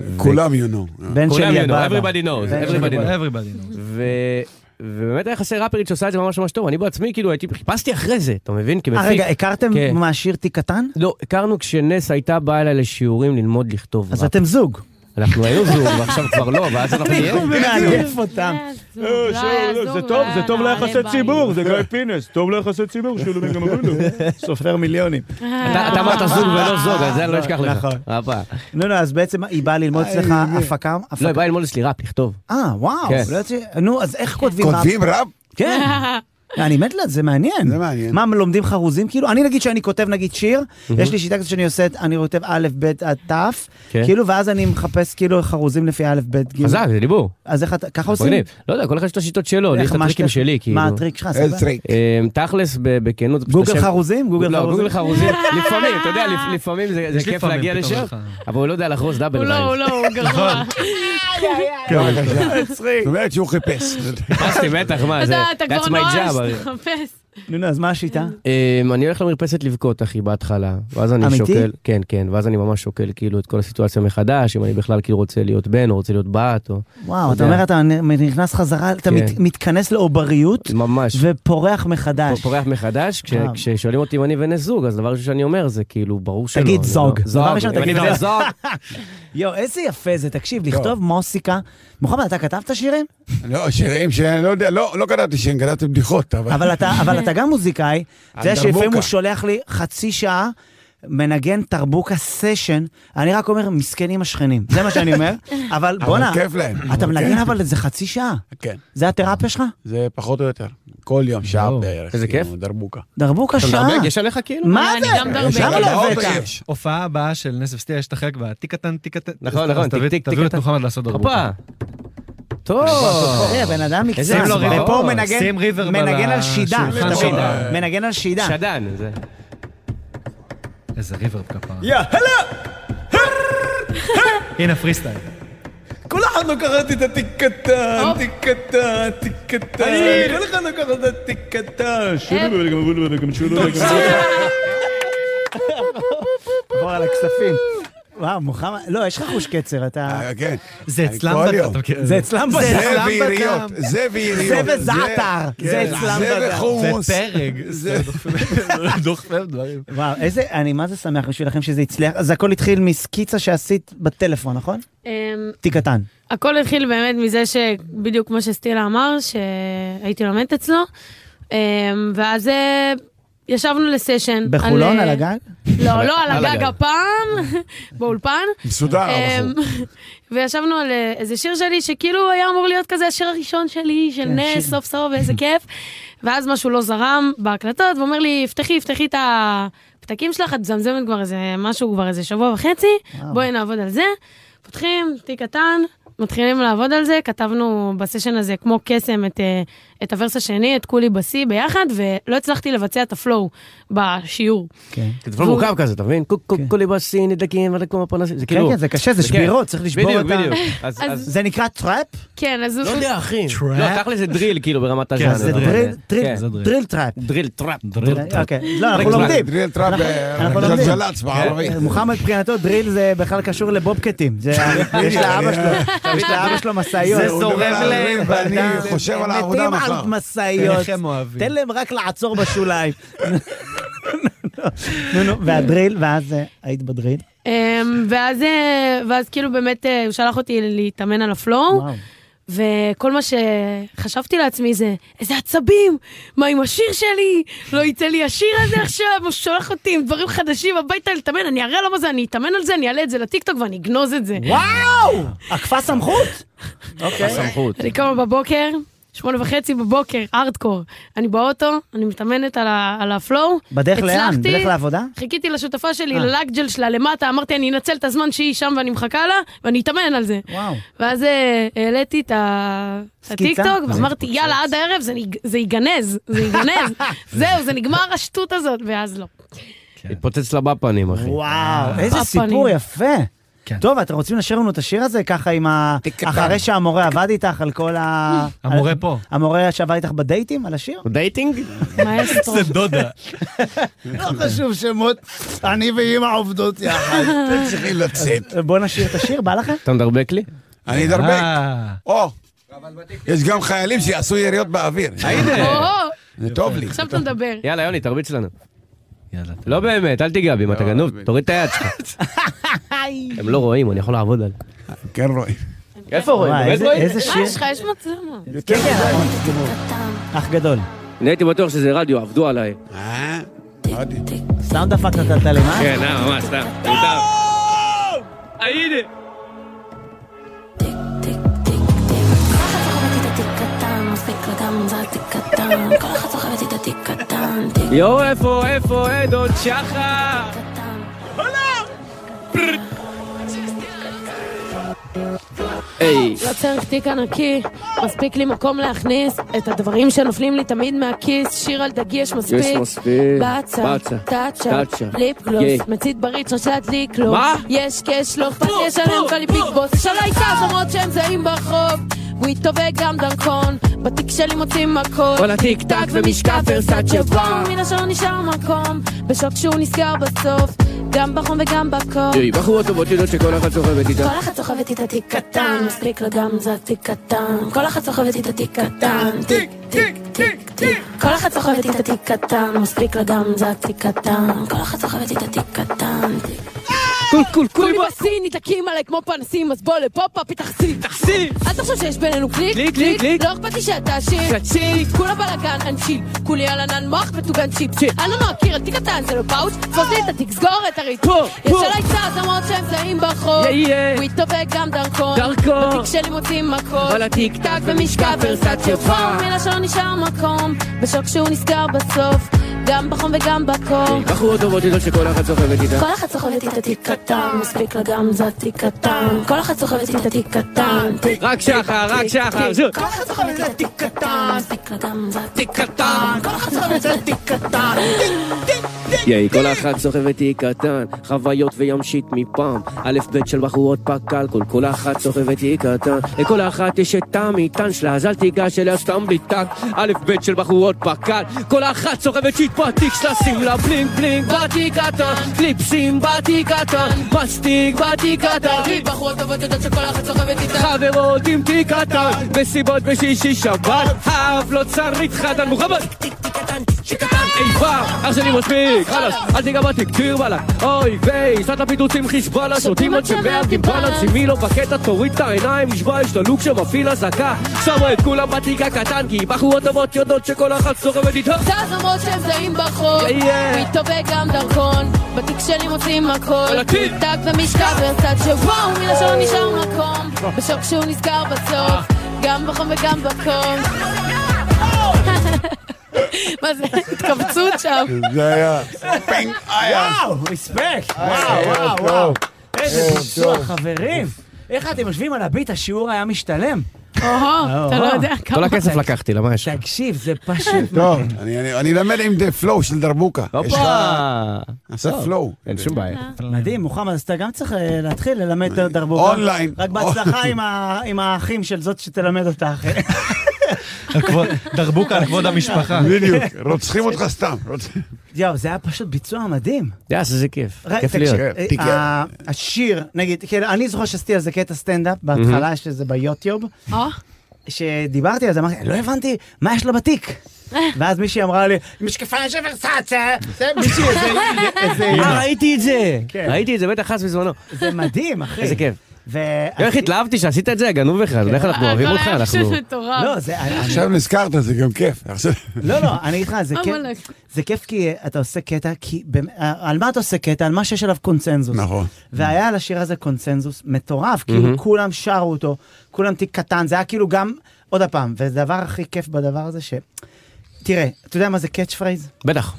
H: ו-
D: כולם you know.
B: בן
H: כולם
B: שלי
H: you know,
B: הבא.
H: everybody knows,
B: בן
H: everybody
B: שלי
H: knows.
J: Everybody knows.
H: ו- ובאמת היה חסר ראפרית שעושה את זה ממש ממש טוב. אני בעצמי, כאילו, הייתי, חיפשתי אחרי זה, אתה מבין?
B: אה,
H: כמפיק.
B: רגע, הכרתם
H: כן.
B: מהשיר תיק קטן?
H: לא, הכרנו כשנס הייתה באה אליי לשיעורים ללמוד לכתוב
B: אז
H: ראפ.
B: אתם זוג.
H: אנחנו היינו זוג, ועכשיו כבר לא, ואז אנחנו נהיה.
B: הוא מנגף אותם.
I: זה טוב, זה טוב ליחסי ציבור.
B: זה גיא פינס, טוב ליחסי ציבור, שאולי גם אמרו סופר מיליונים.
H: אתה אתה אמרת זוג ולא זוג, אז זה אני לא אשכח לך.
B: נכון.
H: נכון.
B: לא, לא, אז בעצם היא באה ללמוד
D: אה,
B: אצלך הפקה?
H: לא,
B: הפקה-
H: היא באה ללמוד אצלי ראפ, לכתוב.
B: אה, וואו.
H: כן.
B: לא ידעתי- נו, אז איך כותבים ראפ?
D: כותבים רב?
B: כן. אני מת לזה, זה מעניין.
D: זה מעניין.
B: מה, לומדים חרוזים? כאילו, אני נגיד שאני כותב נגיד שיר, יש לי שיטה כזאת שאני עושה, את- אני כותב א', ב', עד ת',
H: כן.
B: כאילו, ואז אני מחפש כאילו חרוזים לפי א', ב', ג'.
H: חזק, זה דיבור.
B: אז איך אתה, ככה עושים?
H: מגניב. לא יודע, כל אחד יש את השיטות שלו, לי יש
B: איך,
H: את
B: מה
H: הטריקים
B: השטף-
H: שלי, כאילו.
B: מה הטריק שלך?
D: איזה
B: סבבה?
D: טריק.
H: אמ, תכלס, ב- בכנות, זה פשוט
B: גוגל
H: השם-
B: חרוזים? גוגל
H: לא, גוגל
B: חרוזים?
H: חרוזים. לפעמים, אתה יודע, לפ- לפעמים זה זה
J: יש
H: כיף
J: לפעמים,
H: להגיע
J: פתאום נכון.
H: לשם,
J: לך.
H: אבל הוא לא יודע לחרוס דאבל.
I: הוא לא, הוא לא, הוא גרוע.
D: זאת אומרת שהוא חיפש.
H: פסתי, בטח, מה, זה...
I: אתה אתה כבר
H: אה, that's my
B: לא
H: job,
I: נואש,
H: הרי.
I: תחפש.
B: נו, נו, אז מה השיטה?
D: אה.
H: אמ, אני הולך למרפסת לבכות, אחי, בהתחלה. ואז אני
B: אמיתי?
H: שוקל, כן, כן, ואז אני ממש שוקל כאילו את כל הסיטואציה מחדש, אם אני בכלל כאילו רוצה להיות בן או רוצה להיות בת, או...
B: וואו, אתה
H: יודע.
B: אומר, אתה נכנס חזרה, אתה
H: כן.
B: מת- מתכנס לעובריות
H: ממש.
B: ופורח מחדש.
H: פורח מחדש, כש-
B: אה.
H: כששואלים אותי אם אני בן זוג, אז דבר ראשון שאני אומר זה כאילו, ברור שלא.
B: תגיד
H: אני לא-
B: זוג.
H: זוג,
B: דבר ראשון
H: אם אני
B: תגיד אה,
H: בן
B: זוג.
H: זוג.
B: יואו, איזה יפה זה, תקשיב, לכתוב מוסיקה. מוחמד, אתה כתבת שירים?
D: לא, שירים שאני לא יודע, לא לא כתבתי שירים, כתבתי בדיחות, אבל...
B: אבל אתה, אבל אתה גם מוזיקאי, אתה יודע
D: דרבוקה.
B: שלפעמים הוא שולח לי חצי שעה, מנגן תרבוקה סשן, אני רק אומר, מסכנים השכנים, זה מה שאני אומר, אבל בואנה,
D: אבל כיף להם.
B: אתה
D: אבל
B: מנגן
D: כיף.
B: אבל איזה חצי שעה,
D: כן,
B: זה התרפיה שלך?
D: זה פחות או יותר. כל יום, שעה בערך.
H: איזה
D: כאילו,
H: כיף.
D: דרבוקה.
B: דרבוקה שעה.
H: מדרבק, יש עליך כאילו?
B: כן. מה
I: אני גם
B: זה?
I: דרבק.
B: למה לא
D: הודעות
B: הבאת?
D: יש.
J: הופעה הבאה של נס וסטיה, יש את החלק בתיק קטן, תיק קטן.
H: נכון,
J: אז
H: נכון,
J: תביא-
H: תיק, תיק,
J: תביאו את
H: תיק קטן.
J: מוחמד לעשות דרבוקה.
H: הופה. טוב.
B: אה, בן אדם
H: איזה
B: מקצועי,
H: ריברב.
B: ופה הוא מנגן-
J: שים ריברב
B: מנגן
J: על
B: על שידה,
J: השולחן
B: אתה
J: שלו.
B: מבין? מנגן על שידה.
H: שדן. זה-
J: איזה ריברב כפרה.
B: יא, הלו!
J: הנה פרי סטייל.
A: כל אחד לוקחת את התיק קטן, תיק קטן, תיק קטן. כל אחד לוקח את התיק קטן.
B: עבור על הכספים. וואו, מוחמד, לא, יש לך חוש קצר, אתה...
D: אה, כן.
J: זה
D: אני
J: אצלם
D: כל
J: בדם,
D: יום.
J: אתה מכיר?
B: אוקיי. זה אצלם
D: זה
B: בדם.
D: ויריות, זה ויריות.
B: זה וזעתר, זה
D: כן,
B: אצלם
D: זה
B: בדם.
D: וחומוס.
J: פרג. זה דוחפם דברים.
B: וואו, איזה, אני מה זה שמח בשבילכם שזה הצליח. אז הכל התחיל מסקיצה שעשית בטלפון, נכון?
I: אמ,
B: תיק קטן.
I: הכל התחיל באמת מזה שבדיוק כמו שסטילה אמר, שהייתי לומדת אצלו, אמ, ואז אה, ישבנו לסשן.
B: בחולון, על
I: אה,
B: הגג?
I: לא, לא, על
H: על
I: הגג
H: הגג.
I: הפעם, באולפן.
D: מסודר,
I: אמ,
D: הבחור.
I: וישבנו על אה, איזה שיר שלי, שכאילו היה אמור להיות כזה השיר הראשון שלי, של
B: כן, שיר.
I: נס, סוף סוף, איזה כיף. ואז משהו לא זרם בהקלטות, והוא אומר לי, פתחי, פתחי את הפתקים שלך, את מזמזמת כבר איזה משהו, כבר איזה שבוע וחצי, בואי נעבוד על זה. פותחים, תיק קטן, מתחילים לעבוד על זה, כתבנו בסשן הזה כמו קסם את, אה, את הוורס השני, את כולי בשיא ביחד, ולא הצלחתי לבצע את הפלואו בשיעור.
B: כן.
H: זה דבר מורכב כזה, אתה מבין? קוק, קוק, קולי בסין, נדלקים, ודקום הפרנסים. זה כאילו...
B: כן, זה קשה, זה
H: כן.
B: שבירות, צריך לשבור
H: בדיוק,
B: את ה...
H: בדיוק. אז-
I: אז-
H: אז...
B: זה נקרא טראפ?
I: כן, אז...
H: לא יודע, אחי.
J: טראפ.
H: לא, תכל'ס זה דריל, כאילו, ברמת הז'אנר.
J: כן,
B: זה
J: זה
H: אבל-
B: דריל- טריל-
H: כן.
J: זה דריל.
B: דריל טראפ.
H: דריל טראפ.
B: אוקיי, לא, אנחנו
H: טריק
B: לומדים.
D: דריל טראפ,
B: אנחנו- אנחנו לומדים. אה,
D: זלזלצ בערבית.
B: מוחמד מבחינתו דריל זה בכלל קשור לבובקטים. זה- יש לאבא שלו, יש לאבא שלו משאיות.
J: זה
B: הוא
J: זורם
B: מדבר על
J: להם,
B: דריל,
D: ואני
B: ואתה-
D: חושב על
B: הם
D: העבודה
B: מתים
D: מחר.
B: על משאיות.
J: איך הם אוהבים.
B: תן להם רק לעצור בשוליים. נו, נו, והדריל, ואז אה, היית בדריל.
I: אמ, ואז, אה, ואז כאילו באמת אה, הוא שלח אותי להתאמן על הפלואו,
B: וואו.
I: וכל מה שחשבתי לעצמי זה, איזה עצבים, מה עם השיר שלי? לא יצא לי השיר הזה עכשיו, הוא שולח אותי עם דברים חדשים הביתה להתאמן, אני אראה לו מה זה, אני אתאמן על זה, אני אעלה את זה לטיקטוק ואני אגנוז את זה.
B: וואו! עקפה סמכות? אוקיי.
H: סמכות.
I: אני קמה בבוקר, שמונה וחצי בבוקר, ארדקור. אני באוטו, אני מתאמנת על ה- על הפלואו.
B: בדרך לאן?
I: הצלחתי.
B: בדרך לעבודה? אה.
I: חיכיתי לשותפה שלי, ללאגג'ל שלה למטה, אמרתי, אני אנצל את הזמן שהיא שם ואני מחכה לה, ואני אתאמן על זה.
B: וואו.
I: ואז אה, העליתי את ה- את
B: סקיצה?
I: הטיקטוק, ואמרתי, יאללה, עד הערב זה נג- זה ייגנז, זה ייגנז. זהו, זה נגמר השטות הזאת, ואז לא.
C: כן.
H: התפוצץ לה בפנים, אחי.
B: וואו, איזה
I: בפנים.
B: סיפור יפה.
H: כן.
B: טוב, אתם רוצים לשיר לנו את השיר הזה ככה עם ה... אחרי שהמורה עבד איתך על כל ה...
H: המורה
B: על-
H: פה.
B: המורה שעבד איתך בדייטים על השיר?
A: דייטינג?
G: מאסטרו.
H: זה דודה.
B: לא חשוב שמות, אני ואימא עובדות יחד.
D: אה, אתם צריכים לצאת.
B: בוא נשיר את השיר, בא לכם?
A: אתה מדרבק לי?
D: אני אדרבק.
C: אה,
D: או, יש גם חיילים שיעשו יריות באוויר.
A: אה, הנה.
G: או,
D: זה טוב לי.
G: עכשיו אתה מדבר.
A: יאללה, יוני, תרביץ לנו.
H: יאללה.
A: לא באמת, אל תיגע בי, אם אתה גנוב, תוריד את היד שלך. הם לא רואים, אני יכול לעבוד על...
D: כן רואים.
A: איפה רואים?
B: וואי,
A: באמת
B: איזה-
A: רואים?
B: איזה
G: מה
B: שיר.
G: יש לך? יש מצלמה.
B: כן, כן, נכון. אח גדול.
A: אני הייתי בטוח שזה רדיו, עבדו עליי.
D: אה? אמרתי.
B: סתם דפקת את הטלמה?
A: כן, אה, ממש, סתם. אה, הנה. יואו, איפה, איפה, אה, דוד שחר? היי.
G: לא צריך תיק ענקי, מספיק לי מקום להכניס את הדברים שנופלים לי תמיד מהכיס, שיר על דגש מספיק.
A: יש מספיק.
G: בצה,
A: בצה,
G: טאצ'ה,
A: טאצ'ה,
G: ליפ גלוס,
A: גיי.
G: מצית בריץ' רשת לי כלום.
A: מה?
G: יש קש, לא אכפת לי, יש עליהם קל לי פיק בוס. אפשר להיקח למרות שהם זהים ברחוב. הוא יתובע גם דרכון, בתיק שלי מוצאים הכל.
A: וואלה, טיק טק ומשקף ורסאצ'ה
G: שבום,
A: וואו.
G: מן השאר נשאר מקום, בשוק שהוא נזכר בסוף, גם בחום וגם בקור.
A: יואי, בחורות טובות יודעות שכל אחת סוחבת איתה.
I: כל אחת סוחבת איתה תיק קטן, מספיק לה גם זה תיק קטן. כל אחת סוחבת איתה תיק קטן, תיק, תיק, תיק, תיק. כל אחת סוחבת איתה תיק קטן, מספיק לה גם זה תיק קטן. כל אחת סוחבת איתה תיק קטן, תיק.
A: קול קול קול
G: קוראים בסין, נדלקים עליי כמו פנסים, אז בוא לפה פאפי תחסי.
A: תחסי.
G: אל תחשוב שיש בינינו קליק,
A: קליק, קליק, קליק.
G: לא אכפת לי שאתה עשיר.
A: תקשיב.
G: כולה בלאגן אנשי, כולי על ענן מוח מטוגן צ'יפ. אני לא מכיר, תיק קטן זה לא פאוץ', תפוס לי את התיק, סגור את
A: אה. פה,
G: הריטור. יש
A: פה.
G: עליי צעד למרות שהם זהים ברחוב.
A: יהיה, יהיה.
G: הוא יתובע גם דרכון.
A: דרכון.
G: בתיק שלי מוצאים מקום.
A: וואלה, טיק טק
G: ומשקע
A: ומשקע
G: ורסאצ'ה
A: ורסאצ'ה
G: פאר.
A: פאר.
G: מילה שלא נשאר מקום, בשוק שהוא נזכר בסוף. גם בחום וגם בקור.
A: בחורות טובות יודעות שכל אחת סוחבת איתה.
I: כל אחת סוחבת איתה תיק קטן, מספיק לה גם זה תיק קטן. כל אחת סוחבת איתה תיק קטן, תיק.
A: רק שחר, רק שחר, זו.
I: כל אחת סוחבת איתה תיק קטן, מספיק לה גם זה תיק
A: קטן.
I: כל אחת סוחבת איתה תיק קטן.
A: ייי, כל אחת סוחבת תיק קטן, חוויות וים שיט מפעם. א' ב' של בחורות פקל, כל כל אחת סוחבת תיק קטן. לכל אחת יש את המטען שלה, אז אל תיגש אליה סתם בלי טאק. א' ב' של בחורות פקל, כל אחת סוחבת שיט בתיק שלה, שים לה בלינג בלינג בתיק קטן. קליפסים בתיק קטן, מסטיק בתיק קטן.
G: בחורות טובות יודעות שכל אחת סוחבת איתה
A: חברות עם תיק קטן, מסיבות בשישי שבת, אף לא צריך חתן מוחמד. איבר, אח שלי מספיק, חלאס, אל תיגע בתיק, טיר בלק, אוי ויי, שעת הפיצוצים חיזבאללה, שותים עוד שמאה גיבלנס, אם היא לא בקטע תוריד את העיניים, נשבע יש לה לוק שמפעיל אזעקה, שמה את כולם בתיק הקטן, כי בחורות טובות יודעות שכל אחת סוחבת איתה.
G: זז למרות שהם זהים ברחוב,
A: יהיה.
G: מתובע גם דרכון, בתיק שלי מוצאים הכל,
A: על התיק.
G: טק ומשקע ורצת שוואו, מילה שלא נשאר מקום, בשוק שהוא נזכר בסוף, גם בחום וגם בקום. מה זה, התכווצות שם.
D: זה
A: אה,
D: היה... פינג, היה.
B: וואו,
A: כן.
B: רספקט. וואו, וואו, וואו. איזה
D: אה,
B: ביצוע, חברים. איך אתם יושבים על הביט, השיעור היה משתלם.
G: אוהו, אתה לא יודע כמה...
A: לקחתי, למה יש?
B: תקשיב, זה פשוט...
D: טוב, אני- אני- אני אלמד עם דה פלואו של דרבוקה. יש לך... עשה פלואו.
A: אין שום בעיה.
B: מדהים, מוחמד, אז אתה גם צריך אה, להתחיל ללמד את דרבוקה.
D: אונליין.
B: רק בהצלחה עם ה- עם האחים של זאת שתלמד אותך.
H: דרבוקה על כבוד המשפחה.
D: בדיוק, רוצחים אותך סתם. רוצ-
B: יואו, זה היה פשוט ביצוע מדהים.
A: יאס, איזה כיף.
B: רק
A: כיף
B: תקשיב,
A: להיות.
D: להיות. כן,
B: אה,
D: תיקי-
B: ה- השיר, נגיד, כן, אני זוכר שעשיתי על זה קטע סטנדאפ בהתחלה, שזה ביוטיוב,
G: או,
B: שדיברתי על זה, אמרתי, לא הבנתי, מה יש לו בתיק? ואז מישהי אמרה לי, משקפיים של ורסאצה, זה מישהי, איזה- איזה...
A: אה, ראיתי את זה!
B: כן.
A: ראיתי את זה, בטח חס בזמנו.
B: זה מדהים, אחי. לא
A: איזה כיף. איך
B: והכי-
A: התלהבתי שעשית את זה, הגנוב לך,
B: כן.
A: אז איך אנחנו אוהבים אותך,
G: הכל היה
A: אנחנו...
G: פשוט מטורף.
B: לא, זה... אני-
D: עכשיו נזכרת, זה גם כיף. עכשיו-
B: לא, לא, אני איתך, זה כיף.
G: אמל'ק.
B: זה כיף כי אה, אתה עושה קטע, כי... במ- אה, על מה אתה עושה קטע? על מה שיש עליו קונצנזוס.
D: נכון.
B: והיה על השיר הזה קונצנזוס מטורף, כאילו כולם שרו אותו, כולם תיק קטן, זה היה כאילו גם, עוד פעם, וזה הדבר הכי כיף בדבר הזה ש... תראה, אתה יודע מה זה קאץ' פרייז?
A: בטח.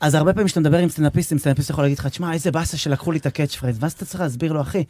B: אז הרבה פעמים כשאתה מדבר עם סטנדאפיסטים, סטנדאפיסט יכול להגיד לך, תשמע, איזה באסה שלקחו לי את הקאץ' פרייז, ואז אתה צריך להסביר לו, אחי,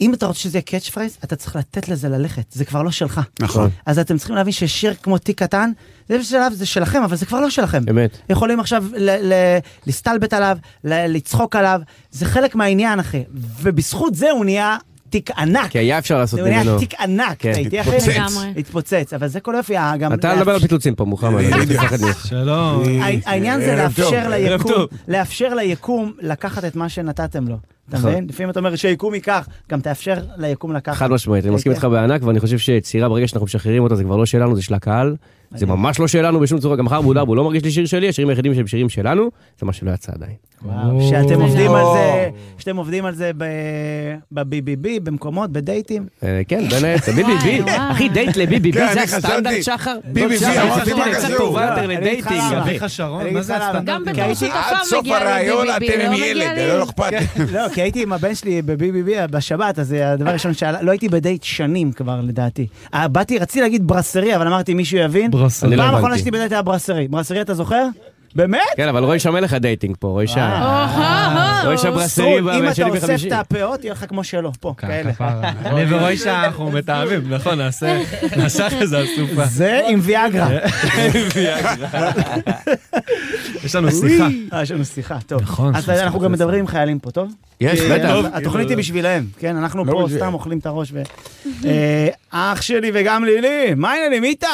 B: אם אתה רוצה שזה יהיה קאץ' פרייז, אתה צריך לתת לזה ללכת, זה כבר לא שלך.
D: נכון.
B: אז אתם צריכים להבין ששיר כמו תיק קטן, זה בשלב זה שלכם, אבל זה כבר לא שלכם.
H: אמת.
B: יכולים עכשיו ל- ל- להסתלבט עליו, ל- לצחוק עליו, זה חלק מהעניין, אחי. ובזכות זה הוא נהיה תיק ענק.
H: כי היה אפשר לעשות
B: הוא נהיה
H: ממנו.
B: תיק ענק,
H: כן.
B: אתה איתי אחי?
D: התפוצץ.
A: לגמרי.
B: התפוצץ, אבל זה כל היופי, ה- גם...
H: אתה לא מדבר על פיצוצים פה, מוחמד. אני לא מפחד ממך.
C: שלום.
B: הע- העניין זה
D: ערב טוב.
B: לאפשר
H: ערב
B: ליקום,
H: טוב.
B: לאפשר ליקום לקחת את מה שנתתם לו. אתה
H: נכון.
B: מבין? לפעמים אתה אומר שהיקום ייקח, גם תאפשר ליקום לקחת.
H: חד משמעית, אני
B: אוקיי.
H: מסכים איתך בענק, ואני חושב שיצירה, ברגע שאנחנו משחררים אותה, זה כבר לא שלנו, זה של הקהל. זה
B: אוקיי.
H: ממש לא שלנו בשום צורה, גם חרבו דרבו לא מרגיש לי שיר שלי, השירים היחידים שהם שירים שלנו, זה מה שלא יצא עדיין.
B: וואו, שאתם עובדים על זה, שאתם עובדים על זה ב-BBB, במקומות, בדייטים.
H: אה, כן, בין היתר, ביבי בי,
A: וואי, וואי.
H: אחי דייט לביבי בי,
D: כן,
H: זה
D: אני חשבתי,
H: הסטנדרט שחר.
D: ביבי בי,
H: לא, שחר,
D: אמרתי,
H: חשבתי
D: מה
H: לעצה
D: כזה?
H: טובה יותר
B: אני אגיד לך
H: לדייטינג,
B: למה.
H: אחי.
C: אביך שרון,
B: אני
C: מה
B: אגיד
C: זה כן.
B: לך למה.
A: גם
C: הסטנדרט?
B: כי
A: בתור
B: הייתי-
A: שותפה
D: עד סוף
A: מגיע
D: הרעיון
A: לביבי,
D: אתם עם
A: לא מגיע
D: ילד,
A: לי.
D: לא אכפת.
B: לא, כי הייתי עם הבן שלי ב-BBB בשבת, אז זה הדבר הראשון שעלה, לא הייתי בדייט שנים כבר לדעתי. אה, באתי, רציתי להגיד ברסרי, אבל אמרתי מישהו יבין.
C: ברסרי.
H: אני לא
B: פעם
H: הבנתי.
B: אחרונה שהייתי בדייט היה ברסרי. ברסרי אתה זוכר? באמת?
H: כן, אבל רועי שם אין לך דייטינג פה, רועי שם.
A: אוהו.
H: רועי שם ברסרים,
B: סול, אם אתה
H: והשני
B: אוסף
H: בחמישי.
B: את הפאות, יהיה לך כמו שלו, פה, כאלה.
C: אני ורואה שאנחנו מתאמים, נכון, נעשה נעשה אחרי זה אסופה.
B: זה עם ויאגרה.
C: יש לנו שיחה.
B: אה, יש לנו שיחה, טוב.
C: נכון,
B: אז
C: יש לנו שיחה,
B: אנחנו גם מדברים עם חיילים פה, טוב?
H: יש,
B: כי
H: בטח.
B: התוכנית היא בשבילם, כן? אנחנו
D: לא
B: פה
D: בשביל-
B: סתם אוכלים את הראש. ו- אה, אח שלי וגם לילי, מה העניינים, איתי?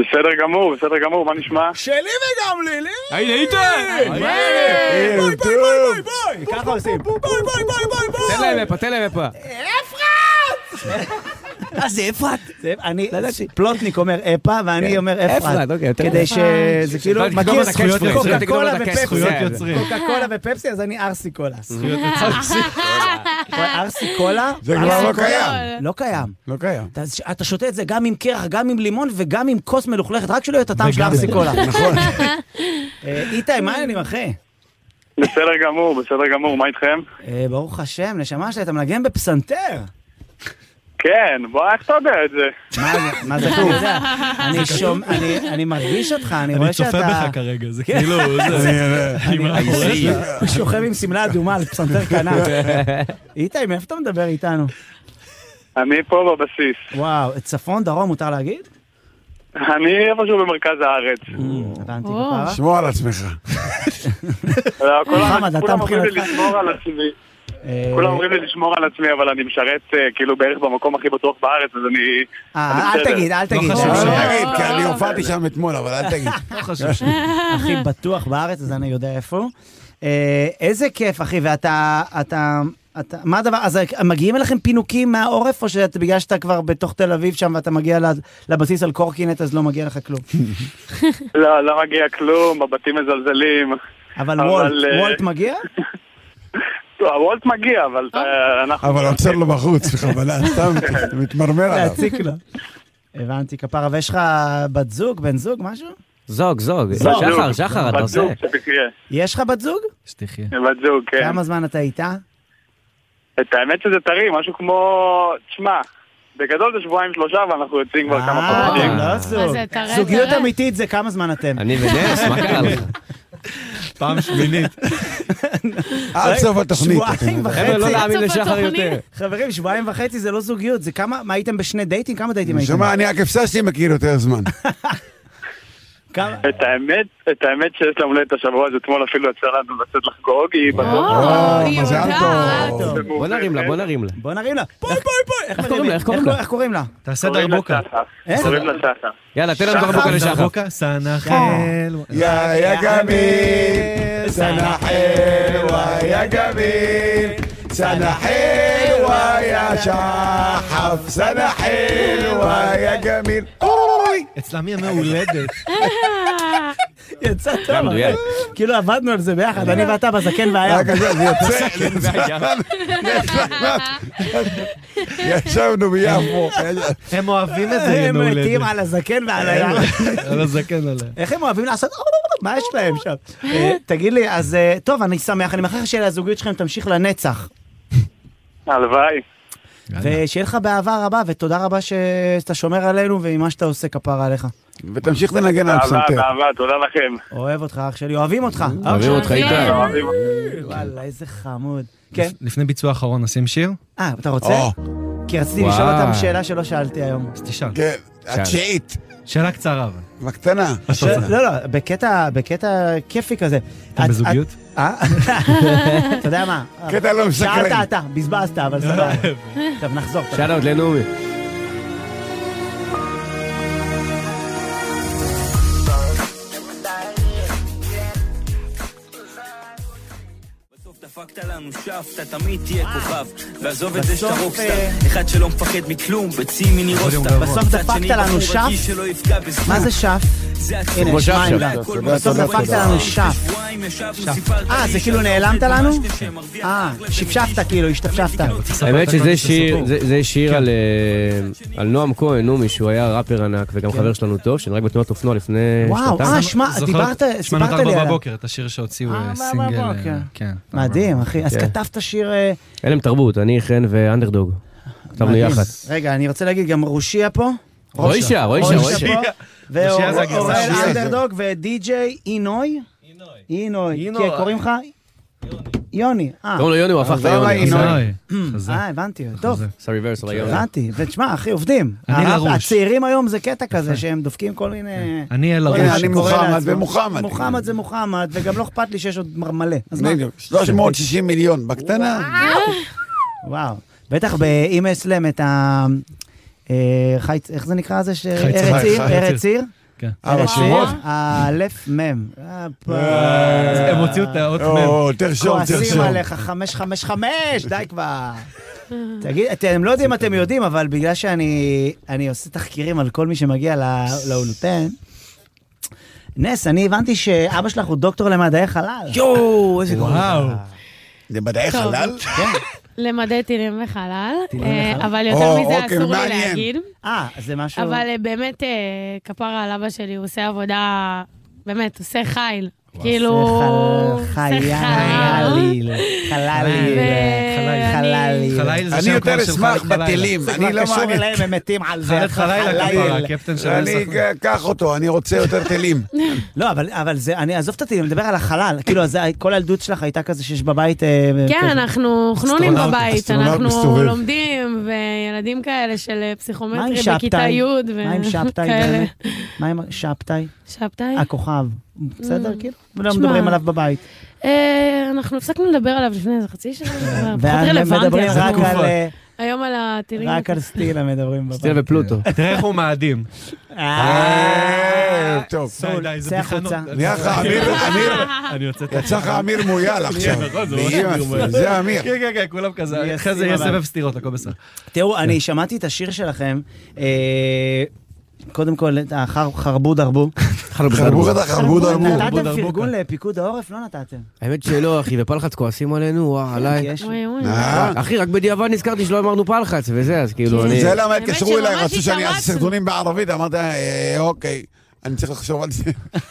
J: בסדר גמור, בסדר גמור, מה נשמע?
B: שלי וגם לילי!
H: הנה, איתן!
B: מה
D: אה,
B: העניינים? בואי,
D: טוב.
B: בואי, בואי, בואי! ככה עושים. בואי, בואי, בואי,
H: תן להם מפה, תן להם מפה.
B: אה, זה אפרת. זה- אני, פלוטניק אומר אפה, ואני אומר אפרת.
H: אפרת, אוקיי, יותר
B: כדי שזה כאילו,
H: אפרת, תגנוב
B: מכיר
H: את הקאץ' פרייז,
B: קוקה
H: תגנוב את כן.
B: קולה
H: הקאץ' פרייז.
B: ופפסי.
C: זכויות יוצרים.
B: קוקה קולה ופפסי, אז אני ארסי קולה.
C: זכויות יוצרים.
B: ארסי קולה?
D: זה כבר לא קיים.
B: לא קיים.
D: לא קיים.
B: אתה, אתה שותה את זה גם עם קרח, גם עם לימון וגם עם כוס מלוכלכת, רק שלא יהיה את הטעם של ארסיקולה. נכון. איתי, מה העניינים, אחי?
J: בסדר גמור, בסדר גמור, מה איתכם?
B: אה, ברוך השם, נשמה שלי, אתה מנגן בפסנתר.
J: כן, בוא, איך אתה יודע את זה?
B: מה זה, מה זה, אני יודע, אני שומע, אני- אני מרגיש אותך, אני רואה
C: אני צופה
B: שאתה...
C: בך כרגע, זה כאילו... זה-
B: אני-
C: עם
B: אני-
C: האחורי.
B: הוא שוכב עם שמלה אדומה על פסנתר קנה. איתי, מאיפה אתה מדבר איתנו?
J: אני פה בבסיס.
B: וואו, צפון, דרום, מותר להגיד?
J: אני איפשהו במרכז הארץ.
B: אה, הבנתי,
A: או.
B: כפרה.
D: שמור על עצמך.
J: לא,
B: מוחמד,
J: כולם
B: אה, אתה
J: כולם אומרים לי
B: מבחינתך-
J: לשמור על עצמי.
B: אה,
J: כולם אומרים לי לשמור על עצמי, אבל אני משרת אה, כאילו בערך במקום הכי בטוח בארץ, אז אני...
B: אה, אל תגיד, אל תגיד.
C: חשוב
D: לא
B: אה,
C: שם.
B: אה,
D: תגיד, כי אני הופעתי
A: לא.
D: שם אתמול, אבל אל תגיד.
C: לא חשוב ש...
B: הכי בטוח בארץ, אז אני יודע איפה הוא. אה, איזה כיף, אחי, ואתה... אתה, אתה, מה הדבר, אז מגיעים אליכם פינוקים מהעורף, או שבגלל שאתה כבר בתוך תל אביב שם ואתה מגיע ל- לבסיס על קורקינט, אז לא מגיע לך כלום.
J: לא, לא מגיע כלום, הבתים מזלזלים.
B: אבל
J: אבל,
B: וולט,
J: אה,
B: וולט מגיע?
J: לא, הוולט מגיע, אבל אה, אנחנו...
D: אבל עוצר לו בחוץ, בכוונה, סתם, אתה מתמרמר עליו.
B: להציק לו. הבנתי, כפרה, ויש לך בת זוג, בן זוג, משהו?
H: זוג, זוג.
J: בת זוג.
H: שחר, שחר, אתה
J: בת
H: עושה.
J: זוג שתקרה.
B: יש לך בת זוג?
C: שתחיה.
J: בת זוג, כן.
B: כמה זמן אתה איתה?
J: את האמת שזה טרי, משהו כמו... תשמע, בגדול זה שבועיים שלושה, ואנחנו יוצאים כבר כמה
B: אה,
J: חודשים.
B: לא זוג.
A: זה טרף,
B: זוגיות
A: טרף.
B: אמיתית זה כמה זמן אתם.
H: אני ונס, מה קרה לך?
C: פעם שמינית.
D: עד סוף התוכנית.
B: שבועיים
D: אתם-
H: חבר'ה, לא
B: וחצי.
H: להאמין
A: עד סוף
H: לשחר
A: התוכנית.
H: יותר.
B: חברים, שבועיים וחצי זה לא זוגיות, זה כמה, מה הייתם בשני דייטים? כמה דייטים הייתם?
D: שומע, אני הכבשה שלי מכיר יותר זמן.
B: כמה?
J: את האמת, את האמת שיש לה מולדת השבוע, אז אתמול אפילו יצא לנו לצאת לחגוג, היא
B: אה,
J: בטוח.
A: או, היא
D: מזל
A: יודעת.
D: טוב.
B: טוב,
H: בוא נרים
J: כן.
H: לה, בוא נרים לה.
B: בוא נרים לה. בואי בואי בואי! איך
H: קוראים לה? איך קוראים
B: איך-
H: לה?
B: איך קוראים לה?
C: תעשה דרבוקה.
B: איך?
J: קוראים לה סאסה.
H: יאללה, תן לנו דרבוקה
J: אה,
H: לשחר.
C: דרבוקה, סנחל.
D: יא יא גמיל, סנה חילווה יא גמיל, סנה חילווה יא שחף, סנה חילווה יא גמיל. אוי!
C: אצלם ימי הולדת.
B: יצא טוב.
H: מדויק.
B: אבל- כאילו עבדנו על זה ביחד, אני ואתה בזקן והיה.
D: היה כזה, זה יוצא. ישבנו ביפו.
C: הם אוהבים את זה
B: אה, הם
C: ימי
B: מתים
C: הולדת.
B: על הזקן ועל הים.
C: על
J: כן
C: הזקן עליהם.
B: איך הם אוהבים לעשות... אה, לא, מה יש להם שם? אה, תגיד לי, אז אה, טוב, אני שמח, אני מאחל לך שהזוגיות שלכם תמשיך לנצח.
J: הלוואי.
B: ושיהיה לך באהבה רבה, ותודה רבה שאתה שומר עלינו ועם מה שאתה עושה כפרה עליך.
D: ותמשיך לנגן על
J: באהבה,
D: הפסנתר.
J: באהבה, תודה לכם.
B: אוהב אותך, אח שלי, אוהבים אותך.
H: אוהבים אותך איתן.
J: אוהבים.
B: וואלה, איזה חמוד. כן.
J: לפני ביצוע האחרון נשים שיר?
B: אה, אתה רוצה?
D: או,
B: כי רציתי לשאול
J: וואו.
B: אותם שאלה שלא שאלתי היום.
J: אז תשאל.
D: כן, התשיעית,
J: שאלה קצרה אבל.
D: בקטנה.
B: ש- לא, לא, בקטע, בקטע כיפי כזה.
J: אתם
B: את-
J: בזוגיות?
B: את- אה? אתה יודע מה?
D: קטע לא
B: שאלת
D: מסקרן.
B: אתה, בזבזת, אבל סבבה. טוב, נחזור.
H: שאלה עוד לנעמי.
A: בסוף דפקת לנו שף, אתה תמיד תהיה כוכב. ועזוב את זה שאתה
B: בסוף,
A: רוקסטאר,
B: אה,
A: אחד שלא מפחד מכלום, בצי מיני רוסטאר.
B: גבוה. בסוף דפקת לנו שף? מה זה שף? הנה,
A: כמו
B: שמע,
A: שף
B: עמדה.
A: שף.
D: תודה,
B: בסוף
D: תודה,
B: דפקת
D: תודה.
B: לנו שף. אה, זה
A: לא
B: כאילו נעלמת לנו? אה, שפשפת כאילו, השתפשפת.
H: האמת שזה שיר, זה- זה
B: כן.
H: שיר על, אה, על נועם כהן, נעמי, שהוא היה ראפר ענק וגם חבר שלנו טוב, שנהרג בתנועת אופנוע לפני
B: כן. וואו,
H: שנתיים.
B: אה, שמע, דיברת, סיפרת לי
J: שמענו את
B: עליו.
J: ארבע בבוקר, את השיר שהוציאו
B: אה,
J: אה,
B: ארבע
J: סינגל. אה,
B: בבוקר.
J: כן.
B: מדהים, אחי. אז
H: כן.
B: כתבת שיר... אה,
H: אין להם תרבות, אני, חן ואנדרדוג. כתבנו
B: מדהים.
H: יחד.
B: רגע, אני רוצה להגיד, גם רושיה פה.
H: רוישה, רוישה, רוישה.
B: פה,
J: רושיה זה הגרסה
B: ואוראל
J: השנייה.
B: אנדרדוג ודי-ג'יי אינוי. אינוי.
J: אינו,
B: כן,
J: אה.
B: קוראים לך? יוני. אה,
H: קוראים לו יוני, הוא הפך את
D: עזוב,
H: היוני.
D: ינון.
J: אוי, חזק.
B: אה, הבנתי. טוב,
H: סורי ורס על היוני.
B: הבנתי. ותשמע, אחי, עובדים.
J: אני
B: הרב-
J: לרוש.
B: הצעירים היום זה קטע כזה, שהם דופקים כל מיני...
J: אני אל
B: כל
J: הראש.
B: אחד
D: אני
B: קורא
D: מוחמד
B: לעצמו.
D: ומוחמד.
B: מוחמד זה מוחמד, וגם לא אכפת לי שיש עוד מלא. אז מה?
D: בדיוק, 360 מיליון, בקטנה.
B: וואו. בטח ב- אם יש להם את ה... אה, חי... איך זה נקרא זה? ש-
J: חי-
B: ארץ
J: חי-
B: עיר?
J: חי-
B: ארץ עיר?
J: כן.
C: אה,
D: ארבע
B: ארץ
D: שורות?
B: עיר? האלף מם.
C: אה.
J: הם הוציאו את האות מ'.
D: או, תרשום,
B: כועסים
D: תרשום.
B: עליך, חמש, חמש, חמש, די כבר. תגיד, אתם לא יודעים אם אתם יודעים, אבל בגלל שאני אני עושה תחקירים על כל מי שמגיע ל- לאולפן, נס, אני הבנתי שאבא שלך הוא דוקטור למדעי חלל.
H: יואו,
A: אה,
H: איזה גרוע.
J: וואו.
D: זה מדעי חלל?
I: למדי טילים וחלל,
B: טילים
I: אה,
B: וחלל.
I: אבל יותר
D: או,
I: מזה
D: אוקיי,
I: אסור לי
D: מעניין.
I: להגיד.
B: אה, זה משהו...
I: אבל אה, באמת, אה, כפרה על אבא שלי, הוא עושה עבודה, באמת, עושה חיל. כאילו,
B: שחל-
I: עושה חיל.
B: חייל, חלליל,
I: ואני- אה,
B: חלליל.
J: חליל זה
D: אני
J: שם
D: יותר
J: כבר של
D: אשמח
J: חלק בלילה.
D: בטילים,
B: זה
D: אני
B: כבר
D: לא
B: קשור
D: מעניין.
B: אליהם, הם מתים על זה.
J: חלק חלילה
B: חלליל.
J: כבר, הקפטן של
D: אני,
J: הסוכנות.
D: קח אותו, אני רוצה יותר טילים.
B: לא, אבל- אבל זה, אני עזוב את הטילים, אני מדבר על החלל. כאילו, אז כל הילדות שלך הייתה כזה שיש בבית... אה,
I: כן,
B: כזה.
I: אנחנו חנונים
J: אסטרונאוט,
I: בבית,
D: אסטרונאוט
I: אנחנו
D: מסתובב.
I: לומדים, וילדים כאלה של אה,
B: מה עם
I: פסיכומטרי בכיתה
B: שבתאי?
I: י'
B: מה עם שבתאי?
I: וכאלה.
B: באמת? מה עם שבתאי?
I: שבתאי?
B: הכוכב. בסדר, כאילו? לא
I: תשמע.
B: מדברים עליו בבית.
I: אה, אנחנו הפסקנו לדבר עליו לפני איזה חצי שנה, זה כבר פחות
B: ואז הם
I: רלוונטי.
B: מדברים
I: אנחנו
B: רק על, אה,
I: היום על הטילים.
B: רק על סטילה מדברים בבית.
H: סטילה ופלוטו.
J: תראה איך הוא מאדים.
B: אה,
D: אה, טוב.
J: די, די, זה
B: צא
J: בדיחה
B: החוצה.
J: נו-
D: נהיה לך אמיר, אמיר,
J: אני יוצא תכף.
D: יצא לך אמיר מויאל עכשיו.
J: נכון, זה ממש
D: באיים
J: אמיר מויאל.
D: עצמי, זה אמיר.
J: כן, כן, כן, כולם כזה,
B: יהיה
J: אחרי זה
B: סיר
J: יהיה
B: עליי.
J: סבב סטירות, הכל בסדר.
B: תראו, אני שמעתי את השיר שלכם. אה, קודם כל, את החר- חרבו דרבו.
D: חרבו חדה, חרבו דרבו.
B: נתתם
J: דרבוקה.
B: פרגון לפיקוד העורף? לא נתתם.
H: האמת שלא, אחי, ופלחץ כועסים עלינו, וואו,
B: כי
H: עליי.
B: יש-
I: אוי, אוי.
D: אה, כן,
H: אחי, רק בדיעבד נזכרתי שלא אמרנו פלחץ וזה, אז כאילו, אני...
D: זה למה
I: האמת
D: התקשרו אליי,
I: שממש
D: רצו שאני אעשה
I: התאמצנו.
D: סרטונים בערבית, אמרתי, "אה, אוקיי, אני צריך לחשוב על זה.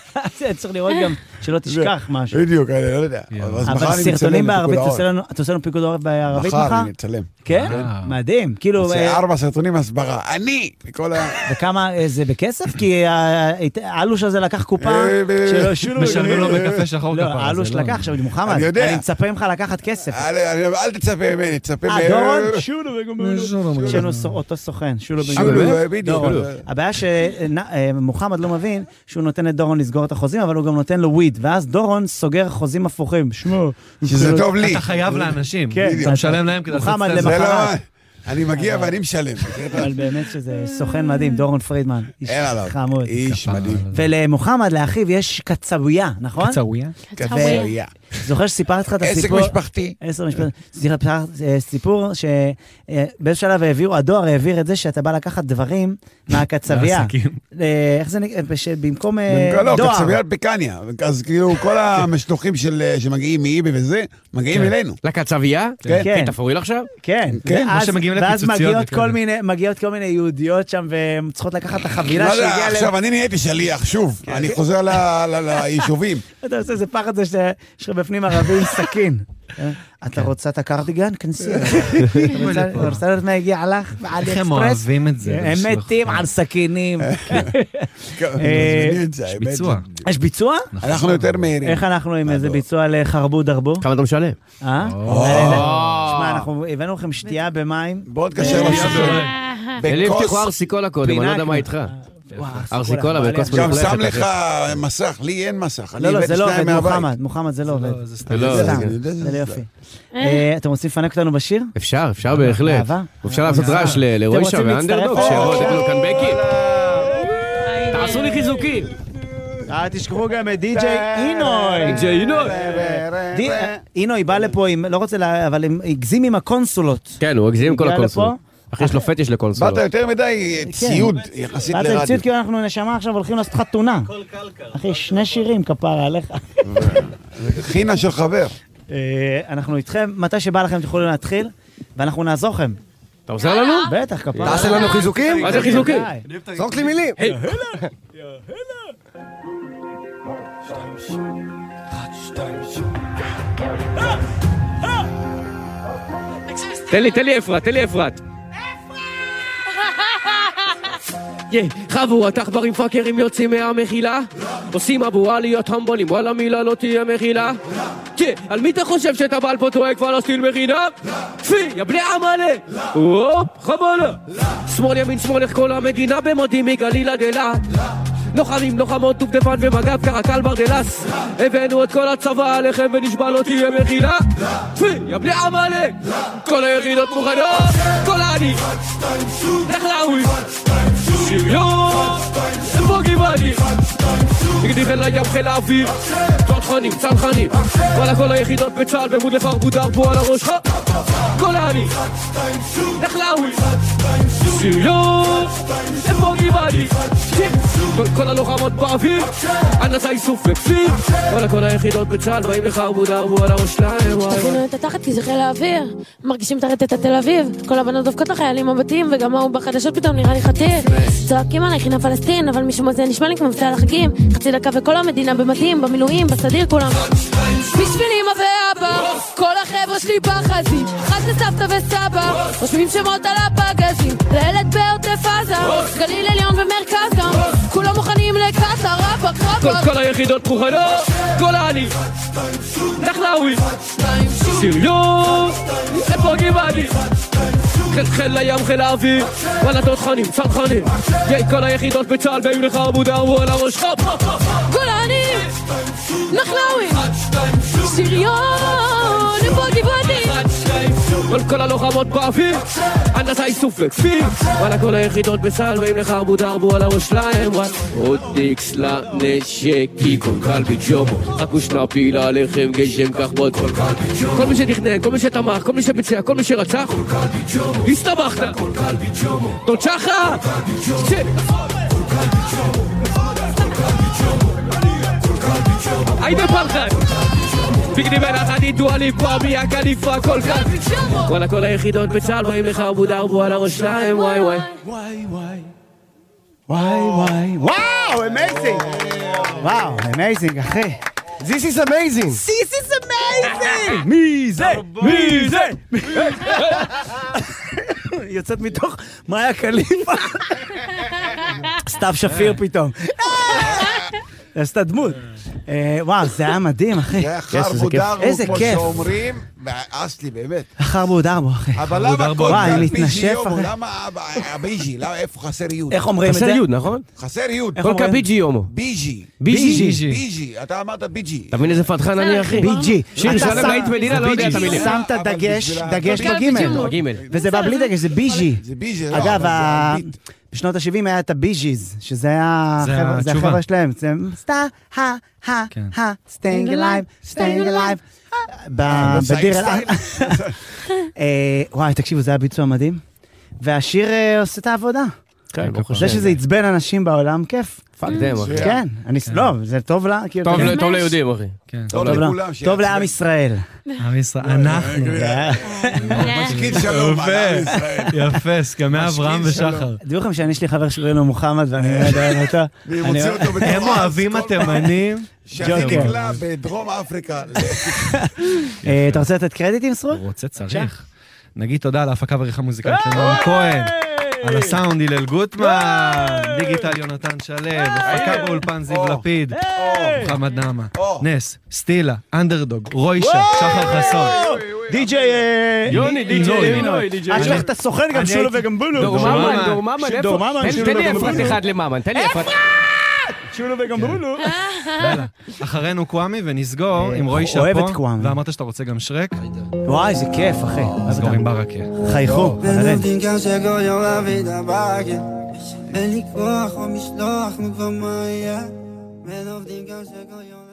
B: צריך לראות גם שלא תשכח משהו.
D: בדיוק, אני לא יודע.
J: כן.
D: אז מחר
B: אבל
D: אני מצלם
B: סרטונים
D: לפיקוד
B: בערבית, אתה
D: העורף.
B: עושה לנו- אתה עושה לנו פיקוד העורף בערבית
D: מחר
B: מחר?
D: אני אה. אצלם.
B: כן?
J: וואו.
B: מדהים. כאילו,
D: עושה
B: אה,
D: ארבע סרטונים הסברה. אני! מכל ה...
B: וכמה אה, זה בכסף? כי ה- האלוש הזה לקח קופה
D: אה, אה,
B: שלא שולו.
J: משלמים לו בקפה שחור
B: לא,
J: כפרה. זה
B: האלוש
J: לא-
B: לקח, עכשיו מוחמד,
D: אני יודע. אה,
B: אני מצפה ממך לקחת כסף.
D: אל אל- אל תצפה ממני, תצפה
B: אה, דורון? שולו
J: אה, שולו
B: בגומלו.
J: בגומלו.
B: שנו סו- אותו סוכן, שולו
D: שולו, אה.
B: בגומלו.
D: בדיוק.
B: דורון.
D: שולו.
B: הבעיה שמוחמד לא מבין שהוא נותן לדורון לסגור את החוזים, אבל הוא גם נותן לו וויד, ואז דורון סוגר חוזים הפוכים. שמעו.
D: שזה טוב לי.
J: אתה חייב לאנשים.
B: כן.
J: אתה משלם להם כדי לעשות
B: מוחמד
J: סטנדאפ.
D: זה לא...
B: למחרת.
D: אני מגיע ואני משלם.
B: אבל באמת שזה סוכן מדהים, דורון פרידמן. איש
D: אין עליו. אה.
B: חמוד.
D: איש מדהים.
B: ולמוחמד, לאחיו, יש קצביה, נכון?
J: צאוויה?
D: כזה, יא.
B: זוכר שסיפרתי לך את
D: עסק
B: הסיפור?
D: משפחתי.
B: עשר משפטים. סליחה, פתח- אה, סיפור שבאיזשהו שלב העבירו, הדואר העביר את זה שאתה בא לקחת דברים מהקצבייה.
J: לעסקים.
B: אה, איך זה נקרא? בש- במקום אה,
D: לא,
B: דואר.
D: קצביית פיקניה. אז כאילו כל המשלוחים של- שמגיעים מאיבי וזה, מגיעים אלינו.
H: לקצבייה?
D: כן.
B: כן,
H: תפוריל עכשיו?
B: כן.
D: כן,
J: כמו
B: ואז-
J: שמגיעים
B: ואז
J: לפיצוציות
B: מגיעות
J: וכאלה.
B: כל מיני- מגיעות כל מיני יהודיות שם והן צריכות לקחת את
D: לא
B: החבילה
D: יודע,
B: שהגיעה אליהם.
D: עכשיו אני נהייתי שליח, שוב. אני חוזר ל- ל- ליישובים.
B: אתה עושה איזה פחד זה ש- שיש לך בפנים ערבי עם סכין. אה, אתה רוצה את הקרדיגן? כנסי. רוצה- רוצה לראות מה הגיע לך? מעלי
H: איך הם
B: אקספרס?
H: אוהבים את זה?
B: הם
H: לשלוח.
B: מתים על סכינים.
D: מזמינים את זה, האמת.
H: ביצוע.
B: יש ביצוע?
D: אנחנו יותר מהירים.
B: איך אנחנו עם איזה ביצוע לחרבו דרבו?
A: כמה אתה משלם?
B: אה? שמע, אנחנו הבאנו לכם שתייה במים.
D: בוא נתקשר לסיפור.
A: לי הבטיחו
D: בכוס.
A: ארסיקולה קודם, אני לא יודע מה איתך. ארסיקולה בכוס
D: גם
A: מלוכלכת.
D: שם לך מסך, לי אין מסך.
B: לא,
D: אני
B: לא,
D: הבאתי
B: זה לא
D: שניים
B: עובד,
D: מהבית.
B: מוחמד, מוחמד זה לא עובד.
H: זה סתם.
D: אה,
A: זה לא-
B: סתם,
D: זה- זה-
B: זה
D: זה-
B: לא יופי. אה, אתם רוצים לפנק אותנו בשיר?
A: אפשר,
D: אה,
A: אפשר בהחלט.
B: אהבה?
A: אפשר לעשות רעש ל- לרוישה
B: רוצים
A: ואנדרדוג,
B: להצטרף?
A: שיבואו,
D: אה.
A: תגידו כאן בקי. תעשו לי חיזוקים.
B: אה, תשכחו גם את די.ג'יי אינוי.
A: די.ג'יי אינוי.
B: די- אינוי בא לפה עם, לא רוצה, לה- אבל הם הגזים עם הקונסולות.
A: כן, הוא הגזים עם כל
B: הגיע
A: הקונסולות. אחי, יש לו פטיש
D: באת
A: לקונסולות.
D: יותר מדי ציוד יחסית
B: ואז
D: לרדיו.
B: המציאות כאילו אנחנו נשמה עכשיו הולכים לעשות חתונה. אחי, שני שירים כפרה עליך. כאילו-
D: חינה של חבר.
B: אה, אנחנו איתכם, מתי שבא לכם תוכלו להתחיל, ואנחנו נעזור לכם.
A: אתה עוזר לנו?
B: בטח, כפרה.
K: תעשה לנו חיזוקים?
A: מה זה חיזוקים?
B: די.
K: זרוק לי מילים.
A: תן לי, תן לי אפרת, תן לי אפרת. יא, חבורת עכברים פאקרים יוצאים מהמחילה עושים אבו עליות המבולים וואלה מילה לא תהיה מחילה יא, על מי אתה חושב שאתה בעל פה טועה כבר להסליל מחילה? פי, יא בני עמלה הופ, חבלה שמאל ימין שמאל איך כל המדינה במדים מגליל עד אילת לוחמים, לוחמות, דובדבן ומג"ב, קרקל ברדלס הבאנו את כל הצבא עליכם ונשבע לא תהיה מחילה פי, יא בני עמלה כל היחידות מוכנות כל העני לך לעווי שריון בוגי ואני נגדי חיל הים, חיל האוויר תותחנים, צנחנים וואלה כל היחידות בצה"ל במוד לחרבוד ארבו על הראש חופ כל העני לך לעווי שריון בוגי ואני כל- כל הלוחמות באוויר הנדסה איסוף וכפיר וואלה כל היחידות בצה"ל באים לחרבוד ארבו על הראש שלהם וואי, וואי.
I: תכינו את התחת כי זה חיל האוויר מרגישים את הרטט התל אביב כל הבנות דופקות לחיילים הבתים וגם ההוא בחדשות פתאום נראה לי חטיף צועקים עליי חינה פלסטין אבל משום מה זה נשמע לי כמו מבצע לחגים חצי דקה וכל המדינה במדים במילואים בסדיר כולם בשביל אמא ואבא כל החבר'ה שלי בחזית אחת זה סבתא וסבא רושמים שמות על הפגזים לילד בעוטף עזה גליל עליון ומרכז גם כולם מוכנים לקטר רבאק
A: כל-
I: רבאק
A: כל היחידות מוכנות, כל העני, נחלאווי, סריון, איפה גבעני? חיל- חיל הים, חיל האוויר, וואלה תותחנים, צנחנים, יא, כל היחידות בצה"ל באים לך עמוד ארבו על הראש, חופ, חופ, חופ,
I: גולני, נחלאווי, שריון, בוגי בודי.
A: כל- כל הלוחמות באוויר, הנדסה איסוף וכפיר, וואלה כל היחידות בצה"ל באים לך עמוד ארבו על הראש שלהם, וואלה עוד איקס לנשק, קיקון קלבי ג'ובו, רק הושנה פעילה עליכם גשם כך מאוד כל קלבי כל מי שתכנן, כל מי שתמך, כל מי שביצע, כל מי שרצח, הסתבכת, תוצ'חה, היידה פלחן בגדי מלאכה ניטואלי פה מיה קליפה כל כך וואלה כל היחידות בצה"ל באים לך עמוד ארבו על הראש שלהם וואי וואי
D: וואי וואי. וואי וואי. וואו, אמייזינג.
B: וואו, אמייזינג, אחי.
K: This is amazing.
B: This is amazing!
A: מי זה? מי זה?
B: יוצאת מתוך מאיה קליפה. סתיו שפיר פתאום. עשתה דמות. אה, וואו, זה היה מדהים, אחי.
D: זה היה חרבו דרבו,
B: איזה
D: כמו
B: כיף.
D: שאומרים. ואסלי, באמת.
B: חרבו דרבו, אחי.
D: אבל למה כל
B: וואי,
D: כך
B: להתנשף,
D: ביג'י יומו?
B: אחי.
D: למה הב- הביג'י? למה איפה חסר יוד?
B: איך אומרים את זה?
A: נכון?
D: חסר יוד.
B: איך אומרים?
A: יומו
D: ביג'י.
A: ביג'י.
D: ביג'י. אתה אמרת ביג'י.
A: אתה מבין איזה פתחן אני
I: Ah,
A: אחי?
B: ביג'י.
A: שיר
B: אתה
A: שלום
B: שם-
A: להיט מדינה לא יודע את המילים.
B: שמת
D: אבל
B: דגש,
D: בשביל ה-
B: דגש
L: בשביל
B: בגימל.
L: הביג'י.
A: גימל.
B: וזה בא בלי דגש, זה ביג'י.
D: זה ביג'י. לא,
B: אגב,
D: אבל זה
B: ה-
D: הביט.
B: בשנות ה-70 היה את הביג'יז, שזה היה
H: זה
B: החבר'ה- זה
H: התשובה.
B: החבר'ה שלהם. זה סטה, ה, ה,
H: כן.
B: ה, סטיינג אלייב, סטיינג אלייב. בדיר אל... אה, וואי, תקשיבו, זה היה ביצוע מדהים. והשיר אה, עושה את העבודה.
A: כן, ברוך השם.
B: זה שזה עצבן אנשים בעולם, כיף.
A: פאק דם, אחי.
B: כן, אני, לא, זה טוב לה, כאילו,
H: טוב
B: אתה-
H: ל- טוב ליהודים, אחי.
B: טוב לה-
M: לכולם, שיעצבן.
B: טוב לעם ישראל. כן.
C: עם ישראל, אנחנו.
D: כן.
M: משכין שלום על עם ישראל.
C: יפה, סכמי אברהם ושחר.
B: דעו לכם שאני, יש לי חבר שקוראים לו מוחמד, ואני לא יודע אם אתה...
M: אני מוציא אותו בתור
C: הם אוהבים
M: כל
C: התימנים.
M: שאני
B: ג'וקר.
M: נקלע בדרום אפריקה.
B: אה, אתה רוצה לתת קרדיטים, סרול?
C: רוצה, צריך. נגיד תודה על ההפקה ועריכה מוזיקלית של נועם כהן, על הסאונד הלל גוטמן, דיגיטל יונתן שלו, הפקה באולפן זיו לפיד,
D: אה!
C: מוחמד נעמה, נס, סטילה, אנדרדוג, רוישה, שחר חסון.
B: די.ג'יי... אה,
H: יוני, די.ג'יי,
B: אילוי.
H: אילוי, די.ג'יי.
B: אל תשלח את הסוכן, גם לא שולו
H: הייתי- לא,
B: וגם בולו.
H: דור ממן, דור ממן,
B: ש-
H: איפה?
B: דור ממן,
H: תן-
B: שולו
H: תן לי
B: וגם
H: אפרת
B: בולו.
H: אחד לממן, תן לי אפרת.
B: שולו וגם בולו.
C: יאללה. אחרינו קוואמי ונסגור עם רוישה
B: אוהב את
C: פה,
B: קוואמי.
C: ואמרת שאתה רוצה גם שרק,
B: וואי, זה כיף, אחי.
C: נסגור עם ברכה.
B: חייכו, חברים.
D: גם שכל יום להביא את הבאגר. אין לי כוח או משלוח, נו כבר מה יהיה? ואין עובדים גם שכל יום...